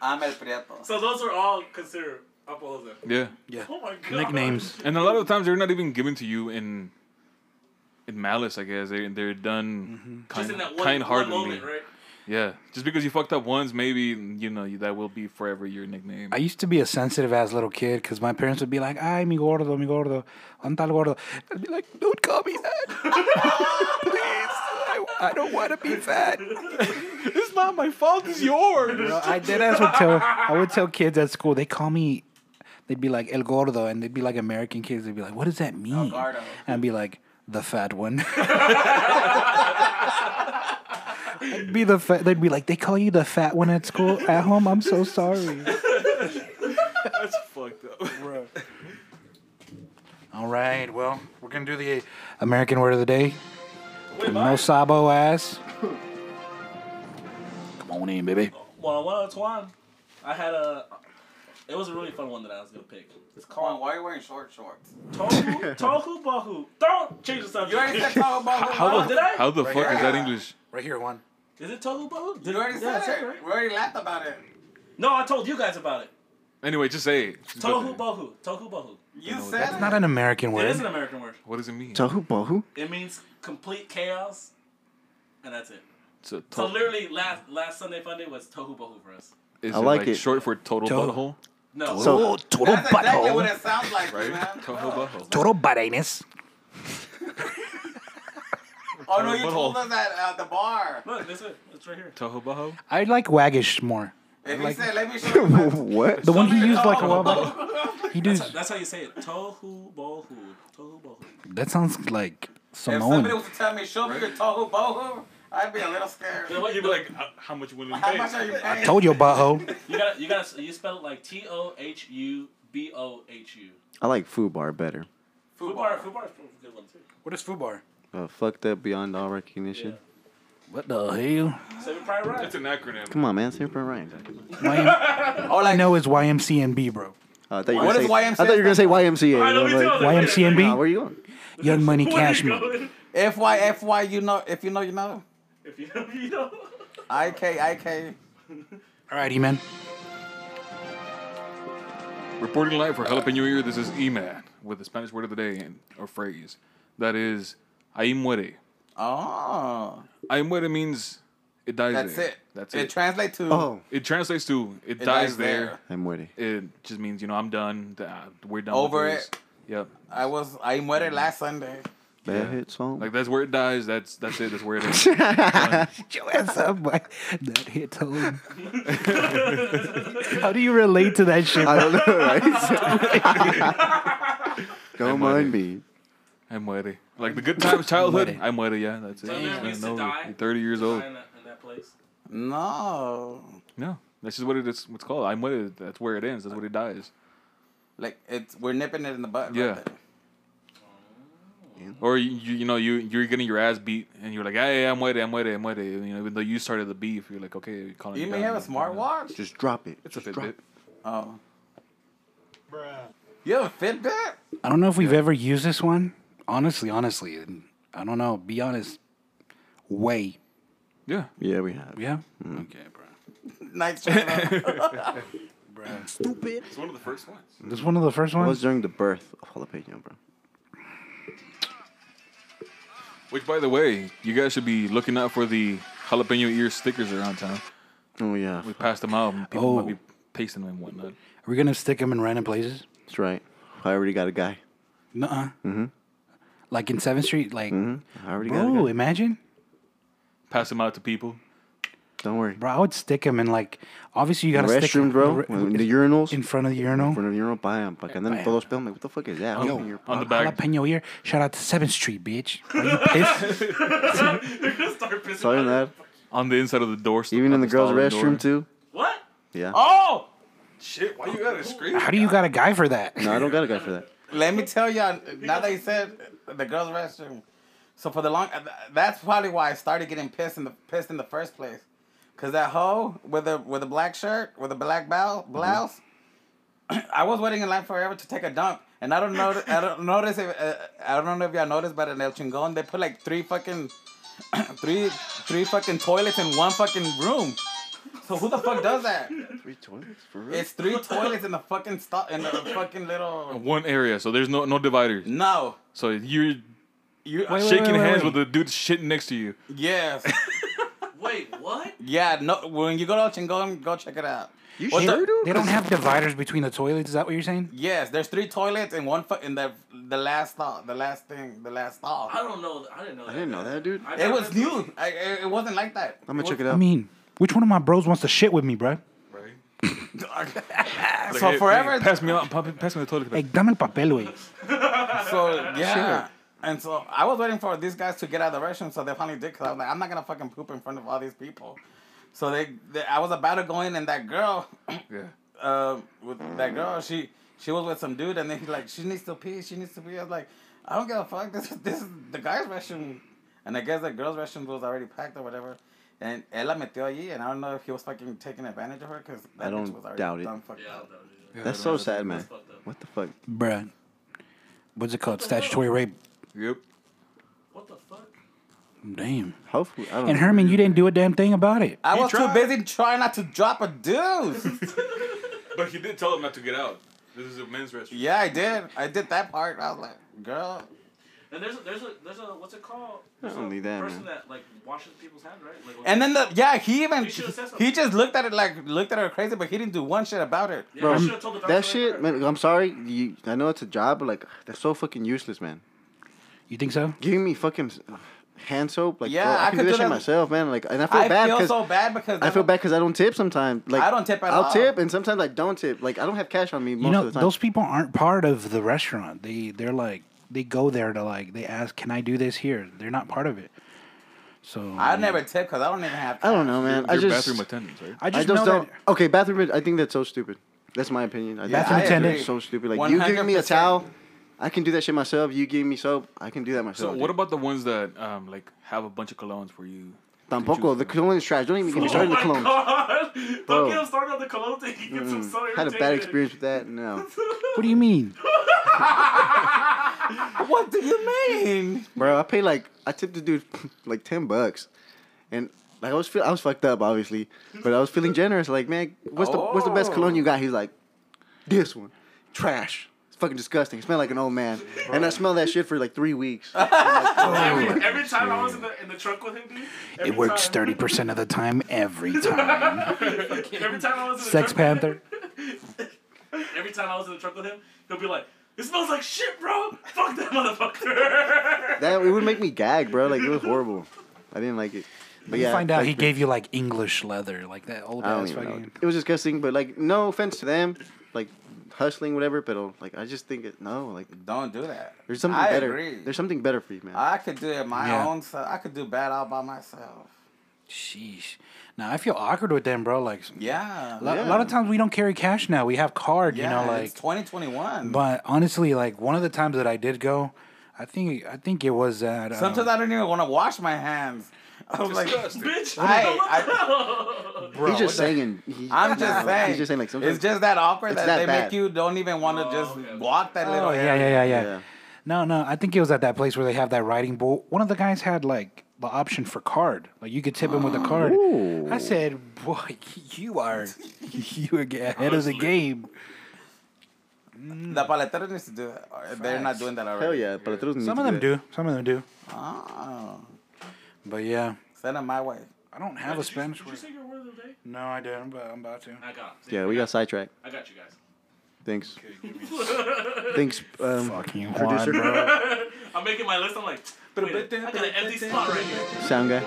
Speaker 3: I'm el prieto.
Speaker 5: So those are all considered apodos. Then.
Speaker 4: Yeah.
Speaker 5: Oh my god.
Speaker 1: Nicknames.
Speaker 4: And a lot of times they're not even given to you in in malice, I guess. They they're done
Speaker 5: Mm-hmm. Just in
Speaker 4: kind
Speaker 5: that one,
Speaker 4: kind
Speaker 5: one
Speaker 4: heartedly.
Speaker 5: moment, right?
Speaker 4: Yeah. Just because you fucked up once, maybe you know you, that will be forever your nickname.
Speaker 1: I used to be a sensitive ass little kid because my parents would be like, ay, mi gordo, mi gordo, un tal gordo. I'd be like, don't call me that. Please. I, I don't want to be fat.
Speaker 4: it's not my fault. It's yours.
Speaker 1: Bro, I did as would tell I would tell kids at school, they call me they'd be like El Gordo and they'd be like American kids, they'd be like, What does that mean?
Speaker 3: Gordo.
Speaker 1: And I'd be like, the fat one. I'd be the fat they'd be like, They call you the fat one at school at home, I'm so sorry.
Speaker 4: That's fucked up.
Speaker 1: All right. Well, we're gonna do the American word of the day.
Speaker 5: Wait,
Speaker 1: No
Speaker 5: mine?
Speaker 1: sabo ass. Come on in, baby.
Speaker 5: Well, one other one. I had a. It was a really fun one that I was gonna pick. It's
Speaker 3: Come on,
Speaker 5: called
Speaker 3: why are you wearing short shorts?
Speaker 5: Tohu Tohu Bohu. Don't change the subject.
Speaker 3: You already said Taco Bell.
Speaker 4: How
Speaker 5: Oh,
Speaker 4: the,
Speaker 5: did I?
Speaker 4: how the fuck is that English?
Speaker 1: Right here, one.
Speaker 5: Is it Tohu Bohu?
Speaker 3: You already
Speaker 5: Yeah, I
Speaker 3: said
Speaker 5: it,
Speaker 3: it.
Speaker 5: right?
Speaker 3: We already laughed about it.
Speaker 5: No, I told you guys about it.
Speaker 4: Anyway, just say it. Just go there.
Speaker 5: Tohu Bohu. Tohu Bohu.
Speaker 3: You
Speaker 4: know,
Speaker 3: said
Speaker 4: that's
Speaker 3: it.
Speaker 1: Not an American
Speaker 5: It is an
Speaker 1: word.
Speaker 5: American word.
Speaker 4: What does it mean?
Speaker 2: Tohu bohu?
Speaker 5: It means complete chaos, and that's it.
Speaker 4: It's a
Speaker 5: So
Speaker 4: to-
Speaker 5: literally, last last Sunday Funday was Tohu Bohu for us.
Speaker 4: is
Speaker 2: I
Speaker 4: it
Speaker 2: like
Speaker 4: like,
Speaker 2: it.
Speaker 4: short for total,
Speaker 1: Total.
Speaker 4: butthole?
Speaker 5: No.
Speaker 2: So
Speaker 1: total
Speaker 3: That's exactly what it sounds like,
Speaker 4: Right?
Speaker 3: man.
Speaker 4: Total butthole.
Speaker 1: Total butt anus.
Speaker 3: Oh no, you
Speaker 4: Butthole.
Speaker 3: told us that at the bar.
Speaker 5: Look, this it. It's right here.
Speaker 4: Toho boho?
Speaker 1: I like waggish more.
Speaker 3: And he
Speaker 1: Like-
Speaker 3: said, "Let me show you." my-"
Speaker 2: what?
Speaker 1: The one he used like a
Speaker 5: Tohu
Speaker 1: while back. He does.
Speaker 5: That's how you say it. Tohu Bohu. Tohu Bohu.
Speaker 1: That sounds like
Speaker 3: If somebody
Speaker 1: Samoan.
Speaker 3: was to tell me, "Show me your tohu bohu," I'd be a little scared.
Speaker 5: You'd
Speaker 7: You'd be like, "Uh, how much you willing to
Speaker 3: How
Speaker 7: pay?
Speaker 3: much are you
Speaker 1: I
Speaker 3: paying?
Speaker 1: told you, butthole.
Speaker 5: You gotta, you gotta, you spell it like T O H U B O H U.
Speaker 2: I like food bar better.
Speaker 5: Food bar, food bar is a good one too.
Speaker 1: What is food bar?
Speaker 2: Uh, fucked up beyond all recognition.
Speaker 1: What the hell?
Speaker 5: Saving Private Ryan.
Speaker 7: It's an acronym.
Speaker 2: Come on, man. Say it for Ryan.
Speaker 1: YM- All I know is YMCNB, bro.
Speaker 2: Uh, I thought you
Speaker 3: What
Speaker 2: were
Speaker 3: is
Speaker 2: gonna say- I
Speaker 3: YMCA
Speaker 2: thought you were gonna say YMCA.
Speaker 5: I know
Speaker 2: I'm like,
Speaker 5: me too. I was like, wait a
Speaker 1: YMCNB?
Speaker 5: second.
Speaker 2: nah, where you going?
Speaker 1: Young Money
Speaker 5: Where are
Speaker 1: Cash
Speaker 5: you
Speaker 1: Money.
Speaker 5: going?
Speaker 3: F Y F Y. You know, if you know, you know.
Speaker 5: If you know, you know.
Speaker 3: I K I K.
Speaker 1: Alrighty, man.
Speaker 4: Reporting live for Jalapeno Ear, this is E-Man with the Spanish word of the day and or phrase. That is, ahí muere.
Speaker 3: Oh,
Speaker 4: Ahí muere means it dies
Speaker 3: that's
Speaker 4: there.
Speaker 3: it.
Speaker 4: That's
Speaker 3: It
Speaker 4: it.
Speaker 3: translates to.
Speaker 2: Oh,
Speaker 4: it translates to, it, dies, there.
Speaker 2: I'm with it.
Speaker 4: It just means, you know, I'm done. Uh, We're done
Speaker 3: Over
Speaker 4: with this.
Speaker 3: it.
Speaker 4: Yep.
Speaker 3: I was I muere last Sunday.
Speaker 2: Bad hit song.
Speaker 4: Like, that's where it dies. That's that's it. That's where it is.
Speaker 1: Yo, ass up, boy. That hit home. How do you relate to that shit?
Speaker 2: I don't know, right? don't
Speaker 4: I'm
Speaker 2: mind
Speaker 4: with
Speaker 2: me.
Speaker 4: ahí muere. Like, the good times, childhood,
Speaker 1: Muere.
Speaker 4: ahí muere. Yeah, that's it.
Speaker 5: So
Speaker 4: It's
Speaker 5: there we
Speaker 4: been
Speaker 5: used to
Speaker 4: over.
Speaker 5: die.
Speaker 4: You're 30 years
Speaker 5: In
Speaker 4: old.
Speaker 5: that, in that place.
Speaker 3: No,
Speaker 4: No, that's just what it is. What's called. I'm with it. That's where it ends. That's what it dies.
Speaker 3: like it's we're nipping it in the butt. right
Speaker 4: Yeah.
Speaker 3: there.
Speaker 4: Or you, you you know you you're getting your ass beat and you're like, hey, I'm with it. I'm with it. I'm with it. You know, even though you started the beef, you're like, okay, you're calling.
Speaker 3: You
Speaker 4: it
Speaker 3: may
Speaker 4: done.
Speaker 3: have a smartwatch.
Speaker 2: Just drop it.
Speaker 4: It's a
Speaker 2: Just drop
Speaker 4: Fitbit.
Speaker 2: it.
Speaker 3: Oh, you have a Fitbit?
Speaker 1: I don't know if we've ever used this one. Honestly, honestly, and I don't know. Be honest. Way. Hmm.
Speaker 4: Yeah.
Speaker 2: Yeah, we have.
Speaker 1: Yeah. Okay, bro.
Speaker 3: Nice try. though.
Speaker 2: Stupid.
Speaker 7: It's one of the first ones.
Speaker 1: This one of the first
Speaker 2: That
Speaker 1: ones.
Speaker 2: was during the birth of jalapeno, bro.
Speaker 4: Which, by the way, you guys should be looking out for the jalapeno ear stickers around town.
Speaker 2: Oh yeah,
Speaker 4: We passed them out. And people
Speaker 1: Oh.
Speaker 4: might be tasting them and whatnot.
Speaker 1: Are we gonna stick them in random places?
Speaker 2: that's right. I already got a guy.
Speaker 1: Nuh uh. Mm-hmm. Like in Seventh Street, like
Speaker 2: I already got
Speaker 1: bro,
Speaker 2: a guy.
Speaker 1: imagine.
Speaker 4: Pass them out to people.
Speaker 2: Don't worry.
Speaker 1: Bro, I would stick them in like obviously you gotta stick
Speaker 2: Restroom,
Speaker 1: 'em
Speaker 2: bro.
Speaker 1: re-
Speaker 2: when The urinals.
Speaker 1: in
Speaker 2: In
Speaker 1: front of the urinal.
Speaker 2: front of the urinal, buy them. Like, and then
Speaker 1: Bam.
Speaker 2: todos film. Like, what the fuck is that?
Speaker 1: Yo,
Speaker 2: Open your-
Speaker 4: On the back.
Speaker 1: Jalapeno ear. Shout out to Seventh Street, bitch. Are you pissed?
Speaker 5: You're gonna start pissing.
Speaker 2: Sorry,
Speaker 5: off.
Speaker 2: lad.
Speaker 4: On the inside of the door.
Speaker 2: Even
Speaker 4: on
Speaker 2: in the girls'
Speaker 4: stall of
Speaker 2: restroom
Speaker 4: door.
Speaker 2: too.
Speaker 5: What?
Speaker 2: Yeah.
Speaker 3: oh,
Speaker 7: Shit, why you gotta scream?
Speaker 1: How do you got a guy for that?
Speaker 2: No, I don't got a guy for that.
Speaker 3: let me tell y'all. Now that you said the girls' restroom, so for the long, that's probably why I started getting pissed in the pissed in the first place. Cause that hoe with a with a black shirt with a black bow, blouse, I was waiting in line forever to take a dump, and I don't know. I don't notice if uh, I don't know if y'all noticed, but in El Chingon they put like three fucking, three three fucking toilets in one fucking room. So who the fuck does that?
Speaker 2: Three toilets for real?
Speaker 3: It's three toilets in the fucking stop in the fucking little.
Speaker 4: One area, so there's no no dividers.
Speaker 3: No,
Speaker 4: So you're
Speaker 3: you
Speaker 1: Wait, wait,
Speaker 4: shaking
Speaker 1: wait,
Speaker 4: hands
Speaker 1: wait.
Speaker 4: with the dude shitting next to you.
Speaker 3: Yes.
Speaker 5: Wait, what?
Speaker 3: yeah, no when you go to Chingon, go check it out.
Speaker 2: you
Speaker 3: What the-
Speaker 2: sure, dude?
Speaker 1: They don't have dividers between the toilets. Is that what you're saying?
Speaker 3: Yes, there's three toilets and one foot in the the last stop, the last thing, the last
Speaker 5: I
Speaker 3: stop.
Speaker 5: don't know. I didn't know. That.
Speaker 2: I didn't know that, dude. I'm
Speaker 3: It was new. I, it, it wasn't like that.
Speaker 2: gonna check it
Speaker 1: I
Speaker 2: out.
Speaker 1: mean, which one of my bros wants to shit with me, bro?
Speaker 4: Right.
Speaker 3: was, so forever.
Speaker 4: pass me out. pa- Pass me the toilet.
Speaker 1: Hey, dame el papel, güey.
Speaker 3: so yeah. And so I was waiting for these guys to get out of the restroom, so they finally did. Cause I was like, I'm not gonna fucking poop in front of all these people. So they, they I was about to go in, and that girl,
Speaker 4: Yeah.
Speaker 3: um, with uh, that girl, she She was with some dude, and then he's like, she needs to pee. She needs to pee. I was like, I don't give a fuck. This is this is the guy's restroom, and I guess the girl's restroom was already packed or whatever. And Ella metió allí, and I don't know if he was fucking taking advantage of her because
Speaker 2: I don't
Speaker 3: was already
Speaker 2: doubt it.
Speaker 3: done fucked
Speaker 5: Yeah,
Speaker 3: up.
Speaker 5: that was-
Speaker 2: That's so sad, man.
Speaker 5: That's fucked up.
Speaker 2: What the fuck?
Speaker 1: Bruh. What's it called? Statutory rape.
Speaker 4: Yep.
Speaker 5: What the fuck?
Speaker 1: Damn.
Speaker 2: Hopefully, I don't.
Speaker 1: And Herman, you didn't do a damn thing about it.
Speaker 3: I
Speaker 4: He
Speaker 3: was
Speaker 4: tried.
Speaker 3: too busy trying not to drop a deuce.
Speaker 7: But he did tell him not to get out. This is a men's restroom.
Speaker 3: yeah, I did. I did that part. I was like, girl,
Speaker 5: And there's a, there's a there's a what's it called? There's
Speaker 2: only
Speaker 5: a
Speaker 2: that,
Speaker 5: person
Speaker 2: man.
Speaker 5: that like washes people's hands, right? Like,
Speaker 3: And then the yeah, he even
Speaker 5: You should've said something.
Speaker 3: he just looked at it like looked at her crazy, but he didn't do one shit about it.
Speaker 5: yeah,
Speaker 2: Bro,
Speaker 5: I should've told the doctor
Speaker 2: that
Speaker 5: right
Speaker 2: shit,
Speaker 5: there.
Speaker 2: man. I'm sorry. You, I know it's a job, but like, that's so fucking useless, man.
Speaker 1: You think so?
Speaker 2: Give me fucking uh, hand soap. Like,
Speaker 3: Yeah,
Speaker 2: bro,
Speaker 3: I
Speaker 2: I, can do
Speaker 3: could
Speaker 2: that
Speaker 3: do
Speaker 2: shit
Speaker 3: that.
Speaker 2: myself, man. Like, and I feel
Speaker 3: I
Speaker 2: bad
Speaker 3: feel
Speaker 2: because
Speaker 3: so bad because
Speaker 2: I feel
Speaker 3: then-
Speaker 2: bad because I don't tip sometimes. Like,
Speaker 3: I don't tip at
Speaker 2: I'll
Speaker 3: all.
Speaker 2: tip, and sometimes I don't tip. Like, I don't have cash on me most
Speaker 1: you know,
Speaker 2: of the time.
Speaker 1: those people aren't part of the restaurant. They they're like they go there to like they ask, "Can I do this here?" They're not part of it. So
Speaker 3: I never tip because I don't even have.
Speaker 2: I don't know, man. I
Speaker 4: Your
Speaker 2: just,
Speaker 4: bathroom attendants, right?
Speaker 1: I
Speaker 2: I
Speaker 1: just,
Speaker 2: just
Speaker 1: know
Speaker 2: don't.
Speaker 1: that-
Speaker 2: Okay, bathroom. I think that's so stupid. That's my opinion. I think
Speaker 1: Bathroom
Speaker 2: that's
Speaker 1: attendant.
Speaker 2: so stupid. Like, you giving me a
Speaker 3: 100%.
Speaker 2: towel, I can do that shit myself. You give me soap, I can do that
Speaker 4: So
Speaker 2: myself.
Speaker 4: what
Speaker 2: dude.
Speaker 4: about the ones that um like have a bunch of colognes for you?
Speaker 2: Tampoco. The cologne is trash. Don't even get me
Speaker 5: Oh
Speaker 2: started on
Speaker 5: my
Speaker 2: the cologne.
Speaker 5: god!
Speaker 2: Bro.
Speaker 5: Don't get him started on the cologne thing. He gets him so irritated.
Speaker 2: Had a bad experience with that. No.
Speaker 1: What do you mean?
Speaker 3: What do you mean?
Speaker 2: Bro, I paid like I tipped the dude like ten bucks, and like I was feel I was fucked up obviously, but I was feeling generous. Like man, what's the what's the best cologne you got? He's like, this one, trash. It's fucking disgusting. It smelled like an old man, and I smelled that shit for like three weeks. I'm like,
Speaker 5: Every, every time I was in the in the truck with him, dude. Every
Speaker 1: It works
Speaker 5: time-
Speaker 1: thirty percent of the time, every time.
Speaker 5: Every time I was in the
Speaker 1: Sex
Speaker 5: truck
Speaker 1: Panther.
Speaker 5: With him, every time I was in the truck with him, he'll be like, "It smells like shit, bro. Fuck that motherfucker."
Speaker 2: that it would make me gag, bro. Like it was horrible. I didn't like it. But yeah,
Speaker 1: you find out
Speaker 2: like,
Speaker 1: he gave you like English leather, like that old
Speaker 2: I don't
Speaker 1: ass
Speaker 2: even know.
Speaker 1: fucking.
Speaker 2: It was disgusting, but like no offense to them, like hustling whatever. But oh, like I just think it, no, like
Speaker 3: Don't do that.
Speaker 2: there's something
Speaker 3: I
Speaker 2: better.
Speaker 3: Agree.
Speaker 2: There's something better for you, man.
Speaker 3: I could do it my
Speaker 1: Yeah.
Speaker 3: own self. I could do bad all by myself.
Speaker 1: Sheesh. Now I feel awkward with them, bro. Like a
Speaker 3: Yeah.
Speaker 1: lot, a lot of times we don't carry cash now. We have card,
Speaker 3: yeah,
Speaker 1: you know, like
Speaker 3: it's 2021.
Speaker 1: But honestly, like one of the times that I did go, I think I think it was at uh,
Speaker 3: Sometimes I don't even want to wash my hands. I was like,
Speaker 5: Bitch,
Speaker 3: I- I-
Speaker 5: I,
Speaker 2: he's just saying. He,
Speaker 3: I'm just
Speaker 2: no,
Speaker 3: saying.
Speaker 2: He's just saying like sometimes.
Speaker 3: It's just that awkward
Speaker 2: It's
Speaker 3: that,
Speaker 2: that
Speaker 3: they
Speaker 2: bad.
Speaker 3: make you don't even want to
Speaker 5: Oh,
Speaker 3: just
Speaker 5: okay.
Speaker 3: walk that little
Speaker 1: Oh yeah,
Speaker 3: area.
Speaker 1: yeah, yeah, yeah,
Speaker 2: Yeah.
Speaker 1: No, no, I think it was at that place where they have that writing bowl. One of the guys had like the option for card, like you could tip him with a card. I said, "Boy, you are you are get ahead of the game."
Speaker 3: The paleteros needs to do that. Or They're not
Speaker 1: Facts.
Speaker 3: doing that already.
Speaker 2: Hell yeah, but
Speaker 1: Some of them do, some of them do,
Speaker 3: Oh,
Speaker 1: but yeah,
Speaker 3: send them my way.
Speaker 1: I don't have a Spanish
Speaker 5: Did you
Speaker 1: word.
Speaker 5: say your word of the day?
Speaker 1: No, I didn't, but I'm about to.
Speaker 5: I got. it.
Speaker 2: Yeah, we got sidetracked.
Speaker 5: I got you guys.
Speaker 2: Thanks. Thanks. Um,
Speaker 1: Fucking
Speaker 2: Producer.
Speaker 1: Juan, bro.
Speaker 5: I'm making my list. I'm like, wait, a minute, I got an empty spot right here.
Speaker 2: Sound guy.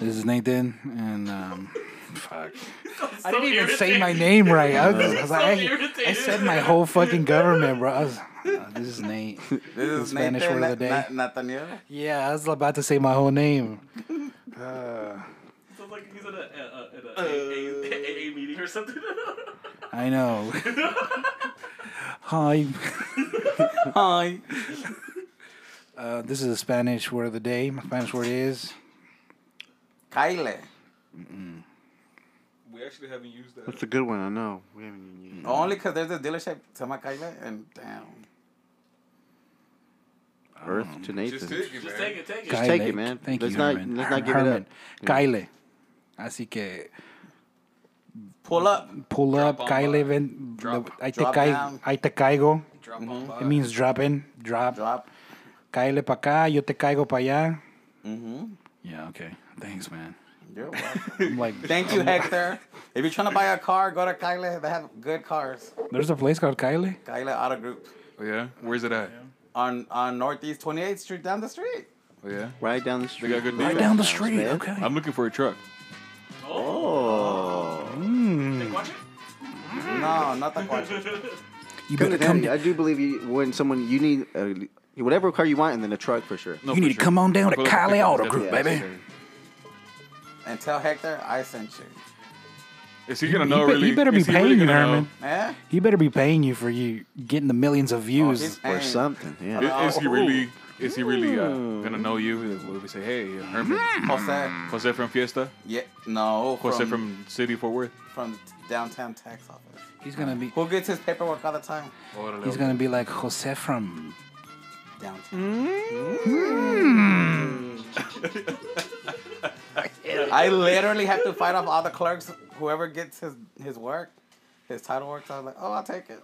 Speaker 1: This is Nathan, and um, fuck. I
Speaker 5: So
Speaker 1: didn't even say
Speaker 5: irritating.
Speaker 1: my name right. I was, I was like,
Speaker 5: So
Speaker 1: I, I
Speaker 5: irritated.
Speaker 1: said my whole fucking government, bro. I was, uh, this is Nate.
Speaker 3: This is
Speaker 1: Spanish
Speaker 3: Nathan,
Speaker 1: word of the
Speaker 3: Na-
Speaker 1: day.
Speaker 3: Na- Nathaniel.
Speaker 1: Yeah, I was about to say my whole name. Uh,
Speaker 5: So it's like he's in a, a, a, a, a, a, a meeting or something.
Speaker 1: I know. Hi.
Speaker 3: Hi.
Speaker 1: Uh, this is the Spanish word of the day. My Spanish word is
Speaker 3: Kyle.
Speaker 7: We actually haven't used that.
Speaker 2: That's a good one. I know. We haven't even used. it.
Speaker 3: Only because there's a dealership to my Kyle and damn.
Speaker 2: Earth to
Speaker 7: Just
Speaker 2: Nathan.
Speaker 7: take it,
Speaker 5: Just
Speaker 7: man.
Speaker 5: take it, take it.
Speaker 1: Kyle.
Speaker 2: take it, man.
Speaker 1: Thank
Speaker 2: Let's
Speaker 1: you,
Speaker 2: not-
Speaker 1: Herman.
Speaker 2: let's not give it
Speaker 1: Herman.
Speaker 2: up.
Speaker 1: Kyle. Así que
Speaker 3: Pull up.
Speaker 1: pull
Speaker 7: Drop
Speaker 1: up,
Speaker 7: on
Speaker 1: Kyle.
Speaker 7: by.
Speaker 1: Ven,
Speaker 7: Drop-
Speaker 1: I te
Speaker 3: drop
Speaker 1: caigo.
Speaker 3: down.
Speaker 1: I te caigo.
Speaker 7: Drop on by.
Speaker 1: It means drop in, drop.
Speaker 3: Drop.
Speaker 1: Kyle pa acá, yo te caigo pa allá.
Speaker 3: Mm-hmm.
Speaker 1: Yeah, okay. Thanks, man.
Speaker 3: You're welcome.
Speaker 1: I'm like,
Speaker 3: Thank you, Hector. If you're trying to buy a car, go to Kyle. They have good cars.
Speaker 1: There's a place called Kyle.
Speaker 3: Kyle Auto Group.
Speaker 4: Oh yeah, where's it at?
Speaker 3: On on Northeast 28th Street down the street.
Speaker 4: Oh yeah,
Speaker 2: Right down the street.
Speaker 4: got good Right
Speaker 1: down the street.
Speaker 2: man.
Speaker 1: Okay.
Speaker 4: I'm looking for a truck.
Speaker 2: Oh.
Speaker 5: Watch it.
Speaker 3: No, not the question.
Speaker 1: You
Speaker 2: Come
Speaker 1: better
Speaker 2: to
Speaker 1: come.
Speaker 2: Nathan, I do believe you when someone you need uh, whatever car you want and then a truck for sure.
Speaker 4: No,
Speaker 1: You need to come on down to Kyle Auto Group,
Speaker 2: baby.
Speaker 3: And tell Hector I sent you.
Speaker 4: Is he gonna
Speaker 1: He
Speaker 4: know
Speaker 1: be- he
Speaker 4: really?
Speaker 1: better be
Speaker 4: is really
Speaker 1: paying you,
Speaker 4: gonna know?
Speaker 1: Herman.
Speaker 3: Eh?
Speaker 1: He better be paying you for you getting the millions of views.
Speaker 3: he's-
Speaker 2: or
Speaker 3: Hey.
Speaker 2: something. Yeah.
Speaker 4: I- Is, he really? Is he really uh, gonna know you? What if we say, hey, uh, Herman,
Speaker 1: Mm.
Speaker 3: Jose.
Speaker 4: Jose from Fiesta,
Speaker 3: Yeah, no.
Speaker 4: Jose
Speaker 3: from,
Speaker 4: from City Fort Worth.
Speaker 3: from downtown tax office.
Speaker 1: he's gonna be.
Speaker 3: Who gets his paperwork all the time?
Speaker 1: He's gonna be like Jose from.
Speaker 3: Downtown.
Speaker 2: Hmm.
Speaker 3: I literally have to fight off all the clerks. Whoever gets his his work, his title works. I was like, oh, I'll take it.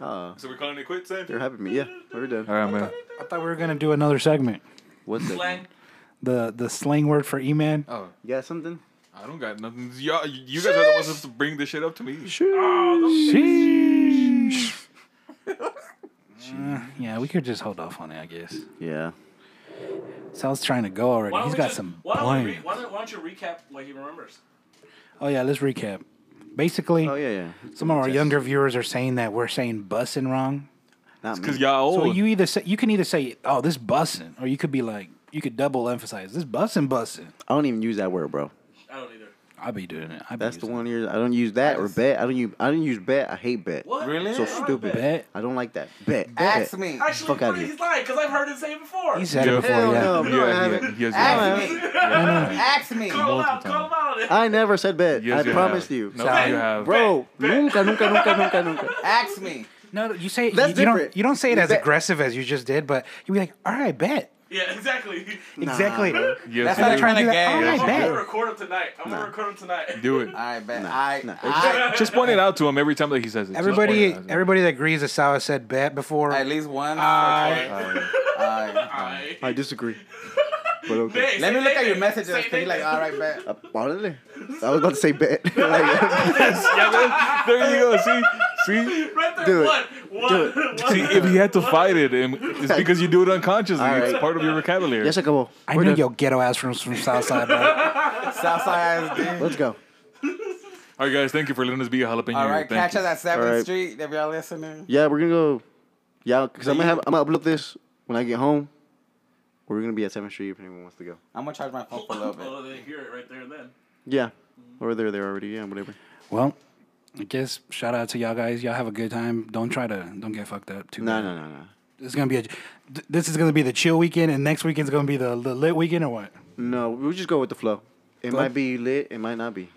Speaker 2: Uh,
Speaker 7: So we're calling it quits
Speaker 2: Oh, they're
Speaker 7: then?
Speaker 2: having me. Yeah, we're done.
Speaker 4: All right, man.
Speaker 1: I thought we were gonna do another segment.
Speaker 2: What's that?
Speaker 5: Slang.
Speaker 1: The the slang word for E Man.
Speaker 4: Oh,
Speaker 2: You got something?
Speaker 4: I don't got nothing. Y'all, you guys are the ones to bring this shit up to me.
Speaker 1: Sheesh. Uh, yeah, we could just hold off on it, I guess.
Speaker 2: Yeah.
Speaker 1: Sal's trying to go already.
Speaker 5: Why don't
Speaker 1: He's
Speaker 5: we
Speaker 1: got
Speaker 5: just-
Speaker 1: some
Speaker 5: why don't, we re-
Speaker 1: plans.
Speaker 5: why, don't, why don't you recap what he remembers?
Speaker 1: Oh yeah, let's recap. Basically,
Speaker 2: Oh yeah, yeah.
Speaker 1: some of our younger viewers are saying that we're saying bussin' wrong.
Speaker 2: Not me.
Speaker 4: Because y'all
Speaker 1: So
Speaker 4: old.
Speaker 1: you either say you can either say, "Oh, this bussin'," or you could be like, you could double emphasize, "This bussin', bussin'."
Speaker 2: I don't even use that word, bro.
Speaker 5: I don't either.
Speaker 1: I be doing it. I be
Speaker 2: That's the
Speaker 1: using
Speaker 2: one year I don't use that or
Speaker 3: just-
Speaker 2: bet. I don't use. I don't use bet. I hate bet.
Speaker 5: What?
Speaker 3: Really?
Speaker 2: So
Speaker 5: I don't
Speaker 2: stupid.
Speaker 1: it.
Speaker 5: bet.
Speaker 1: Bet.
Speaker 2: I don't like that. Bet.
Speaker 3: Ask
Speaker 2: bet.
Speaker 3: me.
Speaker 5: Actually,
Speaker 2: Fuck outta
Speaker 5: he's
Speaker 2: here.
Speaker 5: lying because I've heard him say it before.
Speaker 1: He said
Speaker 4: Yeah.
Speaker 1: it before,
Speaker 2: Hell
Speaker 1: yeah.
Speaker 2: no,
Speaker 4: yeah,
Speaker 2: bro. I
Speaker 4: yeah,
Speaker 2: haven't.
Speaker 4: yes,
Speaker 3: Ask
Speaker 4: you
Speaker 3: me.
Speaker 4: have. No, no.
Speaker 3: Ask me.
Speaker 5: call him out.
Speaker 4: multiple
Speaker 5: Call him out.
Speaker 2: I never said bet.
Speaker 4: Yes,
Speaker 2: I
Speaker 4: you
Speaker 2: promised
Speaker 4: have.
Speaker 2: you.
Speaker 4: No,
Speaker 1: Sorry.
Speaker 4: you have.
Speaker 2: Bro, nunca, nunca, nunca, nunca, nunca.
Speaker 3: Ask me.
Speaker 1: No, no, you say
Speaker 2: That's
Speaker 1: you, you don't.
Speaker 2: different.
Speaker 1: You don't say it as
Speaker 2: Bet.
Speaker 1: aggressive as you just did, but you be like, "All right, bet."
Speaker 5: Yeah, exactly.
Speaker 1: Exactly.
Speaker 2: bro.
Speaker 4: Yes,
Speaker 3: That's how
Speaker 4: you
Speaker 3: they're
Speaker 4: do.
Speaker 3: trying to
Speaker 1: You're like,
Speaker 3: game.
Speaker 1: "All right,
Speaker 5: I'm
Speaker 1: bet."
Speaker 5: gonna record him tonight. I'm gonna record him tonight.
Speaker 4: do it.
Speaker 3: I bet. I,
Speaker 2: nah.
Speaker 3: I,
Speaker 4: Just point it out to him every time that he says it. Just
Speaker 1: Everybody,
Speaker 4: point it out.
Speaker 1: everybody that agrees that Sawa said bet before.
Speaker 3: at least one.
Speaker 1: I-
Speaker 3: I-
Speaker 5: Alright.
Speaker 2: I disagree. But okay.
Speaker 5: Hey,
Speaker 3: Let
Speaker 5: say
Speaker 3: me look at
Speaker 5: Nathan.
Speaker 3: your messages.
Speaker 5: Say
Speaker 3: Cause you're like,
Speaker 5: Nathan.
Speaker 3: all right, bet.
Speaker 2: Uh, honestly, I was about to say bet. Like,
Speaker 4: Yeah, there- there you go. See, see,
Speaker 5: Right there,
Speaker 2: Do it.
Speaker 5: one, one,
Speaker 2: Do it.
Speaker 5: one.
Speaker 4: see. If he had to fight it, and it's because you do it unconsciously.
Speaker 2: All
Speaker 4: It's
Speaker 2: right.
Speaker 4: part of your vocabulary.
Speaker 2: yes, I go.
Speaker 1: I knew your ghetto ass from from Southside, bro.
Speaker 3: Southside ISD.
Speaker 2: Let's go.
Speaker 4: All right, guys. Thank you for letting us be a jalapeno.
Speaker 3: All right,
Speaker 4: Thank
Speaker 3: catch
Speaker 4: you.
Speaker 3: us at Seventh
Speaker 2: All right.
Speaker 3: Street if y'all listening.
Speaker 2: Yeah, we're gonna go. Yeah, because I'm gonna have. I'm gonna upload this when I get home. We're gonna be at 7th Street if anyone wants to go.
Speaker 3: I'm gonna charge my phone for a little bit.
Speaker 5: Oh, they hear it right there and then.
Speaker 2: Yeah, or they're there already. Yeah, whatever.
Speaker 1: well, I guess shout out to y'all guys. Y'all have a good time. Don't try to don't get fucked up too.
Speaker 2: No,
Speaker 1: bad.
Speaker 2: no, no, no.
Speaker 1: This is gonna be a. This is gonna be the chill weekend, and next weekend's gonna be the, the lit weekend, or what?
Speaker 2: No, we'll just go with the flow. It might be lit. It might not be.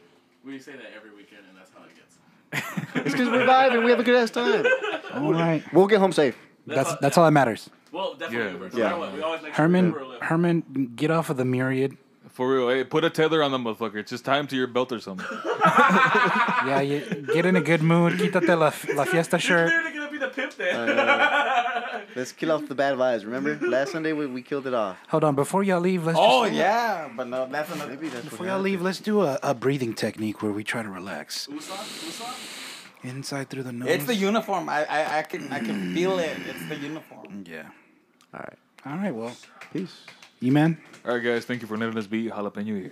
Speaker 5: We say that every weekend, and that's how it gets.
Speaker 2: It's because we're vibing. We have a good ass time.
Speaker 1: All right.
Speaker 2: We'll get home safe.
Speaker 1: That's that's all that matters.
Speaker 5: Well, definitely
Speaker 4: Yeah.
Speaker 5: Uber. No
Speaker 2: Yeah.
Speaker 5: matter what, we always make sure
Speaker 1: Herman,
Speaker 5: Uber lives.
Speaker 1: Herman, get off of the myriad.
Speaker 4: For real, hey, put a tether on the motherfucker. It's just tie him to your belt or something.
Speaker 1: Yeah, you, get in a good mood. Quítate la, la fiesta
Speaker 5: He's
Speaker 1: shirt.
Speaker 5: literally gonna be the pimp then.
Speaker 2: Let's kill off the bad vibes. Remember last Sunday we, we killed it off.
Speaker 1: Hold on, before y'all leave, let's
Speaker 3: Oh
Speaker 1: just,
Speaker 3: yeah, but no, that's another.
Speaker 2: Maybe that's
Speaker 1: before
Speaker 2: what
Speaker 1: y'all leave, let's do a, a breathing technique where we try to relax
Speaker 5: Usan, Usan.
Speaker 1: inside through the nose.
Speaker 3: It's the uniform. I, I I can I can feel it. It's the uniform.
Speaker 1: yeah.
Speaker 2: All right.
Speaker 1: All right, well,
Speaker 2: Peace.
Speaker 1: you man.
Speaker 4: All right, guys. Thank you for letting us be jalapeno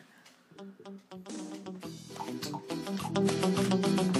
Speaker 4: here.